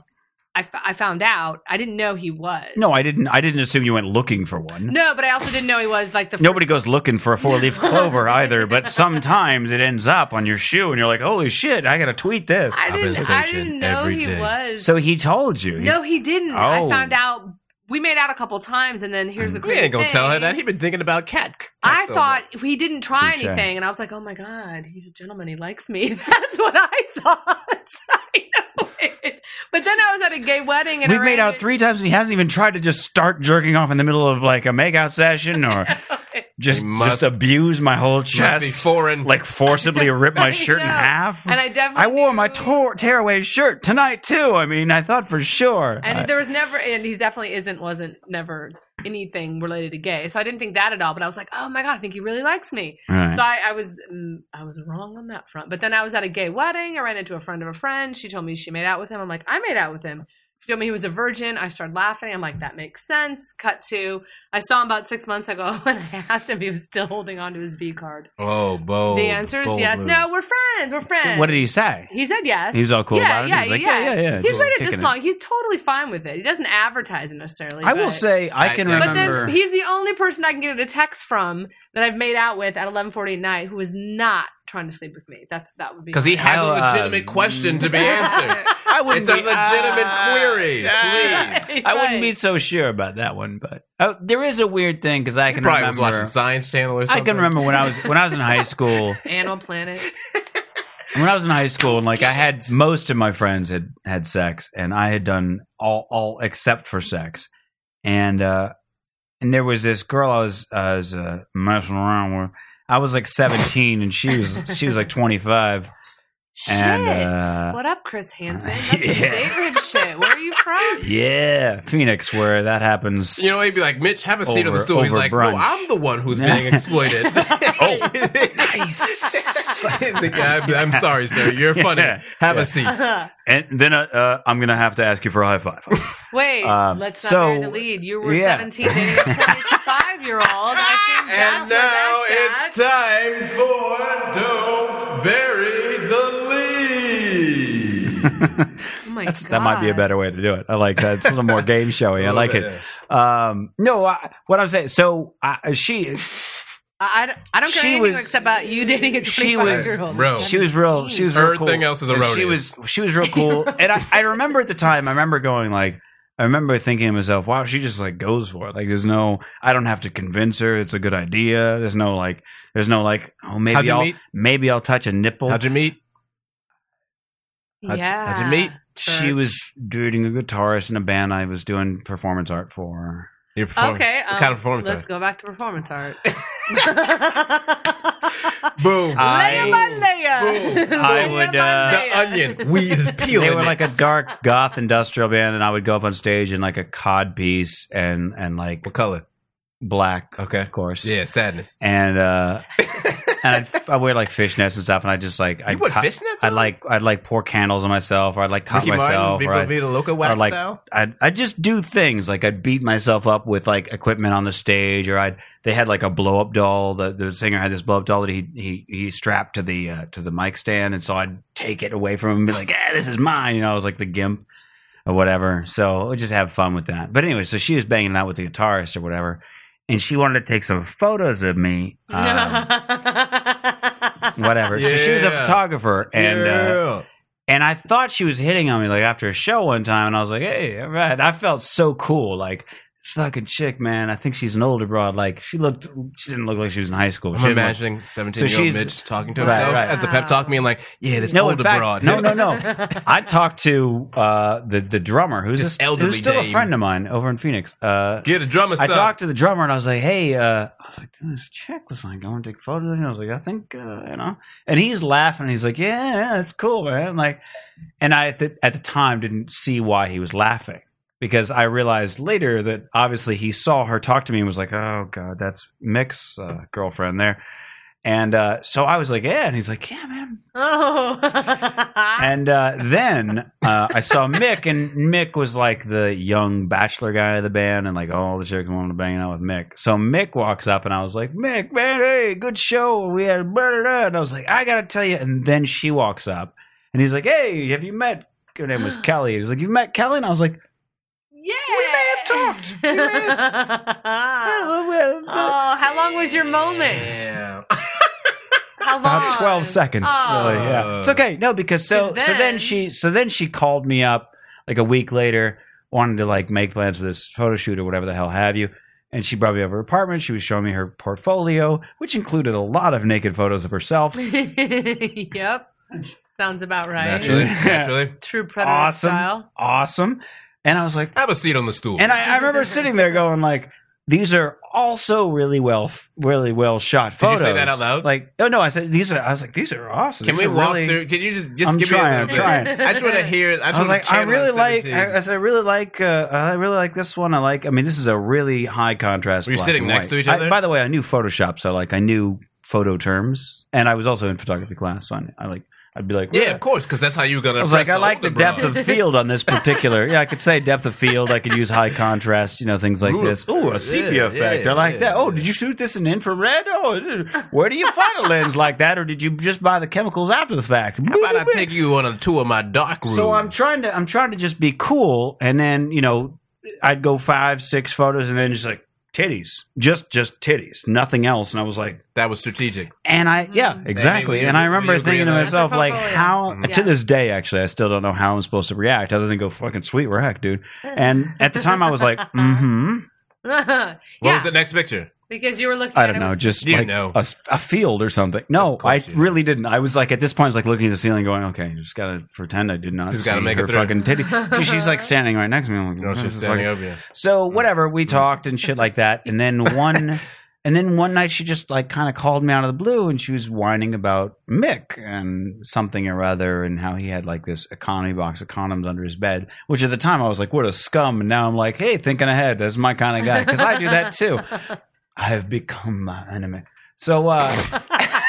S9: I, f- I found out. I didn't know he was.
S7: No, I didn't. I didn't assume you went looking for one.
S9: No, but I also didn't know he was like the. First,
S7: Nobody goes looking for a four leaf clover either, but sometimes it ends up on your shoe and you're like, holy shit, I gotta tweet this.
S9: I
S6: I've been
S9: didn't. I
S6: searching
S9: didn't know
S6: every
S9: he
S6: day.
S9: was.
S7: So he told you.
S9: no, he didn't. I
S7: Oh.
S9: found out. We made out a couple times, and then here's the
S6: We
S9: crazy
S6: ain't gonna tell her
S9: thing.
S6: that. He been thinking about cat. c-
S9: I
S6: text
S9: thought he didn't try
S7: Touche.
S9: anything, and I was like, "Oh my god, he's a gentleman. He likes me." That's what I thought. I know it. But then I was at a gay wedding, and I
S7: We've made
S9: ran
S7: out
S9: in-
S7: three times and he hasn't even tried to just start jerking off in the middle of like a makeout session or just
S6: He must-
S7: just abuse my whole
S6: over. Must be
S7: chest,
S6: foreign.
S7: like forcibly rip my
S9: I
S7: shirt in
S9: know.
S7: half.
S9: and I definitely
S7: I wore my
S9: knew-
S7: tor- tearaway shirt tonight too. I mean, I thought for sure.
S9: And
S7: I-
S9: there was never, and he definitely isn't, wasn't, never anything related to gay. So I didn't think that at all. But I was like, "Oh my god, I think he really likes me."
S7: Right.
S9: So I, I was mm, I was wrong on that front. But then I was at a gay wedding. I ran into a friend of a friend. She told me she made out with him. I'm like, I made out with him. She told me he was a virgin. I started laughing. I'm like, that makes sense. Cut to I saw him about six months ago, and I asked him if he was still holding on to his V card.
S6: oh, bold.
S9: the answer is
S6: bold
S9: yes.
S6: move.
S9: No, we're friends. We're friends.
S7: what did he say?
S9: He said yes.
S7: He was all cool about
S9: yeah,
S7: it.
S9: yeah,
S7: he was like,
S9: yeah,
S7: yeah, yeah.
S9: So he's
S7: just
S9: waited
S7: kicking
S9: this
S7: it.
S9: long. He's totally fine with it. He doesn't advertise it necessarily.
S7: I will
S9: but-
S7: say I
S6: I-
S7: can
S6: but
S9: but
S7: remember.
S9: then he's the only person I can get a text from that I've made out with at 11:40 at night who is not trying to sleep with me. That's that would be
S6: Because he
S9: my-
S6: has
S7: Hell,
S6: a um,
S7: uh,
S6: legitimate question to be answered.
S7: I wouldn't
S6: it's a
S7: be-
S6: legitimate
S7: uh,
S6: query.
S7: uh,
S6: Please.
S7: I wouldn't be
S9: Right.
S7: so sure about that one, but oh, there is a weird thing because I
S6: He
S7: can
S6: probably
S7: remember.
S6: was watching Science Channel or
S7: I
S6: something.
S7: can remember when I was when I was in high school.
S9: Animal Planet.
S7: When I was in high school, and like I had most of my friends had had sex, and I had done all all except for sex, and uh, and there was this girl I was I was uh, messing around with. I was like seventeen, and she was she was like twenty five.
S9: Shit.
S7: And, uh,
S9: what up, Chris Hansen? That's some
S7: yeah.
S9: date rib shit. Where are you from?
S7: Yeah, Phoenix, where that happens.
S8: You know, he'd be like, Mitch, have a seat on
S7: Over-
S8: the stool. He's
S7: over
S8: like,
S7: brunch.
S8: no, I'm the one who's being exploited. oh,
S7: nice.
S8: the guy, I'm sorry, sir. You're funny.
S7: Yeah.
S8: Have
S7: Yeah.
S8: a seat.
S7: and then uh, uh, I'm gonna have to ask you for a high five.
S9: Wait,
S7: Um,
S9: let's not
S7: so-
S9: bury the lead. You were
S7: yeah.
S9: 17 dating a 25 year old. I think that's
S8: And now
S9: where that's
S8: it's time for Don't Bury the Lead.
S9: at. Oh my
S7: That's, that might be a
S9: God.
S7: better way to do it. I like that. It's a little more game showy. I like it. Um, no, I, what I'm saying. So I, she
S9: I, I don't- I don't care
S7: She
S9: anything
S7: was-
S9: except about you dating a
S7: she
S9: 25
S7: was-
S9: year old.
S8: Bro.
S7: she was real. She was real cool.
S8: Everything Oh. else is
S7: And
S8: erroneous.
S7: She was she was real cool, and I, I remember at the time. I remember going like. I remember thinking to myself, "Wow, she just like goes for it. Like, there's no, I don't have to convince her. It's a good idea. There's no like, there's no like, oh,
S8: How'd
S7: maybe
S8: you
S7: I'll,
S8: meet?
S7: maybe I'll touch a nipple.
S8: How'd you meet? How'd you-
S9: yeah.
S8: how'd you meet?
S7: she was dating a guitarist in a band I was doing performance art for.
S8: Your performance.
S9: Okay.
S8: What
S9: um,
S8: kind of performance
S9: Let's
S8: art?
S9: go back to performance art.
S8: Boom.
S9: layer by
S7: I,
S9: layer.
S8: Boom.
S9: Layer
S7: I would,
S9: by
S7: uh,
S8: the
S9: layer.
S8: onion. Weeds is peeling.
S7: they were
S8: it.
S7: like a dark goth industrial band, and I would go up on stage in like a cod piece and and like
S8: What color?
S7: black,
S8: Okay.
S7: of course.
S8: Yeah, sadness.
S7: And uh, and I'd, I wear like fishnets and stuff, and I just like I
S8: you put fishnets
S7: I'd
S8: on?
S7: like I'd like pour candles on myself, or I'd like cut
S8: Ricky
S7: myself,
S8: Martin,
S7: or
S8: Viva
S7: I'd,
S8: Vida Loca Wax
S7: like-
S8: style?
S7: I'd I'd just do things like I'd beat myself up with like equipment on the stage, or I'd they had like a blow up doll. The the singer had this blow up doll that he he he strapped to the uh, to the mic stand, and so I'd take it away from him and be like, "Ah, this is mine," you know. I was like the gimp or whatever. So we just have fun with that. But anyway, so she was banging out with the guitarist or whatever, and she wanted to take some photos of me. um, whatever. So she was a
S8: Yeah.
S7: photographer, and uh,
S8: yeah.
S7: and I thought she was hitting on me like after a show one time, and I was like, "Hey, all right." I felt so cool, like this fucking chick, man. I think she's an older broad. Like she looked, she didn't look like she was in high school. She
S8: I'm
S7: didn't look-
S8: imagining 17 year old
S7: she's-
S8: Mitch talking to
S7: Right,
S8: himself
S7: right.
S8: as a pep talk, being like, yeah, this
S7: No, in
S8: older
S7: fact-
S8: broad.
S7: no, no, no. I talked to uh, the the drummer, who's
S8: This
S7: a-
S8: elderly
S7: who's still a
S8: dame.
S7: friend of mine over in Phoenix. Uh,
S8: Get a drummer,
S7: I
S8: son.
S7: talked to the drummer and I was like, "Hey," uh, I was like, "Dude, this chick was like, I want to take photos." And I was like, "I think, uh, you know," and he's laughing. he's like, "Yeah, yeah, that's cool, man." Like, and I at the, at the time didn't see why he was laughing because I realized later that obviously he saw her talk to me and was like, "Oh God, that's Mick's uh, girlfriend there," and uh, so I was like, "Yeah," and he's like, "Yeah, man,
S9: oh.
S7: and uh, then uh, I saw Mick, and Mick was like the young bachelor guy of the band, and like all the chicks wanted to bang out with Mick. So Mick walks up, and I was like, Mick, man, hey, good show. We had blah, blah, blah." and I was like, I gotta tell you. And then she walks up, and he's like, Hey, have you met? Her name was Kelly. He was like, You met Kelly? And I was like,
S9: yeah.
S7: We may have talked. We may "Oh, well, well."
S9: oh, how long was your moment?
S8: Yeah.
S9: How long?
S7: about 12 seconds
S9: Oh.
S7: really
S8: Uh.
S7: yeah it's okay no because so
S9: 'Cause
S7: so
S9: then-
S7: then she so then she called me up like a week later wanted to like make plans for this photo shoot or whatever the hell have you and she brought me over to her apartment she was showing me her portfolio which included a lot of naked photos of herself
S9: yep. Sounds about right.
S8: Naturally.
S7: Yeah.
S8: Naturally.
S9: True predator
S7: Awesome.
S9: style.
S7: awesome and i was like
S8: Have a seat on the stool.
S7: and I, I remember sitting there going like these are also really well really well shot
S8: Did you
S7: photos
S8: say that out loud?
S7: like oh no i said these are i was like these are awesome
S8: Can
S7: These
S8: we
S7: are
S8: walk
S7: really-
S8: through? Can you just, just
S7: I'm
S8: give me a
S7: trying,
S8: little
S7: I'm
S8: bit? I just want to hear it. I, just
S7: I was
S8: wanna
S7: like, I
S8: channel
S7: really
S8: that
S7: like.
S8: 17.
S7: I, I said, I really like. Uh, I really like this one. I like. I mean, this is a really high contrast.
S8: Were you
S7: black
S8: sitting
S7: and
S8: next
S7: white.
S8: to each
S7: I-
S8: other?
S7: by the way, I knew Photoshop, so like I knew photo terms, and I was also in photography class. So I, I like. I'd be like,
S8: yeah, of course, because that's how you're gonna.
S7: I was
S8: impress
S7: like, I like the
S8: older
S7: depth
S8: broad.
S7: of field on this particular. yeah, I could say depth of field. I could use high contrast, you know, things like
S8: Rule of
S7: this. Oh,
S8: third.
S7: a sepia
S8: Yeah,
S7: effect.
S8: yeah,
S7: I like that.
S8: yeah,
S7: Oh,
S8: yeah.
S7: did you shoot this in infrared? Oh, where do you find a lens like that, or did you just buy the chemicals after the fact?
S8: How about I take you on a tour of my dark room?
S7: So I'm trying to I'm trying to just be cool, and then you know I'd go five six photos, and then just like titties, just just titties, nothing else. And I was like,
S8: that was strategic.
S7: and I yeah
S9: Mhm.
S7: exactly.
S8: Maybe we-
S7: and I
S8: we
S7: remember
S8: agree
S7: thinking
S8: on
S7: to
S8: that.
S7: myself
S9: That's a
S7: like
S9: portfolio.
S7: how
S8: Mhm.
S7: to
S9: Yeah.
S7: this day actually I still don't know how I'm supposed to react other than go fucking sweet rack, dude. And at the time I was like, mm-hmm.
S9: yeah,
S8: What was the next picture?
S9: because you were looking.
S7: I
S9: at
S7: don't
S9: it
S7: know, just
S8: You
S7: like
S8: know.
S7: A, s- a field or something. No,
S8: Of
S7: I
S8: course you know.
S7: really didn't. I was like at this point, I was like looking at the ceiling, going, "Okay, just gotta pretend I did not
S8: Just
S7: see
S8: gotta make it
S7: her
S8: through.
S7: fucking titty." 'Cause she's like standing right next to me. I'm like,
S8: No,
S7: "This
S8: she's
S7: is
S8: standing
S7: fucking-"
S8: over you.
S7: So whatever, we talked and shit like that, and then one And then one night she just like kind of called me out of the blue and she was whining about Mick and something or other and how he had like this economy box of condoms under his bed, which at the time I was like, what a scum. And now I'm like, hey, thinking ahead. That's my kind of guy. Cause I do that too. I have become my enemy. So, uh,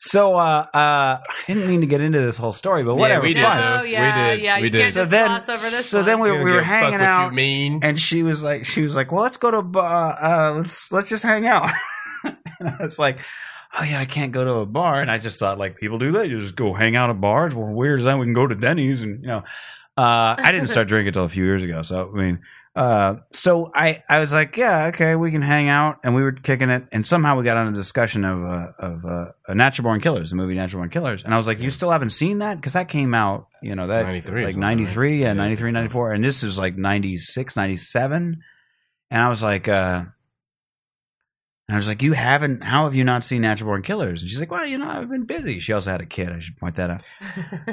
S7: so, uh, uh, I didn't mean to get into this whole story, but
S8: Yeah,
S7: whatever.
S8: we did,
S7: fine.
S9: no,
S8: though. We
S9: yeah,
S8: did.
S9: yeah.
S8: We
S9: you
S8: did.
S9: can't
S7: So
S9: just
S7: then-
S9: gloss over this
S7: so
S9: one.
S7: then we, we
S8: don't
S7: were
S8: give a fuck
S7: hanging out
S8: What you mean?
S7: and she was like she was like well let's go to a bar uh, let's let's just hang out and i was like oh yeah i can't go to a bar and i just thought like people do that you just go hang out at bars well where's that we can go to denny's and you know uh, i didn't start drinking until a few years ago so i mean uh, so I, I was like, yeah, okay, we can hang out, and we were kicking it, and somehow we got on a discussion of uh, of uh, Natural Born Killers, the movie Natural Born Killers, and I was like, you still haven't seen that because that came out, you know, that
S8: 93 or
S7: like
S8: something, right?
S7: 93, yeah,
S8: Yeah, I think
S7: 93,
S8: so.
S7: 94, and this is like 96, 97, and I was like, uh, and I was like, you haven't, how have you not seen Natural Born Killers? And she's like, well, you know, I've been busy. She also had a kid. I should point that out,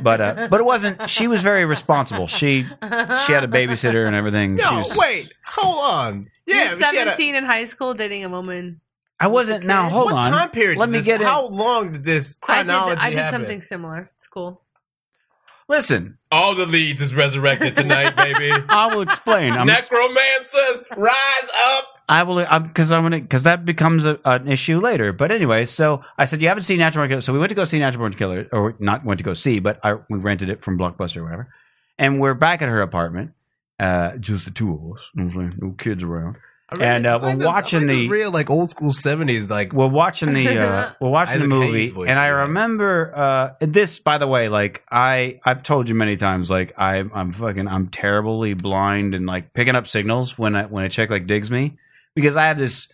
S7: but uh, but it wasn't. She was very responsible. She she had a babysitter and everything. she
S8: No,
S7: was,
S8: wait, hold on. Yeah,
S9: You're
S8: but she had a-
S9: 17 in high school dating a woman.
S7: I wasn't.
S9: Okay.
S7: Now hold
S8: what
S7: on.
S8: time period?
S7: Let
S8: did
S7: me
S8: this-
S7: get in-
S8: How long did this
S9: I did,
S8: chronology
S9: I did
S8: happen?
S9: something similar. It's cool.
S7: Listen,
S8: All the leads is resurrected tonight, baby.
S7: I will explain. I'm,
S8: Necromancers, rise up.
S7: I will because I'm gonna because that becomes a, an issue later. But anyway, so I said you haven't seen Natural Born Killer, so we went to go see Natural Born Killer, or not went to go see, but I, we rented it from Blockbuster or whatever, and we're back at her apartment, uh, just the two of us, you know what I'm saying? no kids around. And, uh, we're
S8: like this- I like
S7: watching
S8: this
S7: the-
S8: real like old school seventies like
S7: We're watching the uh, we're watching the
S8: Isaac Hayes
S7: movie,
S8: voice
S7: and I
S8: in there.
S7: remember uh, and this. By the way, like I I've told you many times, like I I'm fucking I'm terribly blind and like picking up signals when I when a chick like digs me because I have this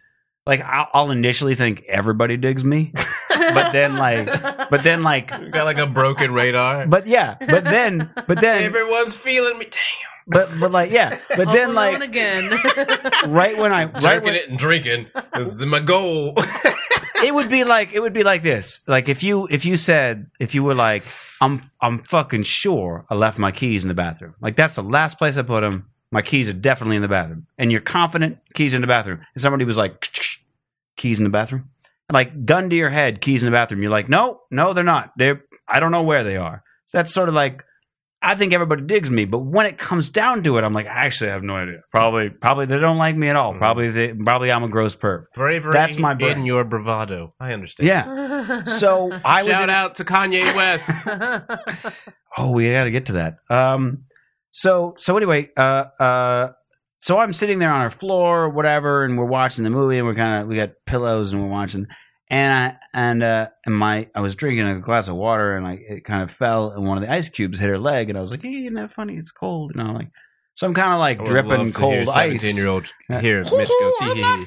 S7: like I'll, I'll initially think everybody digs me, but then like but then like
S8: got like a broken radar.
S7: but yeah but then but then
S8: Everyone's feeling me. Damn,
S7: but but like yeah but
S9: Home
S7: then
S9: Alone
S7: like
S9: again.
S7: right when I right
S8: drinking
S7: when,
S8: it and drinking. This is my goal.
S7: it would be like it would be like this. Like if you if you said if you were like I'm I'm fucking sure I left my keys in the bathroom. Like that's the last place I put them. My keys are definitely in the bathroom. And you're confident keys in the bathroom. And somebody was like keys in the bathroom. And like gun to your head, keys in the bathroom. You're like, "No, no, they're not. They're I don't know where they are." So that's sort of like I think everybody digs me, but when it comes down to it, I'm like, I actually have no idea. Probably, probably they don't like me at all. Probably, they, probably I'm a gross perp.
S8: Bravery
S7: That's my
S8: in
S7: brand.
S8: your bravado. I understand.
S7: Yeah. So I was
S8: Shout out to Kanye West.
S7: Oh, we got to get to that. Um, so so anyway, uh, uh, so I'm sitting there on our floor, or whatever, and we're watching the movie, and we're kind of we got pillows, and we're watching, and I and uh, and my I was drinking a glass of water, and like it kind of fell, and one of the ice cubes hit her leg, and I was like, hey, isn't that funny? It's cold, and I'm like, so I'm kind of like dripping cold ice.
S8: Seventeen year old
S7: Yeah.
S8: here, Mitch. Go tee hee.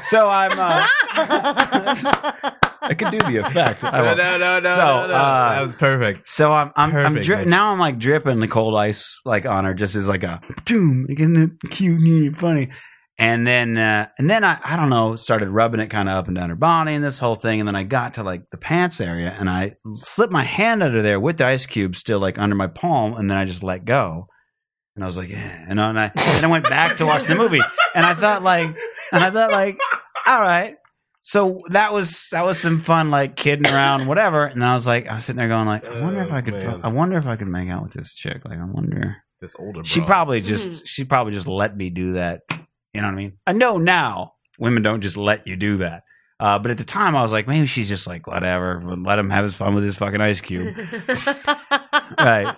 S7: So I'm uh, I could do the effect. I
S8: No,
S7: won't.
S8: no, no, no,
S7: So,
S8: no, no.
S7: uh,
S8: that was perfect.
S7: So I'm I'm, I'm
S8: Perfect,
S7: dri-
S8: Mitch.
S7: now I'm like dripping the cold ice like on her just as like a boom, like isn't it cute and funny? And then uh, and then I I don't know started rubbing it kind of up and down her body and this whole thing and then I got to like the pants area and I slipped my hand under there with the ice cube still like under my palm and then I just let go and I was like eh. and I- and I and I went back to watch the movie and I thought like and I thought like all right so that was that was some fun like kidding around whatever and I was like I was sitting there going like I wonder if I could
S8: Oh, man.
S7: I wonder if I could make out with this chick like I wonder
S8: This older.
S7: she
S8: broad.
S7: probably just
S9: Mhm.
S7: she probably just let me do that. You know what I mean? I know now women don't just let you do that. Uh, but at the time, I was like, maybe she's just like, whatever, let him have his fun with his fucking ice cube. Right.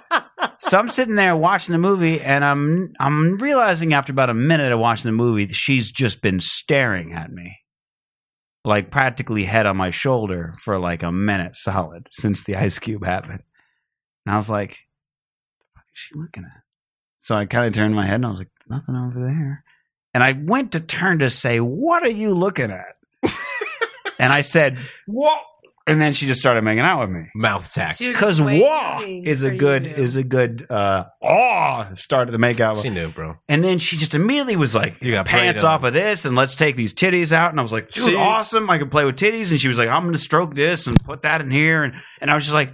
S7: so I'm sitting there watching the movie, and I'm I'm realizing after about a minute of watching the movie, that she's just been staring at me, like practically head on my shoulder for like a minute solid since the ice cube happened. And I was like, "What the fuck is she looking at?" So I kind of turned my head, and I was like, "Nothing over there." And I went to turn to say, "What are you looking at?" and I said, "What?" And then she just started making out with me
S8: mouth tack.
S9: She was
S7: because
S9: just
S7: wah
S9: waiting
S7: is a
S9: for
S7: good
S9: you.
S7: is a good uh aw start of the makeout
S8: She knew, bro.
S7: and then she just immediately was like
S8: You got
S7: pants
S8: preyed on.
S7: off of this and let's take these titties out and i was like dude
S8: See?
S7: awesome i can play with titties and she was like i'm gonna stroke this and put that in here and, and i was just like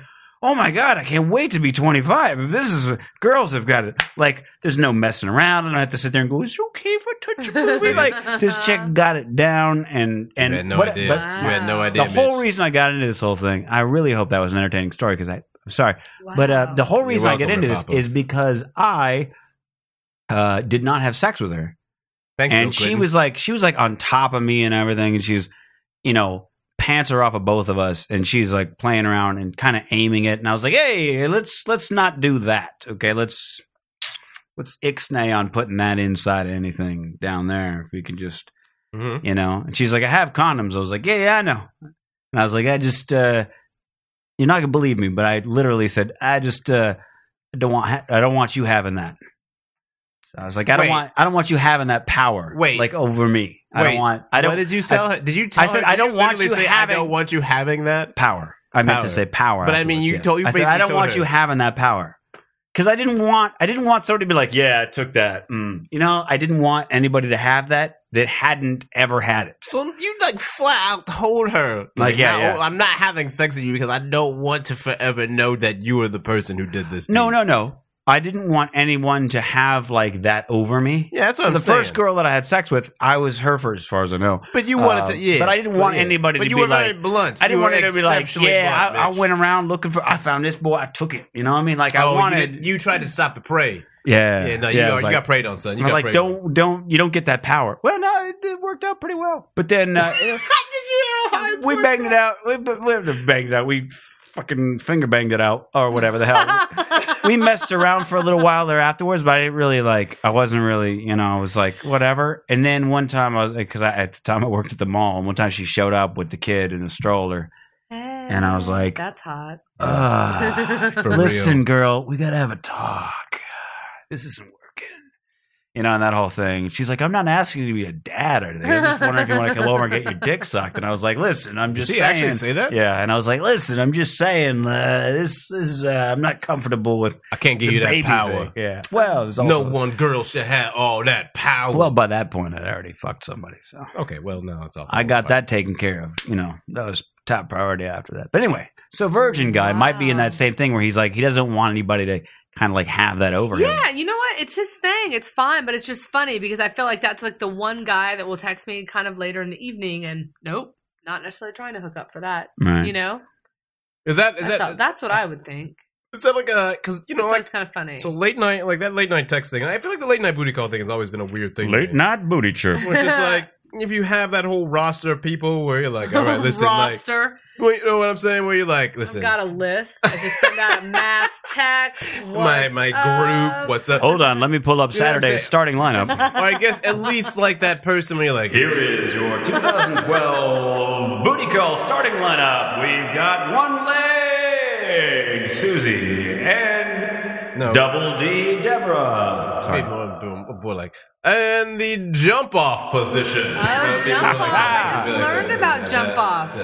S7: oh my god, I can't wait to be 25. If this is girls have got it. Like, there's no messing around. I don't have to sit there and go, is it okay if I touch your pussy? like, this chick got it down, and and
S10: you had no
S7: what-
S10: idea.
S7: but
S9: but-
S10: you had no
S7: the
S10: idea.
S7: whole
S10: Mitch.
S7: reason I got into this whole thing, I really hope that was an entertaining story because I, I'm sorry, but uh, the whole
S10: You're
S7: reason I get
S10: welcome,
S7: into this
S10: Rafapos.
S7: is because I uh, did not have sex with her,
S6: Thanks, Bill
S7: and she
S6: Clinton.
S7: was like, she was like on top of me and everything, and she's, you know, pants are off of both of us, and she's like playing around and kind of aiming it, and I was like, hey, let's let's not do that, okay? Let's let's ixnay on putting that inside of anything down there if we can just
S6: Mhm.
S7: you know and she's like i have condoms i was like yeah yeah i know and i was like i just uh you're not gonna believe me but i literally said i just uh don't want ha- i don't want you having that so i was like i don't
S6: Wait.
S7: want i don't want you having that power
S6: Wait.
S7: like over me i
S6: Wait.
S7: don't want i
S6: What
S7: don't
S6: did you sell? her? Did you tell
S7: I said,
S6: her?
S7: I
S6: did
S7: don't want
S6: literally
S7: you
S6: say,
S7: having-
S6: I don't want you having that.
S7: power i meant
S6: Power.
S7: to say power
S6: But I mean,
S7: afterwards,
S6: you
S7: yes.
S6: told- you
S7: i said
S6: basically
S7: i don't
S6: told
S7: want
S6: her.
S7: you having that power because i didn't want i didn't want somebody to be like yeah i took that mm. you know i didn't want anybody to have that that hadn't ever had it
S6: So you like flat out told her,
S7: Like, yeah,
S6: "No,
S7: yeah.
S6: I'm not having sex with you because I don't want to forever know that you are the person who did this. to
S7: No,
S6: me."
S7: no, no. I didn't want anyone to have like that over me.
S6: yeah, that's what
S7: So
S6: I'm
S7: the
S6: saying.
S7: first girl that I had sex with, I was her first, as far as I know.
S6: but you wanted
S7: Uh,
S6: to, yeah.
S7: but I didn't want anybody
S6: but
S7: to
S6: you
S7: be
S6: were very
S7: like-
S6: blunt.
S7: I didn't
S6: You
S7: want
S6: were
S7: it to be like,
S6: exceptionally
S7: yeah,
S6: blunt,
S7: I, I
S6: Mitch.
S7: went around looking for, I found this boy, I took it. You know what I mean? Like I
S6: Oh, you
S7: wanted,
S6: didn't- You, tried to stop the prey.
S7: yeah,
S6: Yeah, no, you,
S7: I
S6: got,
S7: was
S6: you
S7: like,
S6: got preyed on, son. You
S7: I'm
S6: got
S7: like,
S6: preyed on.
S7: don't, don't, you don't get that power. Well, no, it, it worked out pretty well. But then uh, we banged it out. We, we we banged it out. We fucking finger banged it out, or whatever the hell. we messed around for a little while there afterwards, but I didn't really like. I wasn't really, you know. I was like, whatever. And then one time I was because I, at the time I worked at the mall, and one time she showed up with the kid in a stroller, and I was like,
S9: that's hot.
S7: Ugh,
S6: For
S7: listen, girl, we gotta have a talk. This isn't working. You know, and that whole thing. She's like, I'm not asking you to be a dad or anything. I'm just wondering if you want to come over and get your dick sucked. And I was like, listen, I'm
S6: Did
S7: just
S6: she
S7: saying.
S6: actually say that?
S7: yeah, and I was like, listen, I'm just saying, uh, this is, uh, I'm not comfortable with
S6: I can't give
S7: the
S6: you that
S7: baby thing.
S6: power.
S7: Yeah. Well, it was
S6: No
S7: also,
S6: one girl should have all that power.
S7: Well, by that point, I'd already fucked somebody, so
S6: okay, well, no, it's all.
S7: I got that taken care of. You know, that was top priority after that. But anyway, so Virgin guy might be in
S9: Wow.
S7: that same thing where he's like, he doesn't want anybody to kind of like have that over him.
S9: Yeah, you know what? It's his thing. It's fine, but it's just funny because I feel like that's like the one guy that will text me kind of later in the evening, and nope, not necessarily trying to hook up for that.
S7: Right.
S9: You know,
S6: Is that is
S9: that's,
S6: that
S9: all- that's what I would think.
S6: is that like a because you
S9: it's
S6: know like
S9: always kind of funny.
S6: So late night, like that late night text thing, and I feel like the late night booty call thing has always been a weird thing. to
S7: Late
S6: me.
S7: night booty chirp.
S6: Where it's just like if you have that whole roster of people where you're like, all right, listen, like,
S9: roster.
S6: well, you know what I'm saying? Where you're like,
S9: I've
S6: listen,
S9: got a list. I just send out a mass text.
S6: my my
S9: What's up?
S6: group, what's up?
S7: Hold on, let me pull up
S6: You know what I'm
S7: Saturday's
S6: saying?
S7: starting lineup.
S6: Or I guess at least like that person where you're like,
S7: Here is your 2012 booty call starting lineup. We've got one leg, Susie, and
S6: No.
S7: Double D, Deborah.
S6: Maybe more, boom, more like, and the jump off position.
S9: Oh,
S6: People
S9: jump
S6: are
S9: off.
S6: "Ah."
S9: I just
S6: You're
S9: learned
S6: "Oh,
S9: about
S6: yeah,
S9: jump
S6: that-
S9: off."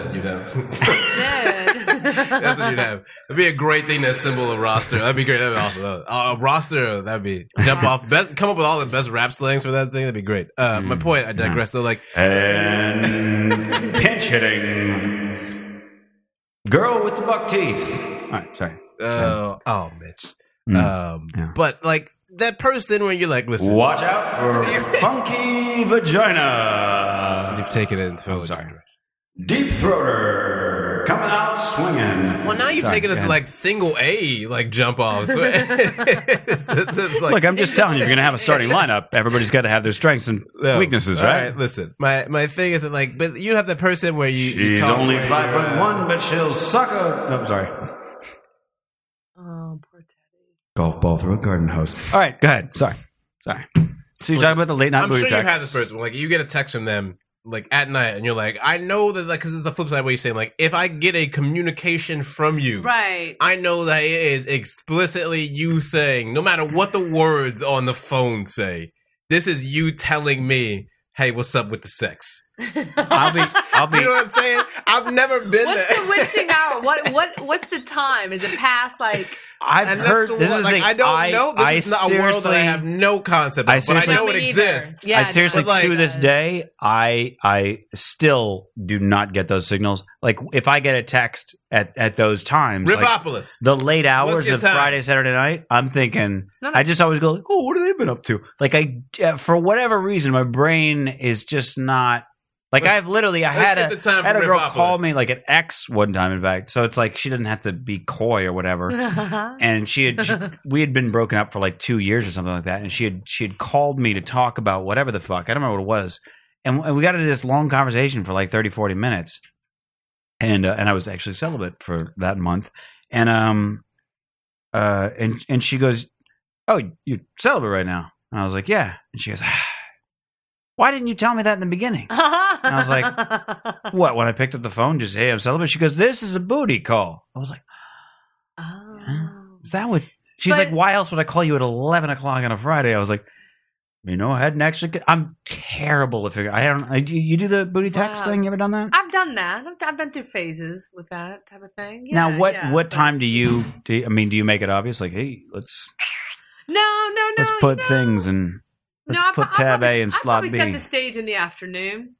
S6: that you know. That's what
S9: That's
S6: you'd have. That'd be a great thing to assemble a roster. That'd be great. That'd be awesome. Uh, a roster. That'd be jump off. Best come up with all the best rap slangs for that thing. That'd be great. Uh, My
S7: Mm.
S6: point. I digress. Though, like
S7: And pinch hitting. Girl with the buck teeth. All right, sorry.
S6: uh, oh, Mitch.
S7: Mm.
S6: Um,
S7: Yeah.
S6: but like that person where you're like, listen,
S7: Watch out for funky vagina.
S6: you've taken it. And I'm sorry.
S7: Deep throater coming out swinging.
S6: Well, now you've
S7: Sorry,
S6: taken
S7: go
S6: us
S7: ahead.
S6: like single A like jump off. So it's, it's like
S7: Look, I'm just telling you, if you're gonna have a starting lineup, everybody's got to have their strengths and
S6: No.
S7: weaknesses,
S6: All
S7: right?
S6: Listen, my my thing is that like, but you have that person where you you
S7: She's
S6: talk
S7: only
S6: where
S7: five
S6: you're,
S7: foot
S6: uh,
S7: one, but she'll suck a. No, I'm sorry.
S9: Oh, poor
S7: Golf ball through a garden hose. All right, go ahead. Sorry, sorry. So you're talking about the late night
S6: I'm
S7: booty
S6: sure you've
S7: texts.
S6: had this person. Like you get a text from them like at night, and you're like, I know that like because it's the flip side. What you're saying, like if I get a communication from you,
S9: Teddy. Right.
S6: I know that it is explicitly you saying, no matter what the words on the phone say, this is you telling me, hey, what's up with the sex?
S7: I'll be I'll
S6: You
S7: be.
S6: know what I'm saying? I've never been
S9: What's
S6: there.
S9: the witching hour? What what what's the time? Is it past like
S7: I've
S6: And
S7: heard.
S6: that's
S7: This is
S6: what-
S7: the
S6: like,
S7: thing.
S6: I don't know. This
S7: I
S6: is not a world that I
S7: seriously-
S6: have no concept of,
S7: I
S6: but I
S7: seriously-
S6: know
S9: No,
S6: it
S9: me neither.
S6: exists.
S9: Yeah,
S7: I seriously,
S9: but, like-
S7: to this day, I I still do not get those signals. Like if I get a text at at those times, like,
S6: Ripopolis.
S7: the late hours
S6: your
S7: of
S6: time?
S7: Friday, Saturday night, I'm thinking.
S9: It's not. a-
S7: I just always go like, oh, what have they been up to? Like I, uh, for whatever reason, my brain is just not. Like
S6: Let's-
S7: I've literally, I
S6: Let's
S7: had
S6: get
S7: a
S6: the time
S7: I had
S6: for
S7: a girl
S6: Ripopolis.
S7: call me like an ex one time, in fact. So it's like she didn't have to be coy or whatever. And she had she- we had been broken up for like two years or something like that, and she had she had called me to talk about whatever the fuck I don't remember what it was, and, and we got into this long conversation for like 30, 40 minutes, and uh, and I was actually celibate for that month, and um, uh, and and she goes, "Oh, you're celibate right now," and I was like, "Yeah," and she goes, "Ah, "Why didn't you tell me that in the beginning?"
S9: I
S7: was like, What? When I picked up the phone, just hey, I'm celibate. She goes, "This is a booty call." I was like,
S9: oh.
S7: "Is that what?" She's
S9: But-
S7: like, "Why else would I call you at 11 o'clock on a Friday?" I was like, "You know, I hadn't actually. I'm terrible at figuring. I don't. I, you you do the booty text
S9: Wow.
S7: thing? You ever done that?
S9: I've done that. I've, I've been through phases with that type of thing.
S7: now,
S9: Yeah,
S7: what
S9: yeah,
S7: what
S9: but-
S7: time do you? Do you- I mean, do you make it obvious? Like, hey, let's
S9: No, no, no.
S7: let's put
S9: no.
S7: things and let's
S9: I pro-
S7: put
S9: I
S7: tab
S9: probably-
S7: A and
S9: I
S7: slot B.
S9: probably set the stage in the afternoon.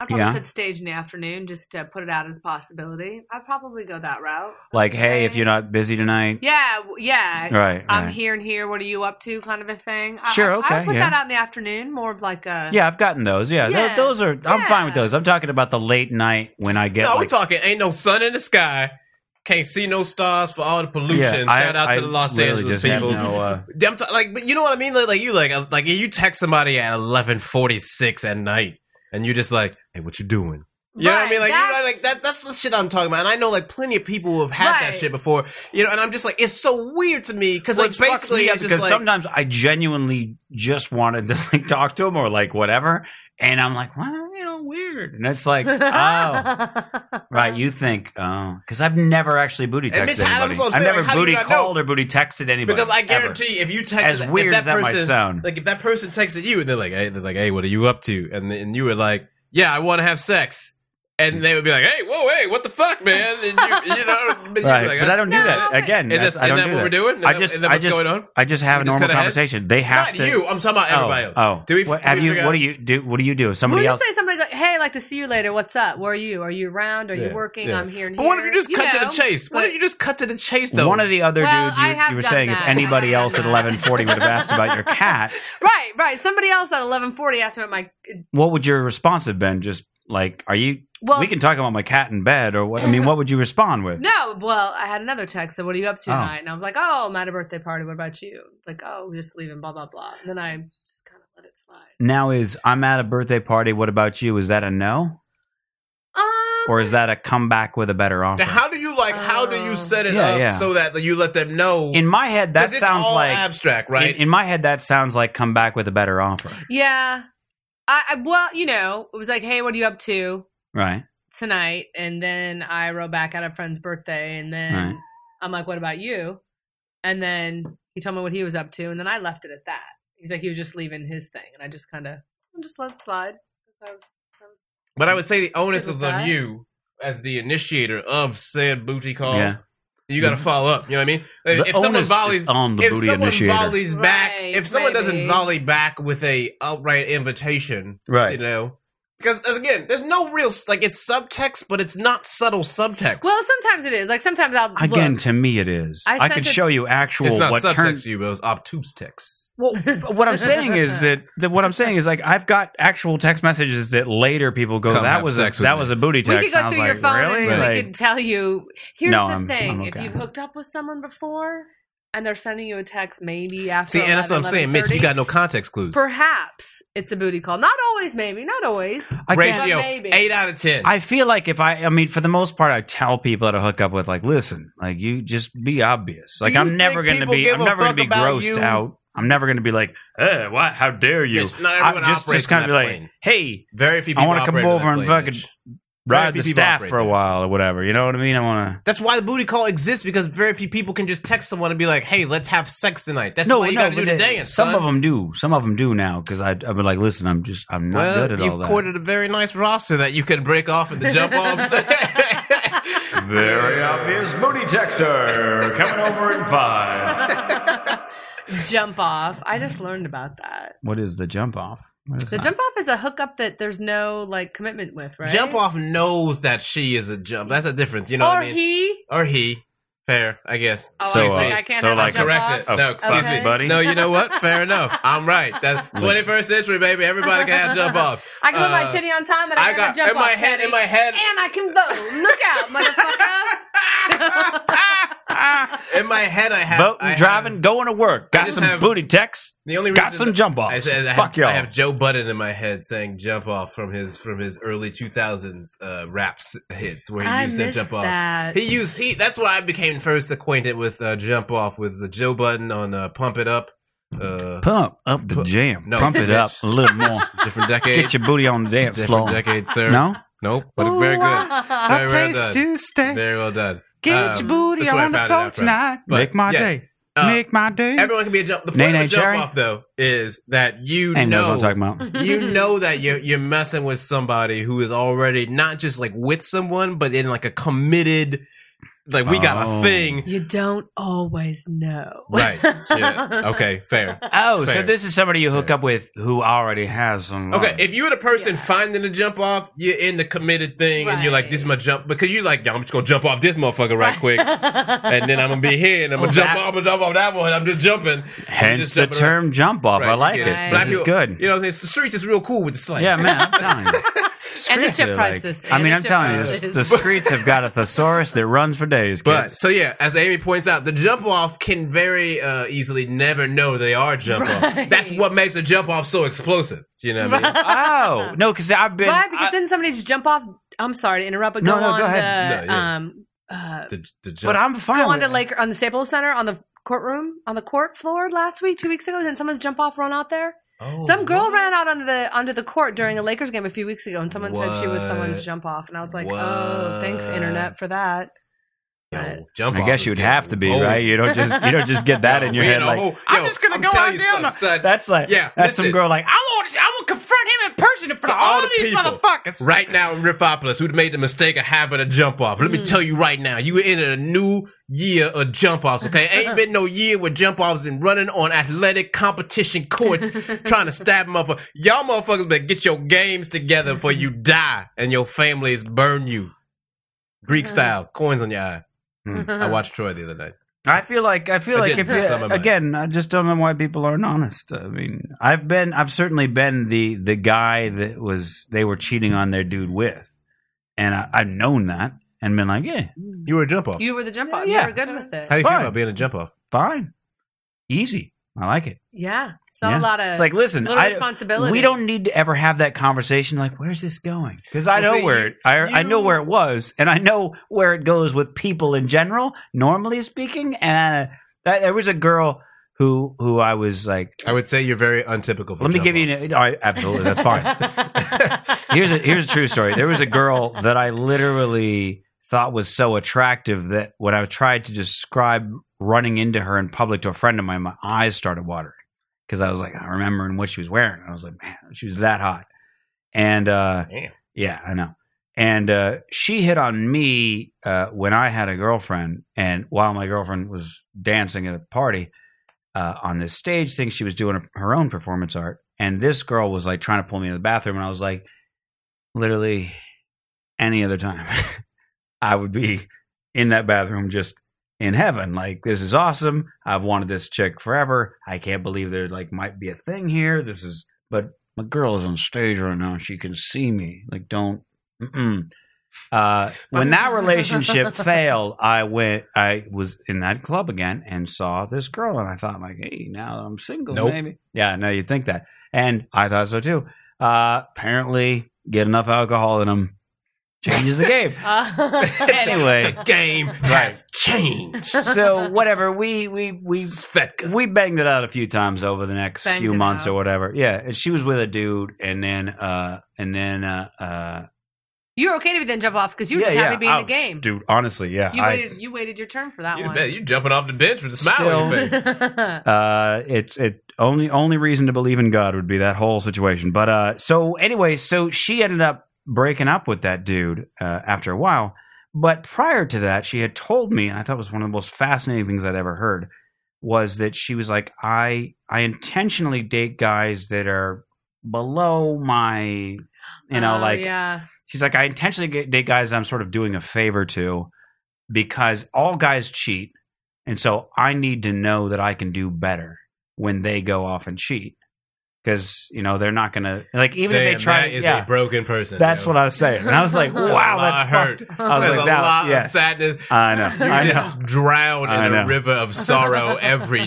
S9: I probably
S7: Yeah.
S9: set the stage in the afternoon just to put it out as a possibility. I'd probably go that route.
S7: like, hey, if you're not busy tonight,
S9: Yeah, w- yeah.
S7: right?
S9: I'm
S7: right.
S9: here and here. What are you up to? Kind of a thing. I-
S7: Sure,
S9: I, I,
S7: okay,
S9: would put
S7: yeah.
S9: that out in the afternoon, more of like a.
S7: Yeah, I've gotten those. Yeah, Tho-
S9: Yeah.
S7: those are. I'm fine with
S9: Yeah.
S7: those. I'm talking about the late night when I get
S6: no, we
S7: like
S6: talking ain't no sun in the sky. Can't see no stars for all the pollution.
S7: I-
S6: Shout out
S7: I
S6: to the Los
S7: really
S6: Angeles
S7: just have
S6: people.
S7: no, uh,
S6: I'm t- like, but you know what I mean? Like, like you like uh, like you text somebody at eleven forty six at night, and you're just like, "Hey, what you doing?" You know what I
S9: Right,
S6: mean? Like, you know,
S9: that's-
S6: like that. That's the shit I'm talking about. And I know like plenty of people who have had that
S9: Right.
S6: shit before. You know, and I'm just like, it's so weird to me because like
S7: Which fucks
S6: basically,
S7: me up
S6: it's just
S7: because
S6: like,
S7: sometimes I genuinely just wanted to like talk to him or like whatever, and I'm like, well, you know, weird, and it's like, oh, right, you think, oh, because I've never actually booty
S6: And Mitch
S7: texted anybody.
S6: Adams, I'm
S7: I've
S6: saying,
S7: never
S6: like, how do you
S7: booty
S6: not know?
S7: called or booty texted anybody
S6: because I
S7: ever.
S6: guarantee if you text
S7: As
S6: that- if
S7: weird
S6: that
S7: as that
S6: person,
S7: might sound,
S6: like if that person texted you and they're like, hey, they're like, hey, what are you up to? And th- and you were like, yeah, I want to have sex. And they would be like, hey, whoa, hey, what the fuck, man? And you, you know, but you'd be
S7: right?
S6: like,
S7: but I don't do
S9: No,
S7: that
S9: okay.
S7: again.
S6: Is
S7: that's-
S6: that,
S7: I don't
S6: is that
S7: do
S6: what
S7: that.
S6: we're doing? Is
S7: I
S6: that-
S7: just-
S6: is that
S7: I
S6: what's
S7: just-
S6: going on?
S7: I just have
S6: We
S7: a
S6: just
S7: normal
S6: cut ahead?
S7: conversation. They have
S6: Not
S7: to.
S6: you. I'm talking about
S7: oh,
S6: everybody else.
S7: oh.
S6: Do we-
S7: what,
S6: do
S7: have
S6: we
S7: you?
S6: figure
S7: What
S6: out-
S7: do you do? What do you do? If
S9: Well,
S7: somebody
S9: you
S7: else.
S9: say something like, "Hey, like to see you later. What's up? Where are you? Are you around? Are
S6: Yeah,
S9: you working?
S6: yeah.
S9: I'm here and
S6: But
S9: here."
S6: why don't you just cut to
S9: know?
S6: the chase? Why
S9: But-
S6: don't you just cut to the chase, though?
S7: One of the other
S9: Well,
S7: dudes you,
S9: I have
S7: you were
S9: done
S7: saying, if
S9: that.
S7: anybody else at eleven forty would have asked about your cat,
S9: Right, right. Somebody else at 11:40 asked me about my.
S7: what would your response have been? Just like, are you?
S9: Well,
S7: we can talk about my cat in bed, or what? I mean, what would you respond with?
S9: No, well, I had another text. So, what are you up to
S7: Oh.
S9: tonight? And I was like, "Oh, I'm at a birthday party. What about you?" Like, "Oh, we're just leaving." Blah blah blah. And then I just kind of let it slide.
S7: Now is I'm at a birthday party. What about you? Is that a no,
S9: Um,
S7: or is that a comeback with a better offer?
S6: Now, how do you like? How do you set it
S7: Yeah,
S6: up
S7: yeah.
S6: so that you let them know?
S7: in my head, that
S6: 'Cause it's
S7: sounds
S6: all
S7: like
S6: abstract,
S7: in-
S6: right?
S7: In, my head, that sounds like come back with a better offer,
S9: yeah. I, I well, you know, it was like, "Hey, what are you up to
S7: right?
S9: tonight?" And then I wrote back at a friend's birthday, and then
S7: Right.
S9: I'm like, "What about you?" And then he told me what he was up to, and then I left it at that. He's like, he was just leaving his thing, and I just kind of just let it slide. That was- that was-
S6: but I would say the onus
S9: Good with
S6: is on
S9: that.
S6: you as the initiator of said booty call.
S7: Yeah.
S6: You got to
S7: The-
S6: follow up. You know what I mean? If-
S7: The
S6: if someone
S7: onus is
S6: volleys,
S7: on the
S6: if
S7: booty
S6: someone
S7: initiator,
S6: volleys back,
S9: Right,
S6: if someone doesn't
S9: maybe.
S6: volley back with a outright invitation, you
S7: right?
S6: know, because as again, there's no real s- like it's subtext, but it's not subtle subtext.
S9: Well, sometimes it is. Like sometimes I'll
S7: Again,
S9: Look.
S7: to me, it is.
S9: I
S7: I,
S9: sent
S7: could
S9: a-
S7: show you actual
S6: it's not
S7: what
S6: subtext
S7: turns
S6: for you, but it's obtuse text.
S7: Well, but what I'm saying is that, that what I'm saying is like I've got actual text messages that later people go
S6: Come have
S7: that was a,
S6: sex with
S7: that
S6: me."
S7: was a booty
S9: we
S7: text. And
S9: could
S7: I
S9: go
S7: was
S9: through your
S7: like,
S9: phone
S7: really?
S9: and we
S7: Like,
S9: could tell you. Here's
S7: No,
S9: the
S7: I'm-
S9: thing:
S7: I'm
S9: if
S7: okay.
S9: you've hooked up with someone before and they're sending you a text, maybe after.
S6: See, and that's what I'm
S9: 11,
S6: saying, Mitch. You
S9: 11:30,
S6: got no context clues.
S9: Perhaps it's a booty call. Not always, maybe. Not always.
S7: I can't-
S6: Ratio
S9: Maybe.
S6: eight out of ten.
S7: I feel like if I, I mean, for the most part, I tell people that I hook up with, like, listen, like, you just be obvious. Like,
S6: you
S7: I'm never
S6: think
S7: going to
S6: people
S7: be,
S6: give
S7: I'm
S6: a
S7: never going
S6: fuck
S7: to be
S6: about
S7: grossed
S6: you?
S7: out. I'm never going to be like, eh, what? How dare you?
S6: Mitch, not
S7: I'm
S6: everyone
S7: just,
S6: operates
S7: just kind
S6: on
S7: of
S6: that
S7: be like,
S6: plane.
S7: hey,
S6: Very few
S7: I
S6: people
S7: wanna come
S6: operate on
S7: over
S6: that
S7: and
S6: plane,
S7: fucking-
S6: Mitch. Very
S7: ride
S6: few
S7: the
S6: people
S7: staff
S6: operate
S7: for a
S6: that.
S7: while or whatever. You know what I mean? I want to.
S6: That's why the booty call exists because very few people can just text someone and be like, "Hey, let's have sex tonight." That's all you got to do
S7: but
S6: to
S7: it-
S6: dance.
S7: Some
S6: son.
S7: of them do. Some of them do now because I, I've been like, listen, I'm just, I'm not
S6: well,
S7: good at
S6: you've
S7: all that.
S6: courted a very nice roster that you can break off in the jump offs.
S7: Very obvious booty texter coming over in five.
S9: jump off. I just learned about that.
S7: What is the jump off? What is
S9: The
S7: that?
S9: jump off is a hookup that there's no like commitment with, right?
S6: Jump off knows that she is a jump. That's a difference. You know
S9: or
S6: what I mean?
S9: he.
S6: Or he. Fair, I guess.
S9: Oh,
S7: So,
S9: I, was
S7: uh,
S9: like, I can't
S7: so
S9: have
S7: like
S9: a jump off.
S6: correct it. No, excuse
S9: Okay.
S6: me.
S7: buddy.
S6: No, you know what? Fair enough. I'm right. That's 21st century, baby. Everybody can have jump offs.
S9: I can put
S6: Uh,
S9: my titty on time, and I,
S6: I
S9: can have a
S6: got
S9: jump
S6: in my
S9: off,
S6: head.
S9: Teddy.
S6: In my head.
S9: And I can go. Look out, motherfucker.
S6: In my head, I have.
S7: Voting,
S6: I have-
S7: driving, going to work. Got
S6: just
S7: some
S6: have-
S7: booty texts.
S6: the only
S7: Got
S6: reason
S7: some
S6: that-
S7: jump offs.
S6: I said I
S7: Fuck
S6: have,
S7: y'all.
S6: I have Joe Budden in my head saying "jump off" from his from his early 2000s uh, raps hits where he
S9: I
S6: used that
S9: missed
S6: jump off.
S9: that.
S6: He used he. That's why I became first acquainted with uh, jump off with the Joe Budden on uh, "Pump It Up." Uh,
S7: Pump up the
S6: Pu-
S7: jam.
S6: no,
S7: Pump it up a little more.
S6: different decade.
S7: Get your booty on the dance floor.
S6: different decade, sir.
S7: No?
S6: nope. But very good.
S9: Wow.
S6: Very well done.
S7: to stay.
S6: Very well done.
S7: Get
S6: Um,
S7: your booty
S6: that's where I
S7: on the
S6: found it
S7: floor
S6: out from.
S7: tonight.
S6: But,
S7: Make my
S6: yes,
S7: day.
S6: Uh,
S7: Make my day.
S6: everyone can be a jump. The point
S7: Nay,
S6: of a
S7: nay,
S6: jump
S7: Sherry.
S6: off though is that you
S7: Ain't
S6: know
S7: no talking about.
S6: you know that you're you're messing with somebody who is already not just like with someone, but in like a committed, like we got
S7: Oh.
S6: a thing.
S9: You don't always know.
S6: Right. Yeah. Okay. Fair.
S7: Oh,
S6: Fair.
S7: so this is somebody you hook
S6: Fair.
S7: up with who already has some. love.
S6: Okay. If you're the person
S9: Yeah.
S6: finding the jump off, you're in the committed thing, and you're like, "This is my jump," because you're like, "Yo, "I'm just gonna jump off this motherfucker right quick." And then I'm gonna be here, and I'm gonna
S7: Oh,
S6: jump
S7: that-
S6: off, I'm gonna jump off that one. I'm just jumping. I'm
S7: hence
S6: just
S7: the
S6: jumping around.
S7: term jump off.
S6: Right,
S7: I like
S6: you
S7: it.
S6: get
S9: it.
S7: This
S6: Black
S7: is
S6: people-
S7: good.
S6: You know, what I'm saying? the streets is real cool with the slang.
S7: yeah, man, I'm telling you. Streets
S9: chip
S7: are
S9: prices.
S7: I
S9: And
S7: mean,
S9: the
S7: I'm
S9: chip
S7: telling you,
S9: prices.
S7: the, the streets have got a thesaurus that runs for days.
S6: But
S7: Kids.
S6: so yeah, as Amy points out, the jump off can very uh, easily never know they are jump off.
S9: Right.
S6: That's what makes a jump off so explosive. Do you know what I mean?
S7: oh no, because I've been.
S9: Why? Because
S7: I-
S9: then somebody just jump off. I'm sorry to interrupt, but
S7: No,
S9: go
S7: no,
S9: on
S7: go
S9: the
S7: ahead.
S6: No, yeah.
S9: um uh,
S6: The, the jump.
S7: but I'm fine.
S9: go on
S7: with
S9: the
S7: it.
S9: like on the Staples Center on the courtroom on the court floor last week, two weeks ago. Didn't someone jump off, run out there?
S6: Oh,
S9: Some girl
S6: what?
S9: ran out onto the onto the court during a Lakers game a few weeks ago, and someone said she was someone's
S6: What?
S9: jump off, and I was like, oh, thanks
S6: What?
S9: internet for that.
S6: Yo, jump
S7: I
S6: off
S7: guess
S6: is
S7: you'd
S6: getting
S7: have to be
S6: old.
S7: right. You don't just you don't just get that
S6: Yo,
S7: in your
S6: Oh. we
S7: head.
S6: a
S7: Like
S6: whole-
S7: I'm
S6: yo,
S7: just gonna go
S6: telling
S7: out
S6: you
S7: there and-
S6: something, son.
S7: that's like
S6: Yeah,
S7: that's some
S6: listen.
S7: girl like I won't I will confront him in person in front
S6: To
S7: of all,
S6: all the
S7: these
S6: people.
S7: motherfuckers.
S6: Right now in Riffopolis, who'd made the mistake of having a jump off. Let me tell you right now, you in a new year of jump offs, okay? Ain't been no year with jump offs and running on athletic competition courts trying to stab motherfuckers. Y'all motherfuckers better get your games together before you die and your families burn you. Greek style, coins on your eye.
S7: mm,
S6: I watched Troy the other night.
S7: I feel like I feel
S6: I
S7: like
S6: did
S7: if
S6: put some
S7: you
S6: in mine.
S7: again, I just don't know why people aren't honest. I mean, I've been I've certainly been the the guy that was they were cheating on their dude with, and I, I've known that and been like, yeah,
S6: You were a jump off.
S9: You were the jump off.
S7: Yeah.
S9: You were good with it.
S6: How do you
S7: Fine.
S6: feel about being a jump off?
S7: fine, easy, I like it.
S9: yeah, it's not
S7: Yeah.
S9: Uh, a lot of
S7: It's like, listen,
S9: little
S7: I,
S9: responsibility.
S7: we don't need to ever have that conversation. Like, where's this going? Because I
S6: Well,
S7: know
S6: see,
S7: where it,
S6: you-
S7: I, I know
S6: you-
S7: where it was, and I know where it goes with people in general, normally speaking. And that, there was a girl who who I was like,
S6: I would say you're very untypical for
S7: let me
S6: jump
S7: give you
S6: offs.
S7: an, all right, absolutely, that's fine. here's a here's a true story. There was a girl that I literally thought was so attractive that when I tried to describe running into her in public to a friend of mine, my eyes started watering because I was like, I remembering what she was wearing. I was like, man, she was that hot. And uh,
S6: Damn.
S7: yeah, I know. And uh, she hit on me uh, when I had a girlfriend, and while my girlfriend was dancing at a party uh, on this stage thing, she was doing her own performance art, and this girl was like trying to pull me in the bathroom, and I was like, literally any other time, I would be in that bathroom just in heaven. Like, this is awesome. I've wanted this chick forever. I can't believe there like might be a thing here. This is, but my girl is on stage right now. She can see me. Like, don't. Mm-mm. Uh, when that relationship failed, I went. I was in that club again and saw this girl, and I thought, like, hey, now that I'm single,
S6: Nope.
S7: maybe. Yeah, no, you think that, and I thought so too. Uh, apparently, get enough alcohol in them changes the game.
S9: Uh,
S7: anyway,
S6: The game has changed.
S7: so whatever we we we
S6: Svetka.
S7: we banged it out a few times over the next
S9: Banged
S7: few
S9: it
S7: months
S9: out.
S7: or whatever. Yeah, and she was with a dude, and then uh, and then uh, uh,
S9: You're okay to then jump off because you were
S7: yeah,
S9: just happy
S7: yeah.
S9: to be in the
S7: Ouch,
S9: game.
S7: dude. Honestly, yeah.
S9: You
S7: I-
S9: waited. you waited your turn for that
S6: You
S9: one.
S6: bet. You jumping off the bench with a smile on your face.
S7: uh, it it only only reason to believe in God would be that whole situation. But uh, so anyway, so she ended up breaking up with that dude uh, after a while. But prior to that, she had told me, and I thought it was one of the most fascinating things I'd ever heard, was that she was like, I I intentionally date guys that are below my, you know,
S9: Oh,
S7: like
S9: yeah.
S7: She's like, I intentionally get, date guys I'm sort of doing a favor to because all guys cheat. And so I need to know that I can do better when they go off and cheat. Because, you know, they're not going to, like, even
S6: Damn,
S7: if they try
S6: that
S7: to,
S6: is
S7: yeah,
S6: a broken person.
S7: that's
S6: yo.
S7: what I was saying. And I was like,
S9: That's a
S7: wow,
S6: lot
S7: that's
S6: of hurt.
S7: fucked. I was
S6: There's
S7: like,
S6: a lot
S7: that,
S6: of
S7: yes.
S6: sadness.
S7: I know.
S6: You
S7: I know.
S6: just drown
S7: I
S6: in
S7: know.
S6: a river of sorrow every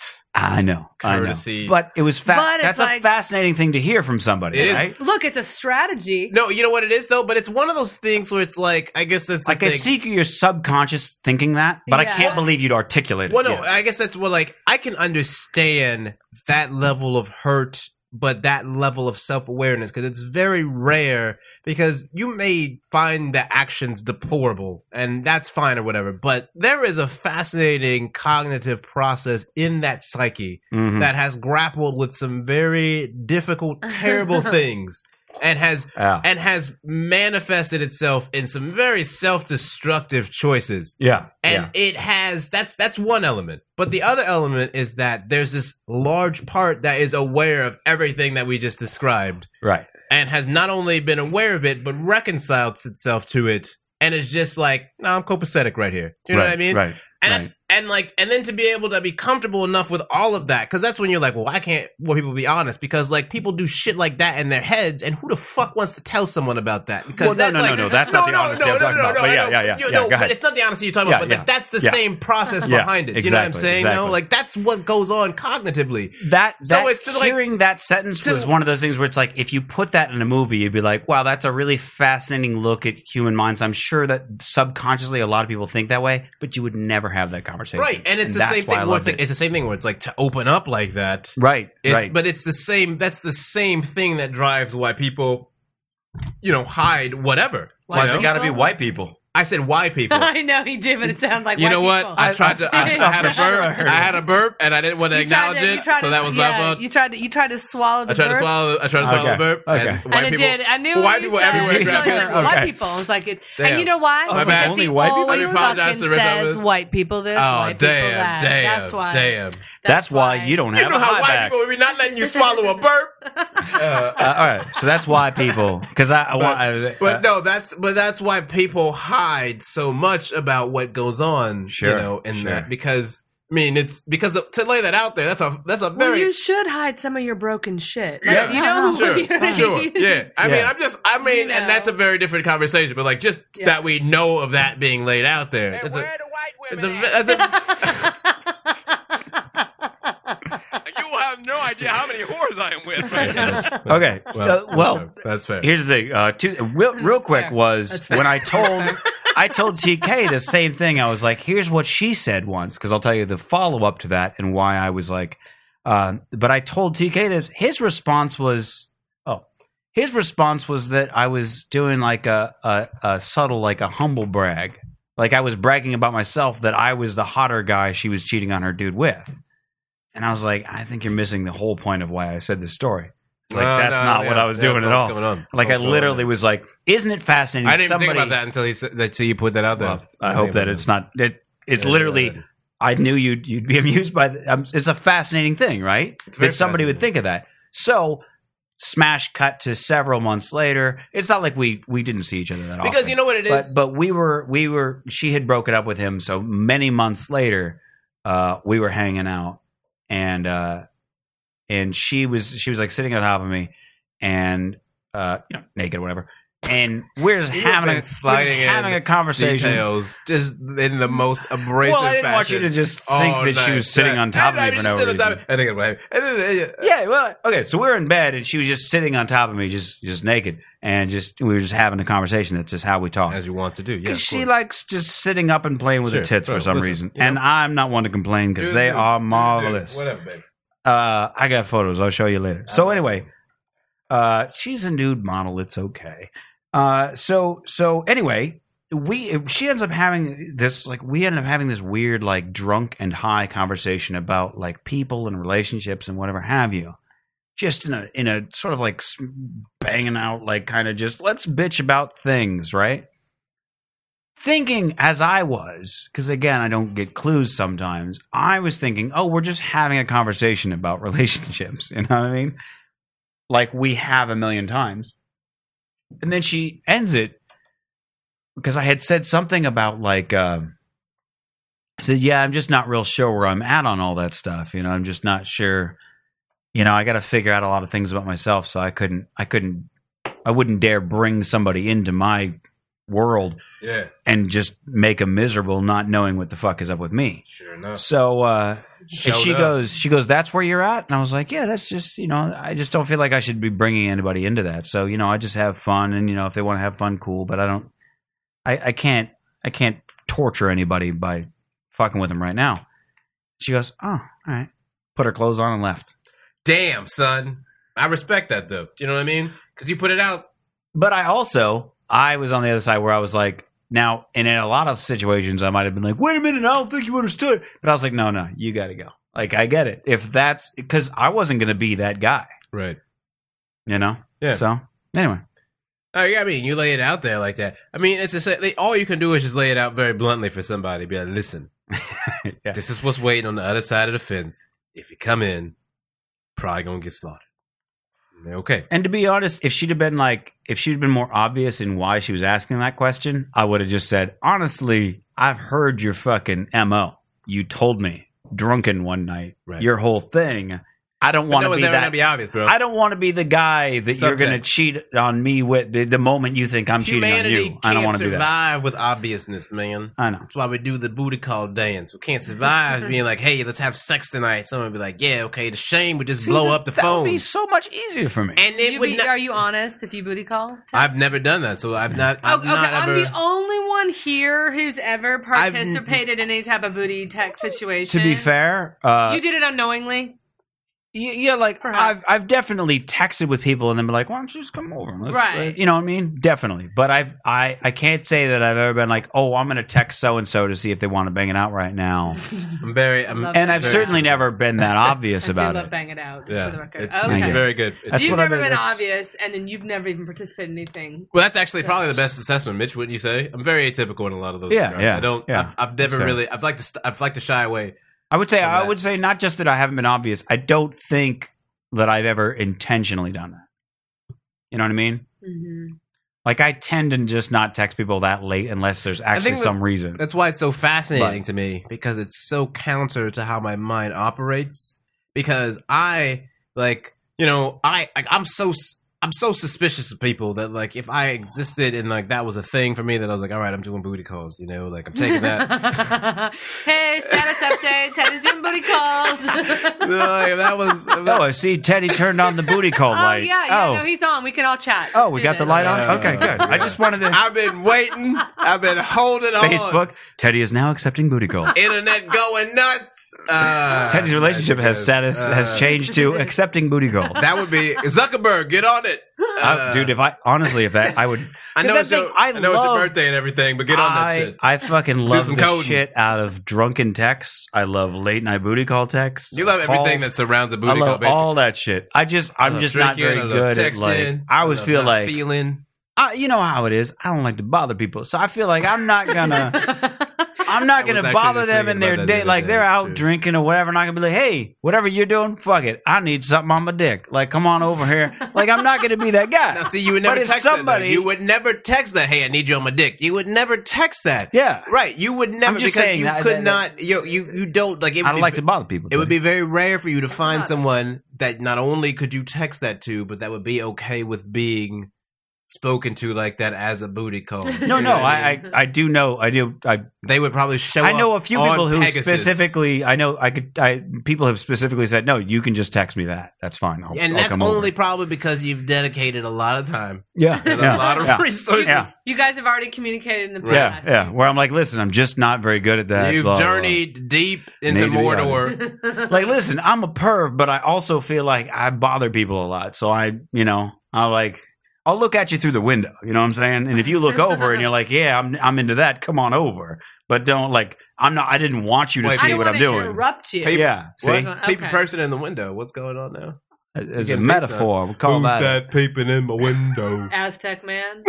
S7: I know. I know.
S6: Courtesy.
S7: But it was
S9: But
S7: fa-
S9: it's
S7: That's a
S9: like-
S7: fascinating thing to hear from somebody,
S6: It is.
S7: right?
S9: Look, it's a strategy.
S6: No, you know what it is though. But it's one of those things where it's like, I guess that's
S7: Like,
S6: the
S7: I
S6: thing.
S7: see your subconscious thinking that, but I
S9: Yeah.
S7: can't believe you'd articulate it.
S6: Well, no,
S7: Yes.
S6: I guess that's what like I can understand that level of hurt, but that level of self awareness because it's very rare. Because you may find the actions deplorable, and that's fine or whatever. But there is a fascinating cognitive process in that psyche
S7: Mhm.
S6: that has grappled with some very difficult, terrible things, and has
S7: yeah.
S6: and has manifested itself in some very self-destructive choices.
S7: Yeah.
S6: And it has that's that's one element. But the other element is that there's this large part that is aware of everything that we just described
S7: yeah. Right.
S6: and has not only been aware of it but reconciles itself to it and is just like, no, I'm copacetic right here. Do you know
S7: right,
S6: what I mean?
S7: Right.
S6: And that's, and like and then to be able to be comfortable enough with all of that because that's when you're like, well, why can't well people be honest? Because like people do shit like that in their heads, and who the fuck wants to tell someone about that? Because
S7: Well, no,
S6: that's
S7: no, no,
S6: like,
S7: no, that's not the honesty I'm talking about, but yeah,
S6: I know,
S7: yeah, yeah,
S6: you
S7: yeah,
S6: know,
S7: go ahead.
S6: but it's not the honesty you're talking
S7: Yeah,
S6: about, but
S7: yeah,
S6: like, that's the
S7: yeah.
S6: same process
S7: Yeah,
S6: behind it. Do you know what I'm
S7: exactly,
S6: saying?
S7: exactly.
S6: No, like that's what goes on cognitively.
S7: that,
S6: So
S7: that
S6: it's like-
S7: hearing that sentence
S6: to-
S7: was one of those things where it's like if you put that in a movie, you'd be like, "Wow, that's a really fascinating look at human minds." I'm sure that subconsciously a lot of people think that way, but you would never have that conversation,
S6: Right, and it's the
S7: that's
S6: same
S7: why I
S6: thing. Where
S7: loved
S6: it's like
S7: it.
S6: it's the same thing where it's like to open up like that.
S7: right,
S6: It's,
S7: right,
S6: But it's the same. That's the same thing that drives why people, you know, hide whatever.
S9: Why
S6: you
S9: is
S6: know?
S9: it gotta be white
S7: people?
S6: I said why people.
S9: I know he did, but it sounds like
S6: you
S9: white
S6: know what?
S9: people.
S6: I tried to. I, I had a
S7: for sure I
S6: burp.
S7: heard
S6: I had a burp, and I didn't want to
S9: You tried
S6: acknowledge
S9: to- you
S6: it.
S9: tried
S6: So
S9: to-
S6: that was
S9: yeah,
S6: my fault.
S9: You tried to you tried to swallow the
S6: I tried to
S9: burp,
S6: swallow. I tried to swallow
S7: Okay,
S6: the burp.
S7: okay.
S6: And white
S9: and it
S6: people.
S9: did. I knew
S6: White
S9: what you
S6: people
S9: said.
S6: everywhere
S9: You
S6: grab
S9: said
S6: it.
S9: White
S7: Okay.
S9: people. I was like, it,
S6: Damn.
S9: and you know why?
S7: Oh,
S6: my
S9: Because
S6: bad.
S9: he
S7: Only white people?
S9: always
S6: I apologize
S9: fucking
S6: to the rest of
S9: says
S6: us.
S9: white people this,
S6: Oh
S9: white people
S6: damn!
S9: that.
S6: Damn!
S9: That's why.
S6: Damn!
S7: that's why you don't have
S6: You know
S7: a
S6: how
S7: high
S6: white
S7: back.
S6: people would be not letting you swallow a burp. Uh,
S7: Uh, all right, so that's why people. Because I, I want, I,
S6: But
S7: uh,
S6: no, that's but that's why people hide so much about what goes on,
S7: Sure,
S6: you know, in
S7: sure.
S6: that because I mean it's because of- to lay that out there, that's a that's a
S9: Well,
S6: very
S9: you should hide some of your broken shit. Like,
S6: yeah,
S9: you know,
S6: sure,
S9: you know what I
S6: sure,
S9: mean?
S6: yeah. I mean,
S7: Yeah.
S6: I'm just, I mean,
S9: You know.
S6: and that's a very different conversation. But like, just
S9: Yeah.
S6: that we know of that being laid out there. That's a- it's a- that's a-
S11: You have no idea how many whores I am with. Right now.
S7: okay,
S6: well,
S7: so- well,
S6: that's fair.
S7: Here's the thing. Uh, two, real, real
S9: That's
S7: quick
S9: fair.
S7: was
S9: That's fair.
S7: when I told
S9: That's
S7: I told TK the same thing. I was like, "Here's what she said once," because I'll tell you the follow up to that and why I was like. Uh, but I told TK this. His response was, "Oh, his response was that I was doing like a a, a subtle, like a humble brag, like I was bragging about myself that I was the hotter guy she was cheating on her dude with." And I was like, "I think you're missing the whole point of why I said this story." It's like
S6: No,
S7: that's
S6: no,
S7: not
S6: yeah,
S7: what I was
S6: yeah,
S7: doing at
S6: something's
S7: all.
S6: going on.
S7: Like I
S6: Something's going
S7: literally
S6: on.
S7: was like, "Isn't it fascinating?"
S6: I didn't
S7: somebody,
S6: think about that until he said, until you put that out there.
S7: Well, I hope that it's not. It, it's literally. I knew you'd you'd be amused by. The, um, it's a fascinating thing, right?
S6: very
S7: That somebody would think of that. So, smash cut to several months later. It's not like we we didn't see each other that often.
S6: because you know what it
S7: but
S6: is.
S7: but we were we were. She had broken up with him, so many months later, uh, we were hanging out, and uh, and she was she was like sitting on top of me, and uh, you know, naked or whatever. And we're just
S6: You've
S7: having
S6: been
S7: a,
S6: sliding
S7: we're just having
S6: in
S7: a conversation.
S6: details just in the most abrasive
S7: Well, I didn't
S6: fashion.
S7: want you to just think
S6: Oh,
S7: that she
S6: nice.
S7: was sitting
S6: Yeah.
S7: on top
S6: I
S7: of me for
S6: mean,
S7: no
S6: sit on
S7: reason.
S6: top of- I think it was. and then, uh,
S7: Yeah, well, okay. So we're in bed, and she was just sitting on top of me, just just naked, and just we were just having a conversation. That's just how we talk.
S6: As you want to do, yeah.
S7: Because
S6: of
S7: she
S6: course.
S7: likes just sitting up and playing with her
S6: Sure,
S7: tits for
S6: bro,
S7: some
S6: listen,
S7: reason,
S6: you know-
S7: and I'm not one to complain because
S6: Dude,
S7: they
S6: dude,
S7: are
S6: dude, dude,
S7: marvelous.
S6: Whatever, baby.
S7: Uh, I got photos. I'll show you later. So
S6: Awesome.
S7: anyway, uh, she's a nude model. It's okay. Uh, so so anyway, we she ends up having this like we ended up having this weird like drunk and high conversation about like people and relationships and whatever have you. Just in a in a sort of like s- banging out like kind of just let's bitch about things, right? Thinking as I was, because again, I don't get clues sometimes. I was thinking, oh, we're just having a conversation about relationships. You know what I mean? Like we have a million times and then she ends it because I had said something about like uh, I said, yeah, I'm just not real sure where I'm at on all that stuff. You know, I'm just not sure. You know, I got to figure out a lot of things about myself, so I couldn't, I couldn't, I wouldn't dare bring somebody into my world
S6: Yeah,
S7: and just make them miserable, not knowing what the fuck is up with me.
S6: sure enough.
S7: So uh, and
S6: Showed
S7: she
S6: up.
S7: goes, she goes, that's where you're at. And I was like, yeah, that's just, you know, I just don't feel like I should be bringing anybody into that. So, you know, I just have fun. And, you know, if they want to have fun, cool. But I don't, I, I can't, I can't torture anybody by fucking with them right now. She goes, oh, all right. Put her clothes on and left.
S6: Damn, son. I respect that though. Do you know what I mean? Because you put it out.
S7: But I also, I was on the other side where I was like, now, and in a lot of situations, I might have been like, wait a minute, I don't think you understood. But I was like, no, no, you got to go. Like, I get it. If that's, because I wasn't going to be that guy.
S6: Right.
S7: you know.
S6: Yeah.
S7: So anyway,
S6: Oh, yeah, I mean, you lay it out there like that. I mean, it's a, they, all you can do is just lay it out very bluntly for somebody. Be like, listen,
S7: Yeah.
S6: this is what's waiting on the other side of the fence. If you come in, probably gonna get slaughtered. And they're Okay,
S7: and to be honest, if she'd have been like, if she'd been more obvious in why she was asking that question, I would have just said, honestly, I've heard your fucking mo. You told me drunken one night,
S6: Right.
S7: your whole thing. I don't want
S6: that
S7: to
S6: was
S7: be
S6: never
S7: that.
S6: gonna be obvious, bro.
S7: I don't want to be the guy that you're going to
S6: Subtext.
S7: cheat on me with the, the moment you think I'm
S6: Humanity
S7: cheating on you.
S6: can't
S7: I don't want to
S6: survive
S7: do that.
S6: with obviousness, man.
S7: I know.
S6: That's why we do the booty call dance. We can't survive being like, "Hey, let's have sex tonight." Someone would be like, "Yeah, okay." The shame would just blow up the
S7: that
S6: phone.
S7: would be so much easier for me.
S6: and it
S9: You
S6: would
S9: be-
S6: not.
S9: are you honest if you booty call?
S6: I've never done that, so I've not. I've
S9: okay,
S6: not
S9: I'm
S6: ever.
S9: the only one here who's ever
S6: I've-
S9: participated in any type of booty tech situation.
S7: to be fair, uh,
S9: you did it unknowingly.
S7: Y- Yeah, like
S9: Perhaps.
S7: I've I've definitely texted with people and then been like, "Why don't you just come over?" and let's-
S9: Right.
S7: uh, you know what I mean? Definitely. But I've I I can't say that I've ever been like, "Oh, I'm gonna text so and so to see if they want to bang it out right now."
S6: I'm very. I'm,
S9: Love
S7: and I've
S6: very
S7: certainly
S6: true.
S7: never been that
S9: I
S7: obvious
S9: do
S7: about
S9: love
S7: it.
S9: bang it out. Just
S6: Yeah,
S9: for the record.
S6: it's, it's
S9: okay.
S7: Yeah.
S6: very good. It's-
S7: That's
S9: you've
S7: what I
S9: never
S7: mean,
S9: been
S7: that's-
S9: obvious, and then you've never even participated in anything.
S6: well, that's actually probably the best assessment, Mitch. Wouldn't you say? I'm very atypical in a lot of those.
S7: Yeah,
S6: regards.
S7: yeah,
S6: I don't.
S7: yeah.
S6: I've, I've never
S7: fair.
S6: really. I've like to. St- I've like to shy away.
S7: I would say
S6: From
S7: I
S6: that.
S7: would say not just that I haven't been obvious. I don't think that I've ever intentionally done that. You know what I mean?
S9: Mhm.
S7: Like I tend to just not text people that late unless there's actually
S6: that-
S7: some reason.
S6: That's why it's so fascinating
S7: But-
S6: to me because it's so counter to how my mind operates. Because I like, you know, I like, I'm so s- I'm so suspicious of people that like if I existed and like that was a thing for me that I was like, all right, I'm doing booty calls, you know, like I'm taking that.
S9: Mm-hmm. hey, status update. Ted is doing booty calls.
S6: You know, like, if that was if that
S7: oh, I see Teddy turned on the booty call
S9: oh
S7: light.
S9: yeah, yeah.
S7: oh.
S9: No, he's on. We can all chat.
S7: Oh,
S9: Let's
S7: we
S9: do
S7: got the
S9: this.
S7: light on.
S6: Yeah.
S7: okay, good. I just wanted to
S6: I've been waiting. I've been holding on.
S7: Facebook. Teddy is now accepting booty calls.
S6: Ah, Internet going nuts. Uh,
S7: Teddy's relationship has
S6: because,
S7: status has
S6: uh,
S7: changed to accepting booty goals.
S6: That would be Zuckerberg. Get on it, Uh,
S7: I- Uh, dude, if I honestly, if that I would,
S6: I know,
S7: that
S6: it's your,
S7: thing, I
S6: I know it's your
S7: love-
S6: birthday and everything, but get on that
S7: I,
S6: shit.
S7: I fucking love
S6: some
S7: the
S6: coding.
S7: shit out of drunken texts. I love late night booty call texts.
S6: You love everything
S7: calls.
S6: that surrounds a booty
S7: I
S6: call,
S7: love
S6: basically.
S7: all that shit. I just, I'm
S6: love
S7: just not
S6: drinking,
S7: very
S6: I love
S7: good at like.
S6: texting,
S7: I always
S6: love
S7: feel
S6: not
S7: like,
S6: feeling.
S7: I, you know how it is. I don't like to bother people, so I feel like I'm not gonna. I'm
S6: I
S7: not going
S6: was
S7: to
S6: actually
S7: bother
S6: just
S7: them
S6: thinking
S7: in their
S6: about that the
S7: day.
S6: other
S7: Like
S6: day.
S7: they're
S6: It's
S7: out
S6: true.
S7: drinking or whatever, and I can be like, "Hey, whatever you're doing, fuck it. I need something on my dick. Like, come on over here. Like, I'm not going to be that guy.
S6: Now, see, you would never
S7: But if
S6: text that.
S7: somebody-
S6: though. You would never text that. Hey, I need you on my dick. You would never text that.
S7: yeah,
S6: Right. You would never
S7: just
S6: because
S7: saying
S6: you
S7: that-
S6: could
S7: that-
S6: not. You, you you don't like. It
S7: I
S6: would
S7: don't
S6: be-
S7: like to bother people.
S6: It would be
S7: buddy.
S6: very rare for you to find someone that not only could you text that to, but that would be okay with being spoken to like that as a booty call.
S7: no,
S6: You
S7: no.
S6: know what mean?
S7: I, I, I do know. I do. I,
S6: they would probably show.
S7: I know a
S6: up
S7: few
S6: on
S7: people who
S6: Pegasus.
S7: specifically. I know. I could. I people have specifically said, "No, you can just text me that. That's fine. I'll,
S6: and
S7: I'll
S6: that's
S7: come over."
S6: only probably because you've dedicated a lot of time
S7: Yeah,
S6: and
S7: yeah,
S6: a lot of
S7: yeah.
S6: resources.
S7: Yeah.
S9: You guys have already communicated in the
S7: Yeah,
S9: past.
S7: yeah. Where I'm like, listen, I'm just not very good at that.
S6: You've
S7: blah, blah, blah."
S6: journeyed deep into
S7: Need to be
S6: Mordor.
S7: like listen i'm a perv but i also feel like i bother people a lot so i you know i like I'll look at you through the window. You know what I'm saying? And if you look over and you're like, yeah, I'm I'm into that. Come on over, but don't like I'm not. I didn't want you to
S12: Wait,
S9: I
S7: see
S9: don't
S7: what
S9: want
S7: I'm
S9: to
S7: doing.
S9: interrupt you.
S7: Yeah, see,
S6: What?
S9: Okay.
S6: Peeping person in the window. What's going on now?
S7: as
S6: You
S7: a
S6: can pick
S7: metaphor, we call
S6: Who's
S7: that.
S6: that peeping in my window?
S9: Aztec man.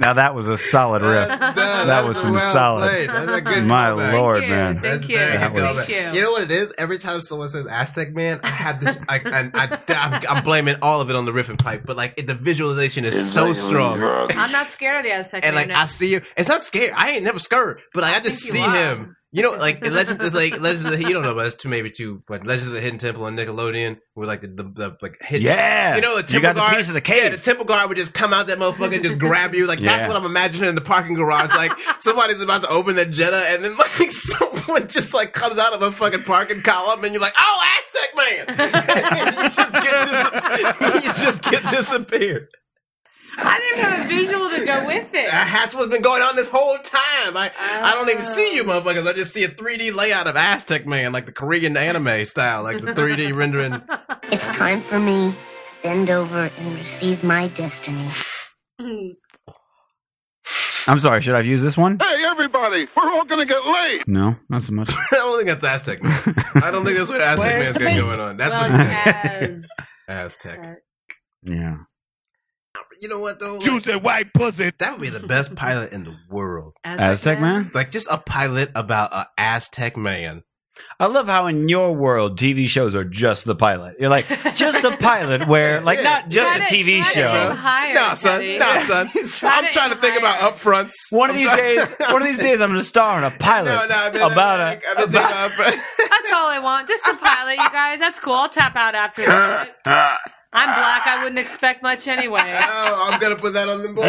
S7: Now that was a solid riff.
S6: that
S7: was some solid-
S6: That's a good
S7: My
S6: callback.
S7: lord.
S9: Thank you,
S7: man.
S9: Thank
S6: That's
S9: you.
S6: very
S7: That
S6: good
S7: was-
S9: Thank you.
S6: callback. You know what it is? Every time someone says Aztec man, I have this. I, and I, I'm, I'm blaming all of it on the riff and pipe, but like it, the visualization is so strong.
S9: I'm not scared of the Aztec
S6: and
S9: man.
S6: like I see him. It's not scary. I ain't never scared, but like, I, just
S9: think
S6: see
S9: you are.
S6: him. You know, like in Legends, it's like Legends of the you don't know, but it's too maybe too. But Legends of the Hidden Temple on Nickelodeon, where like the, the, the like hidden,
S7: Yeah,
S6: You know, the
S7: you
S6: temple
S7: got the
S6: guard-
S7: piece of the
S6: yeah, the
S7: cake.
S6: temple guard would just come out that motherfucker and just grab you. Like that's
S7: Yeah.
S6: what I'm imagining in the parking garage. Like somebody's about to open the Jetta, and then like someone just like comes out of a fucking parking column, and you're like, oh, Aztec man. And you just get dis- you just get disappeared.
S9: I didn't have a visual to go with it.
S6: Uh, That's what's been going on this whole time. I I don't even
S9: Oh.
S6: see you motherfuckers. I just see a 3D layout of Aztec Man, like the Korean anime style, like the 3D rendering.
S8: It's time for me. Bend over and receive my destiny.
S7: I'm sorry. Should I use this one?
S13: Hey, everybody, we're all gonna get laid.
S7: No, not so much.
S6: I don't think that's Aztec Man. I don't think that's what Aztec
S9: Where's
S6: Man's
S9: the
S6: got
S9: bait?
S6: going on. That's
S9: well,
S6: what it's
S9: it's
S6: Aztec.
S7: yeah.
S6: You know what though? Like,
S14: that white pussy.
S6: that would be the best pilot in the world.
S9: Az-
S7: Aztec man.
S6: Like just a pilot about a Aztec man.
S7: I love how in your world TV shows are just the pilot. You're like just a pilot where like
S6: Yeah.
S7: not just a
S9: Try to-
S7: TV
S9: try to aim
S7: show.
S9: higher,
S6: Nah,
S9: Teddy.
S6: son. Nah, son.
S9: Try
S6: I'm trying to think
S9: aim
S6: about
S9: higher.
S6: upfronts.
S7: One of
S6: I'm
S7: these
S6: try-
S7: days, one of these days, I'm gonna star in a pilot
S6: No, no, I've been
S7: about
S6: I've been
S7: a
S6: thinking
S7: about,
S6: about upfront.
S9: That's all I want. Just a pilot, you guys. That's cool. I'll tap out after that. I'm black. I wouldn't expect much anyway.
S6: Oh, I'm gonna put that on the board.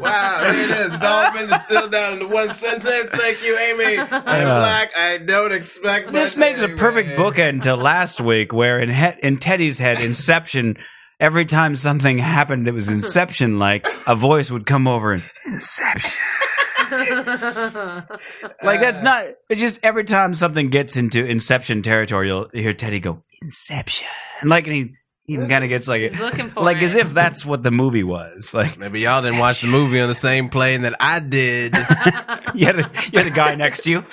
S6: Wow, there it is. It's all been distilled down into one sentence. Thank you, Amy. I'm
S7: Uh,
S6: black. I don't expect
S7: This
S6: much
S7: makes a perfect
S6: anyway.
S7: bookend to last week, where in he- in Teddy's head, Inception. Every time something happened that was Inception like, a voice would come over and Inception. Like that's not. It's just every time something gets into Inception territory, you'll hear Teddy go Inception, and like and he even kind of gets like
S9: He's looking for
S7: like
S9: it.
S7: as if that's what the movie was. Like
S6: Maybe y'all didn't watch the movie on the same plane that I did.
S7: you had a, you had a guy next to you.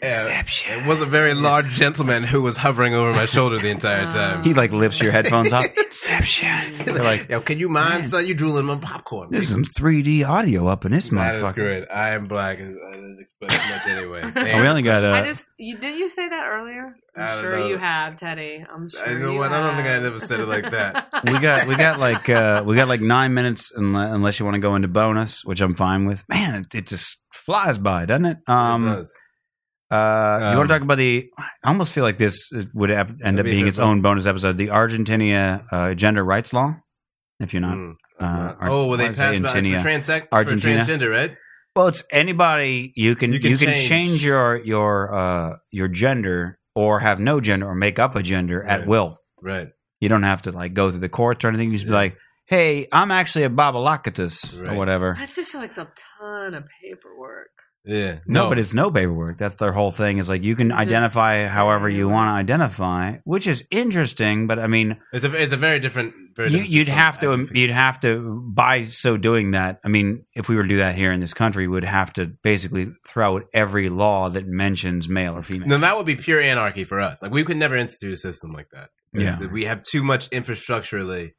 S6: Yeah,
S7: Inception.
S6: it was a very large gentleman who was hovering over my shoulder the entire time.
S7: He like lifts your headphones off. Inception. You're like
S6: Yo, can you mind,
S7: Man.
S6: son? You drooling my popcorn.
S7: there's some 3D audio up in this
S6: That is
S7: motherfucker.
S6: great. I am black. I didn't expect much anyway.
S7: And we only got
S9: I
S7: uh,
S9: just you didn't you say that earlier?
S6: I
S9: I'm
S6: don't
S9: sure
S6: know.
S9: you have, Teddy. I'm sure.
S6: I know
S9: you
S6: what, I don't think I
S9: have.
S6: never said it like that.
S7: we got we got like uh, we got like nine minutes unle- unless you want to go into bonus, which I'm fine with. Man, it, it just flies by, doesn't it?
S6: It
S7: Um,
S6: does.
S7: Uh, do you
S6: Um,
S7: want to talk about the? I almost feel like this would have, end
S6: That'd
S7: up
S6: be a
S7: being
S6: good
S7: its
S6: one.
S7: own bonus episode. The Argentina uh, gender rights law. If you're not,
S6: Mm.
S7: uh, Ar-
S6: oh, well, they
S7: why is it
S6: passed about it's for,
S7: Argentina?
S6: transec- for
S7: Argentina.
S6: transgender, right?
S7: well, it's anybody you can you can, change. your your uh, your gender or have no gender or make up a gender
S6: Right.
S7: at will.
S6: Right.
S7: You don't have to like go through the courts or anything. You just be
S6: Yeah.
S7: like, hey, I'm actually a babalakatus
S6: Right.
S7: or whatever.
S9: That's just like a ton of paperwork.
S6: Yeah.
S7: No, but it's no paperwork. That's their whole thing. Is like you can
S9: Just
S7: identify however you
S9: say-
S7: want to identify, which is interesting. But I mean,
S6: It's a it's a very different. Very
S7: you,
S6: different
S7: you'd
S6: system.
S7: have to
S6: I think.
S7: you'd have to by so doing that i mean if we were to do that here in this country we would have to basically throw out every law that mentions male or female
S6: No, that would be pure anarchy for us. Like we could never institute a system like that. It's-
S7: Yeah.
S6: We have too much infrastructurally.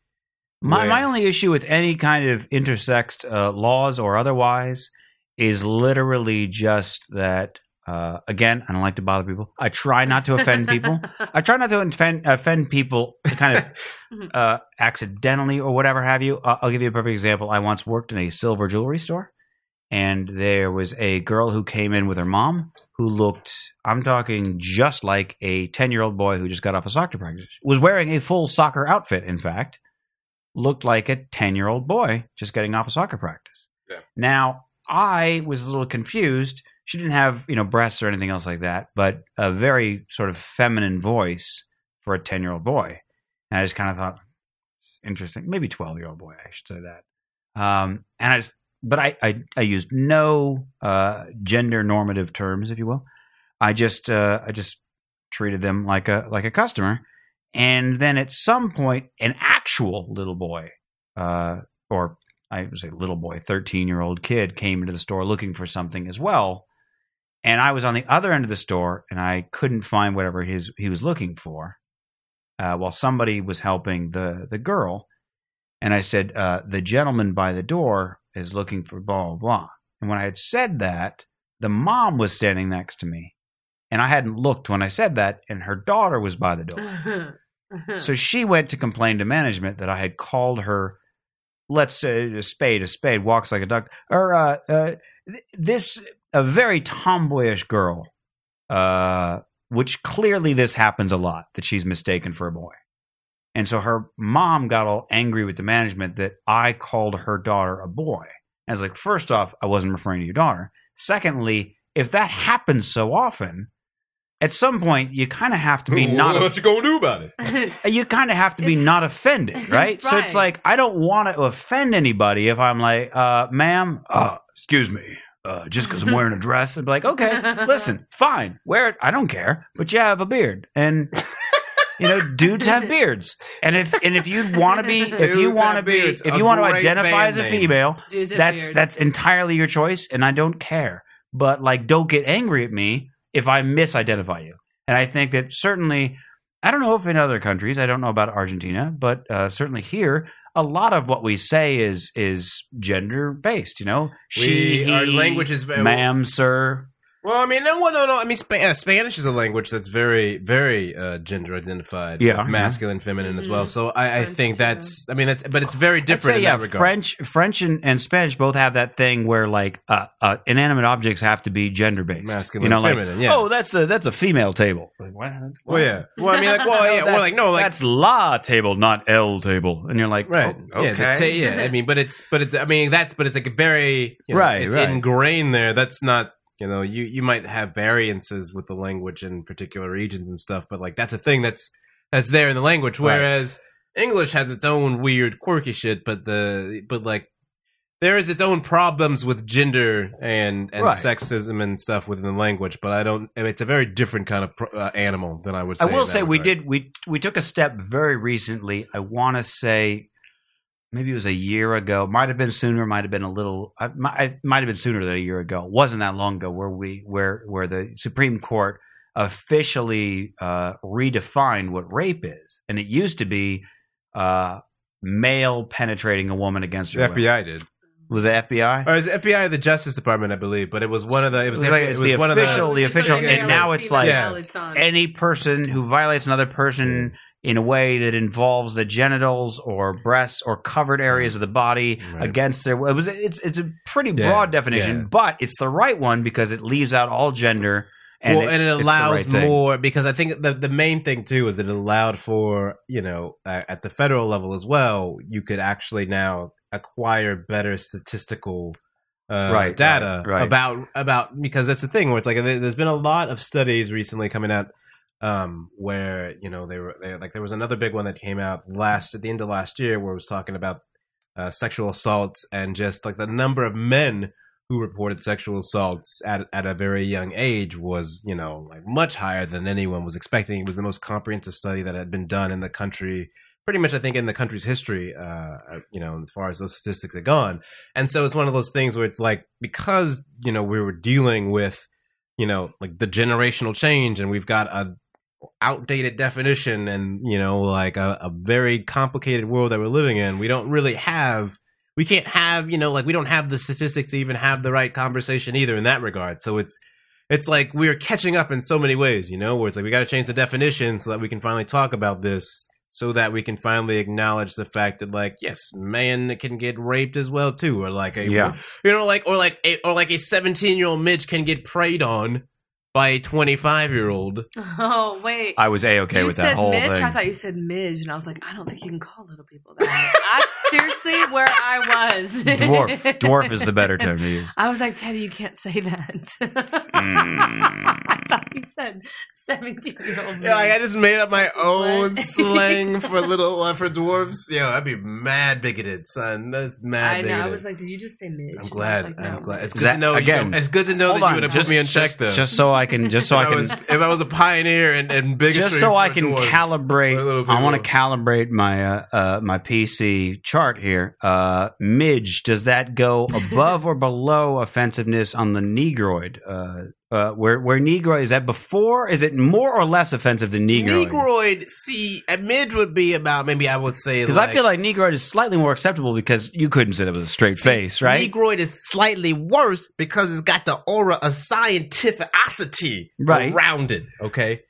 S7: my, my
S6: Where-
S7: only issue with any kind of intersexed uh, laws or otherwise is literally just that uh, again i don't like to bother people i try not to offend people I try not to offend, offend people kind of uh, accidentally or whatever have you. Uh, I'll give you a perfect example. I once worked in a silver jewelry store, and there was a girl who came in with her mom who looked, I'm talking just like a 10 year old boy who just got off a soccer practice, was wearing a full soccer outfit, in fact, looked like a 10 year old boy just getting off a soccer practice.
S6: Yeah.
S7: Now, I was a little confused. She didn't have, you know, breasts or anything else like that, but a very sort of feminine voice for a 10 year old boy. And I just kind of thought, "It's interesting. Maybe 12 year old boy, I should say that. Um, and I, just, but I, I, I used no uh, gender normative terms, if you will. I just, uh, I just treated them like a, like a customer. And then at some point, an actual little boy, uh, or I would say little boy, 13 year old kid, came into the store looking for something as well. And I was on the other end of the store and I couldn't find whatever his, he was looking for uh, while somebody was helping the, the girl. And I said, uh, The gentleman by the door is looking for blah, blah, blah. And when I had said that, the mom was standing next to me. And I hadn't looked when I said that, and her daughter was by the door. So she went to complain to management that I had called her, let's say a spade, a spade walks like a duck, or uh, uh, th- this a very tomboyish girl, uh, which clearly this happens a lot that she's mistaken for a boy. And so her mom got all angry with the management that I called her daughter a boy. I was like, first off, I wasn't referring to your daughter. Secondly, if that happens so often, at some point you kind of have to be not
S15: what you gonna do about it?
S7: uh, you kind of have to be not offended, right? So it's
S9: Right.
S7: like I don't want to offend anybody if I'm like, uh, "Ma'am, uh, excuse me, uh, just because I'm wearing a dress," I'd be like, "Okay, listen, fine, wear it. I don't care, but you have a beard, and you know, dudes have beards, and if and if you want to be, if you
S6: Dudes
S7: want to
S6: have
S7: be,
S6: beards.
S7: if
S6: A
S7: you want to
S6: great
S7: identify
S6: band
S7: as a
S6: name.
S7: female,
S9: Dudes have
S7: that's
S9: beards.
S7: that's entirely your choice, and I don't care. But like, don't get angry at me if I misidentify you. And I think that certainly, I don't know if in other countries, I don't know about Argentina, but uh, certainly here, a lot of what we say is is gender based. You know, she,
S6: our
S7: he,
S6: language is uh, very
S7: ma'am, sir.
S6: Well, I mean, no, no, no. I mean, Spa- uh, Spanish is a language that's very, very uh, gender identified,
S7: Yeah.
S6: masculine, feminine as well.
S9: Mhm.
S6: So I, I
S9: French
S6: think
S9: too.
S6: that's, I mean, that's, but it's very
S7: I'd
S6: different
S7: say,
S6: in
S7: yeah,
S6: that regard.
S7: French, French, and, and Spanish both have that thing where like uh, uh, inanimate objects have to be gender based.
S6: Masculine,
S7: you know, like
S6: feminine, yeah.
S7: oh, that's a that's a female table. Like, what?
S6: well, yeah. Well, I mean, like, well, Oh, yeah, or
S7: that's-
S6: like, no, like,
S7: that's la table, not L table, and you're like,
S6: right,
S7: oh, okay,
S6: yeah, the ta- yeah. I mean, but it's, but it, I mean, that's, but it's like a very, you know,
S7: Right,
S6: it's
S7: right.
S6: ingrained there. That's not, you know, you you might have variances with the language in particular regions and stuff, but like that's a thing that's that's there in the language.
S7: Right.
S6: Whereas English has its own weird, quirky shit, but the but like there is its own problems with gender and and
S7: Right.
S6: sexism and stuff within the language. But I don't. It's a very different kind of pro- uh, animal than I would.
S7: I
S6: say.
S7: will
S6: in that
S7: say we
S6: regard.
S7: did we we took a step very recently. I want to say maybe it was a year ago. Might have been sooner. Might have been a little. I, mi- I might have been sooner than a year ago. It wasn't that long ago where we where where the Supreme Court officially uh, redefined what rape is, and it used to be uh, male penetrating a woman against
S6: The
S7: her. will.
S6: FBI did.
S7: was it FBI?
S6: Or it was FBI or the Justice Department, I believe, but it was one of the. It
S7: It
S6: was,
S7: was like-
S6: it
S7: it's
S6: was
S7: the
S6: one
S7: official-
S6: of
S7: the official-
S6: and now
S7: it's like-
S6: Uh, Yeah.
S7: any person who violates another person in a way that involves the genitals or breasts or covered areas of the body
S6: Right.
S7: against their it was it's it's a pretty
S6: Yeah,
S7: broad definition,
S6: yeah.
S7: but it's the right one because it leaves out all gender
S6: the.
S7: and,
S6: well,
S7: it's-
S6: and it
S7: it's the
S6: allows
S7: right thing.
S6: more because I think the the main thing too is that it allowed for you know uh, at the federal level as well you could actually now acquire better statistical uh,
S7: right,
S6: data
S7: right.
S6: about about because that's the thing where it's like there- there's been a lot of studies recently coming out um, where you know they were they, like there was another big one that came out last at the end of last year where it was talking about uh, sexual assaults and just like the number of men who reported sexual assaults at at a very young age was you know like much higher than anyone was expecting. It was the most comprehensive study that had been done in the country, pretty much I think in the country's history. Uh, you know, as far as those statistics had gone, and so it's one of those things where it's like because you know we were dealing with you know like the generational change and we've got a outdated definition and you know like a, a very complicated world that we're living in we don't really have we can't have you know like we don't have the statistics to even have the right conversation either in that regard so it's it's like we're catching up in so many ways you know where it's like we got to change the definition so that we can finally talk about this so that we can finally acknowledge the fact that like yes man can get raped as well too or like a
S7: Yeah.
S6: you know like or like a, or like a 17 year old midge can get preyed on by a 25 year old
S9: Oh wait.
S7: I was a okay
S9: you
S7: with
S9: said
S7: that whole
S9: Mitch.
S7: thing.
S9: I thought you said Midge, and I was like, I don't think you can call little people that. That's seriously where I was.
S7: dwarf dwarf is the better term to use.
S9: I was like, Teddy, you can't say that. I
S7: Mm.
S9: thought you said seventeen-year-old.
S6: Yeah, like I just made up my own
S9: What?
S6: slang for little uh, for dwarves. Yeah, that'd be mad bigoted, son. That's mad
S9: I know.
S6: bigoted.
S9: I was like, did you just say Midge? And I
S6: I'm
S9: was
S6: glad.
S9: like, no.
S6: I'm glad. It's good
S7: That-
S6: to know.
S7: again,
S6: you know, it's good to know
S7: Hold
S6: that
S7: on,
S6: you would have
S7: just-
S6: put me in
S7: just-
S6: check, though.
S7: Just so I can just so
S6: if
S7: I
S6: I, was,
S7: can
S6: if I was a pioneer and, and bigotry
S7: just so
S6: for
S7: I can
S6: dwarves. For a
S7: calibrate.
S6: little bit
S7: I want
S6: more.
S7: to calibrate my uh, uh, my PC chart here. Uh, Midge, does that go above or below offensiveness on the negroid? Uh, uh, where where negroid is that before? Is it more or less offensive than negroid?
S6: Negroid, see, a mid would be about maybe I would say
S7: Because I feel like negroid is slightly more acceptable because you couldn't say that with a straight face, right?
S6: Negroid is slightly worse because it's got the aura of scientificity
S7: Right.
S6: around it. Okay,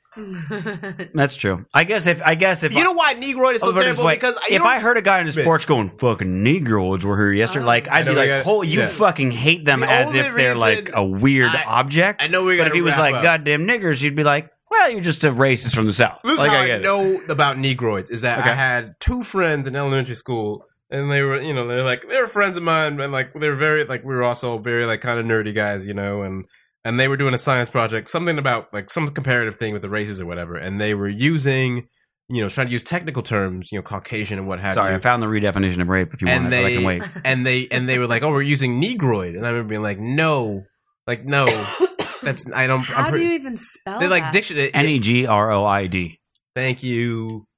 S7: That's true. I guess if I guess if
S6: you
S7: I-
S6: know why Negroid is so
S7: I'll put it this
S6: terrible
S7: way.
S6: because you
S7: if
S6: don't-
S7: I heard a guy in his
S6: Bitch.
S7: porch going "fucking Negroids were here yesterday," like I'd
S6: know
S7: be
S6: we
S7: like,
S6: got-
S7: "Holy, you
S6: yeah.
S7: fucking hate them
S6: The
S7: as
S6: only
S7: if they're like
S6: reason
S7: a weird
S6: I-
S7: object."
S6: I know we got
S7: but if he was like,
S6: up.
S7: "Goddamn niggers," you'd be like, "Well, you're just a racist from the south."
S6: This is
S7: like
S6: how
S7: I
S6: I,
S7: get it.
S6: know about Negroids is that
S7: Okay.
S6: I had two friends in elementary school, and they were, you know, they're like they were friends of mine, and like they were very like we were also very like kind of nerdy guys, you know, and and they were doing a science project, something about like some comparative thing with the races or whatever, and they were using, you know, trying to use technical terms, you know, Caucasian and what have
S7: Sorry,
S6: you.
S7: I found the redefinition of rape. If you
S6: And
S7: want, it, but I can
S6: they-
S7: wait.
S6: and they and they were like, oh, we're using Negroid, and I remember being like, no, like no, that's I don't.
S9: How
S6: I'm
S9: do you
S6: pretty,
S9: even spell
S6: they like
S9: that?
S6: dictionary.
S7: N e g r o i d.
S6: Thank you.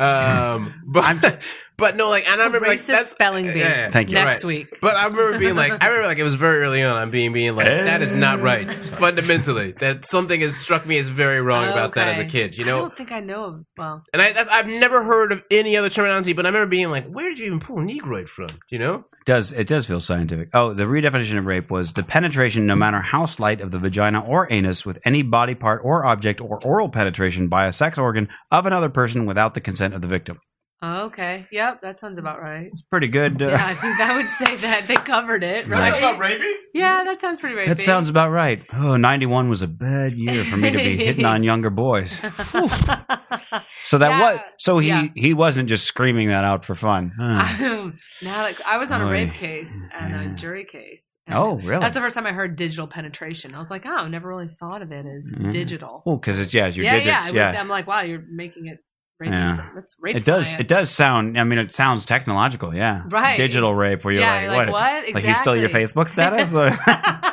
S6: Um, but but no, like, and I remember like
S9: Racist
S6: that's
S9: spelling bee.
S6: yeah, yeah.
S7: Thank you.
S9: Next
S6: Right.
S9: week.
S6: But I remember being like, I remember like it was very early on. I'm being being like, that is not right fundamentally. That something has struck me as very wrong about that as a
S9: Okay.
S6: kid. You
S9: I
S6: know,
S9: don't think I know of. Well,
S6: and I that's, I've never heard of any other terminology, but I remember being like, where did you even pull Negroid from? You know,
S7: does it does feel scientific. Oh, the redefinition of rape was the penetration, no matter how slight, of the vagina or anus with any body part or object or oral penetration by a sex organ of another person without the consent of the victim.
S9: okay. Yep, that sounds about right.
S7: It's pretty good. Uh,
S9: Yeah, I think that would say that they covered it, right?
S6: rapey.
S9: Yeah, that sounds pretty rapey.
S7: that sounds about right. Oh, 91 was a bad year for me to be hitting on younger boys. So that
S9: Yeah.
S7: was so he
S9: Yeah.
S7: he wasn't just screaming that out for fun. Huh.
S9: now, like, I was on a
S7: Oy.
S9: rape case and
S7: Yeah.
S9: a jury case. and
S7: Oh, really?
S9: That's the first time I heard digital penetration. I was like, oh, I never really thought of it as
S7: Mm.
S9: digital.
S7: Oh, because it's yeah, it's your
S9: yeah,
S7: digits.
S9: yeah. I
S7: Yeah,
S9: would- I'm like, wow, you're making it rape.
S7: Yeah.
S9: That's rape.
S7: it does.
S9: science.
S7: It does sound. I mean, it sounds technological. Yeah,
S9: Right.
S7: Digital rape, where you're
S9: yeah,
S7: like,
S9: you're like,
S7: what?
S9: what?
S7: Like you still your
S9: Exactly.
S7: Facebook status? Or-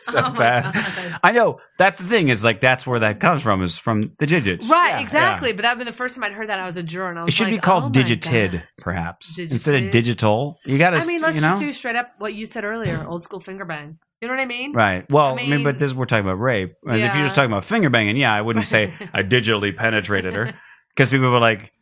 S7: so
S9: Oh my
S7: bad.
S9: God.
S7: I know. That's the thing is like that's where that comes from is from the digits.
S9: Right,
S7: Yeah,
S9: exactly.
S7: yeah.
S9: But that would be the first time I'd heard that. I was a juror, and I
S7: It
S9: was
S7: should
S9: like,
S7: be called
S9: oh my
S7: digitid,
S9: God.
S7: perhaps,
S9: Digitid.
S7: instead of digital. You got to.
S9: I mean, let's
S7: you know?
S9: just do straight up what you said earlier, old school finger bang. You know what I mean?
S7: Right. Well, I
S9: I
S7: mean,
S9: mean-
S7: but this we're talking about rape, and if
S9: Yeah.
S7: you're just talking about finger banging, yeah, I wouldn't say I digitally penetrated her because people were like,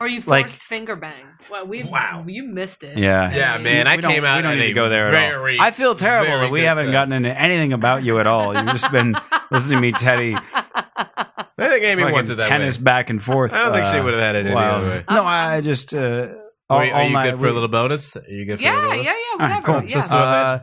S9: Or you forced
S7: Like-
S9: finger bang. Well, we
S6: Wow.
S9: you missed it.
S7: Yeah.
S6: Yeah, Uh, man, I
S7: we don't-
S6: came out
S7: We don't
S6: at
S7: need to
S6: a
S7: go there at all.
S6: very,
S7: I feel terrible
S6: very
S7: that we
S6: good
S7: haven't
S6: time.
S7: gotten into anything about you at all. You've just been listening to me, Teddy,
S6: I think Amy
S7: fucking
S6: wants it that
S7: tennis
S6: way.
S7: back and forth.
S6: I don't think she
S7: uh,
S6: would have had it any
S7: wow.
S6: other way.
S9: Um,
S7: No, I just. Uh, all,
S6: Wait,
S7: all
S6: are you
S7: night
S6: good for
S7: we-
S6: a little bonus? Are you good for a little
S9: Yeah, yeah,
S6: bonus?
S9: yeah,
S7: All
S9: whatever.
S7: right, cool.
S9: Yeah.
S6: So-
S7: Uh,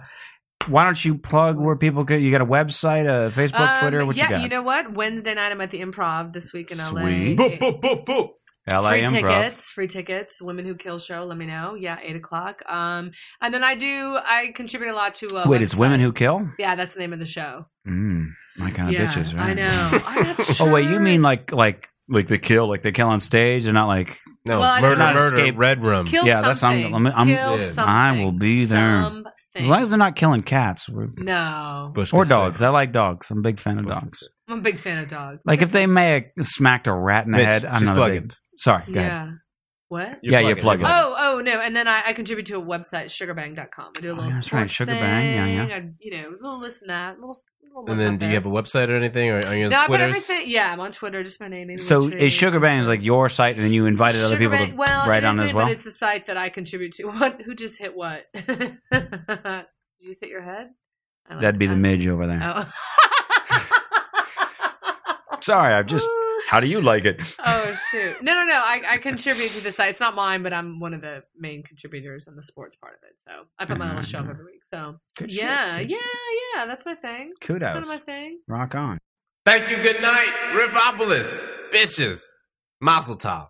S7: why don't you plug where people can? You got a website, a Facebook,
S9: Um,
S7: Twitter, what
S9: yeah,
S7: you got?
S9: know what? Wednesday night I'm at the Improv this week in LA.
S7: Sweet.
S6: Boop, boop, boop, boop.
S7: LA
S9: free
S7: Improv.
S9: tickets, free tickets. Women Who Kill show. Let me know. Yeah, eight o'clock. Um, and then I do. I contribute a lot to. Uh,
S7: Wait, it's
S9: website.
S7: women who kill.
S9: Yeah, that's the name of the show.
S7: Mm, my kind of
S9: yeah,
S7: bitches, right?
S9: I know. I'm not
S7: Oh wait, you
S9: sure.
S7: mean like like like the kill, like they kill on stage, and not like
S6: No,
S9: Well, I don't
S6: murder,
S7: know.
S6: murder,
S7: Escape.
S6: red room.
S9: kill
S7: Yeah, that's- I'm-
S9: something?
S7: I'm- I'm-
S9: kill
S6: Yeah.
S9: something.
S7: I will be there.
S9: Something.
S7: as long as they're not killing cats we're,
S9: Mm, no,
S6: Bush
S7: or
S6: was sick.
S7: dogs. I like dogs. I'm a big fan of dogs.
S9: I'm a big fan of dogs.
S7: Like if they may have smacked a rat in the
S6: Mitch,
S7: head, I'm
S6: she's
S7: not a
S6: plugging.
S7: big. Sorry, go ahead.
S9: yeah, what?
S7: Yeah, you plug it.
S9: Oh, oh no! And then I, I contribute to a website, sugarbang.com. I do a little
S7: yeah, Oh, that's right,
S9: sports
S7: Sugarbang, yeah, yeah.
S9: thing. I, you know, a little this and that. A little, a little
S6: And then, do you have a website or anything, or are you on
S9: no? I put
S6: Twitter?
S9: everything. Yeah, I'm on Twitter. Just my name. Amy
S7: So
S9: Wintree.
S7: is Sugar Bang is like your site, and then you invited other people to
S9: Sugarbang- well,
S7: write
S9: it
S7: on as
S9: isn't,
S7: well.
S9: But it's a site that I contribute to. What? Who just hit what? Did you just hit your head? I don't
S7: That'd be the
S9: know.
S7: midge over there.
S9: Oh.
S7: Sorry, I've just. How do you like it?
S9: oh shoot! No, no, no. I, I contribute to the site. It's not mine, but I'm one of the main contributors on the sports part of it. So I put my little show up every week. So
S7: Mm-hmm. Good shit,
S9: yeah,
S7: good
S9: yeah,
S7: shit.
S9: yeah. That's my thing. That's kind
S7: Kudos.
S9: of my thing.
S7: Rock on.
S6: Thank you. Good night, Rivopolis, bitches, Mazel Tov.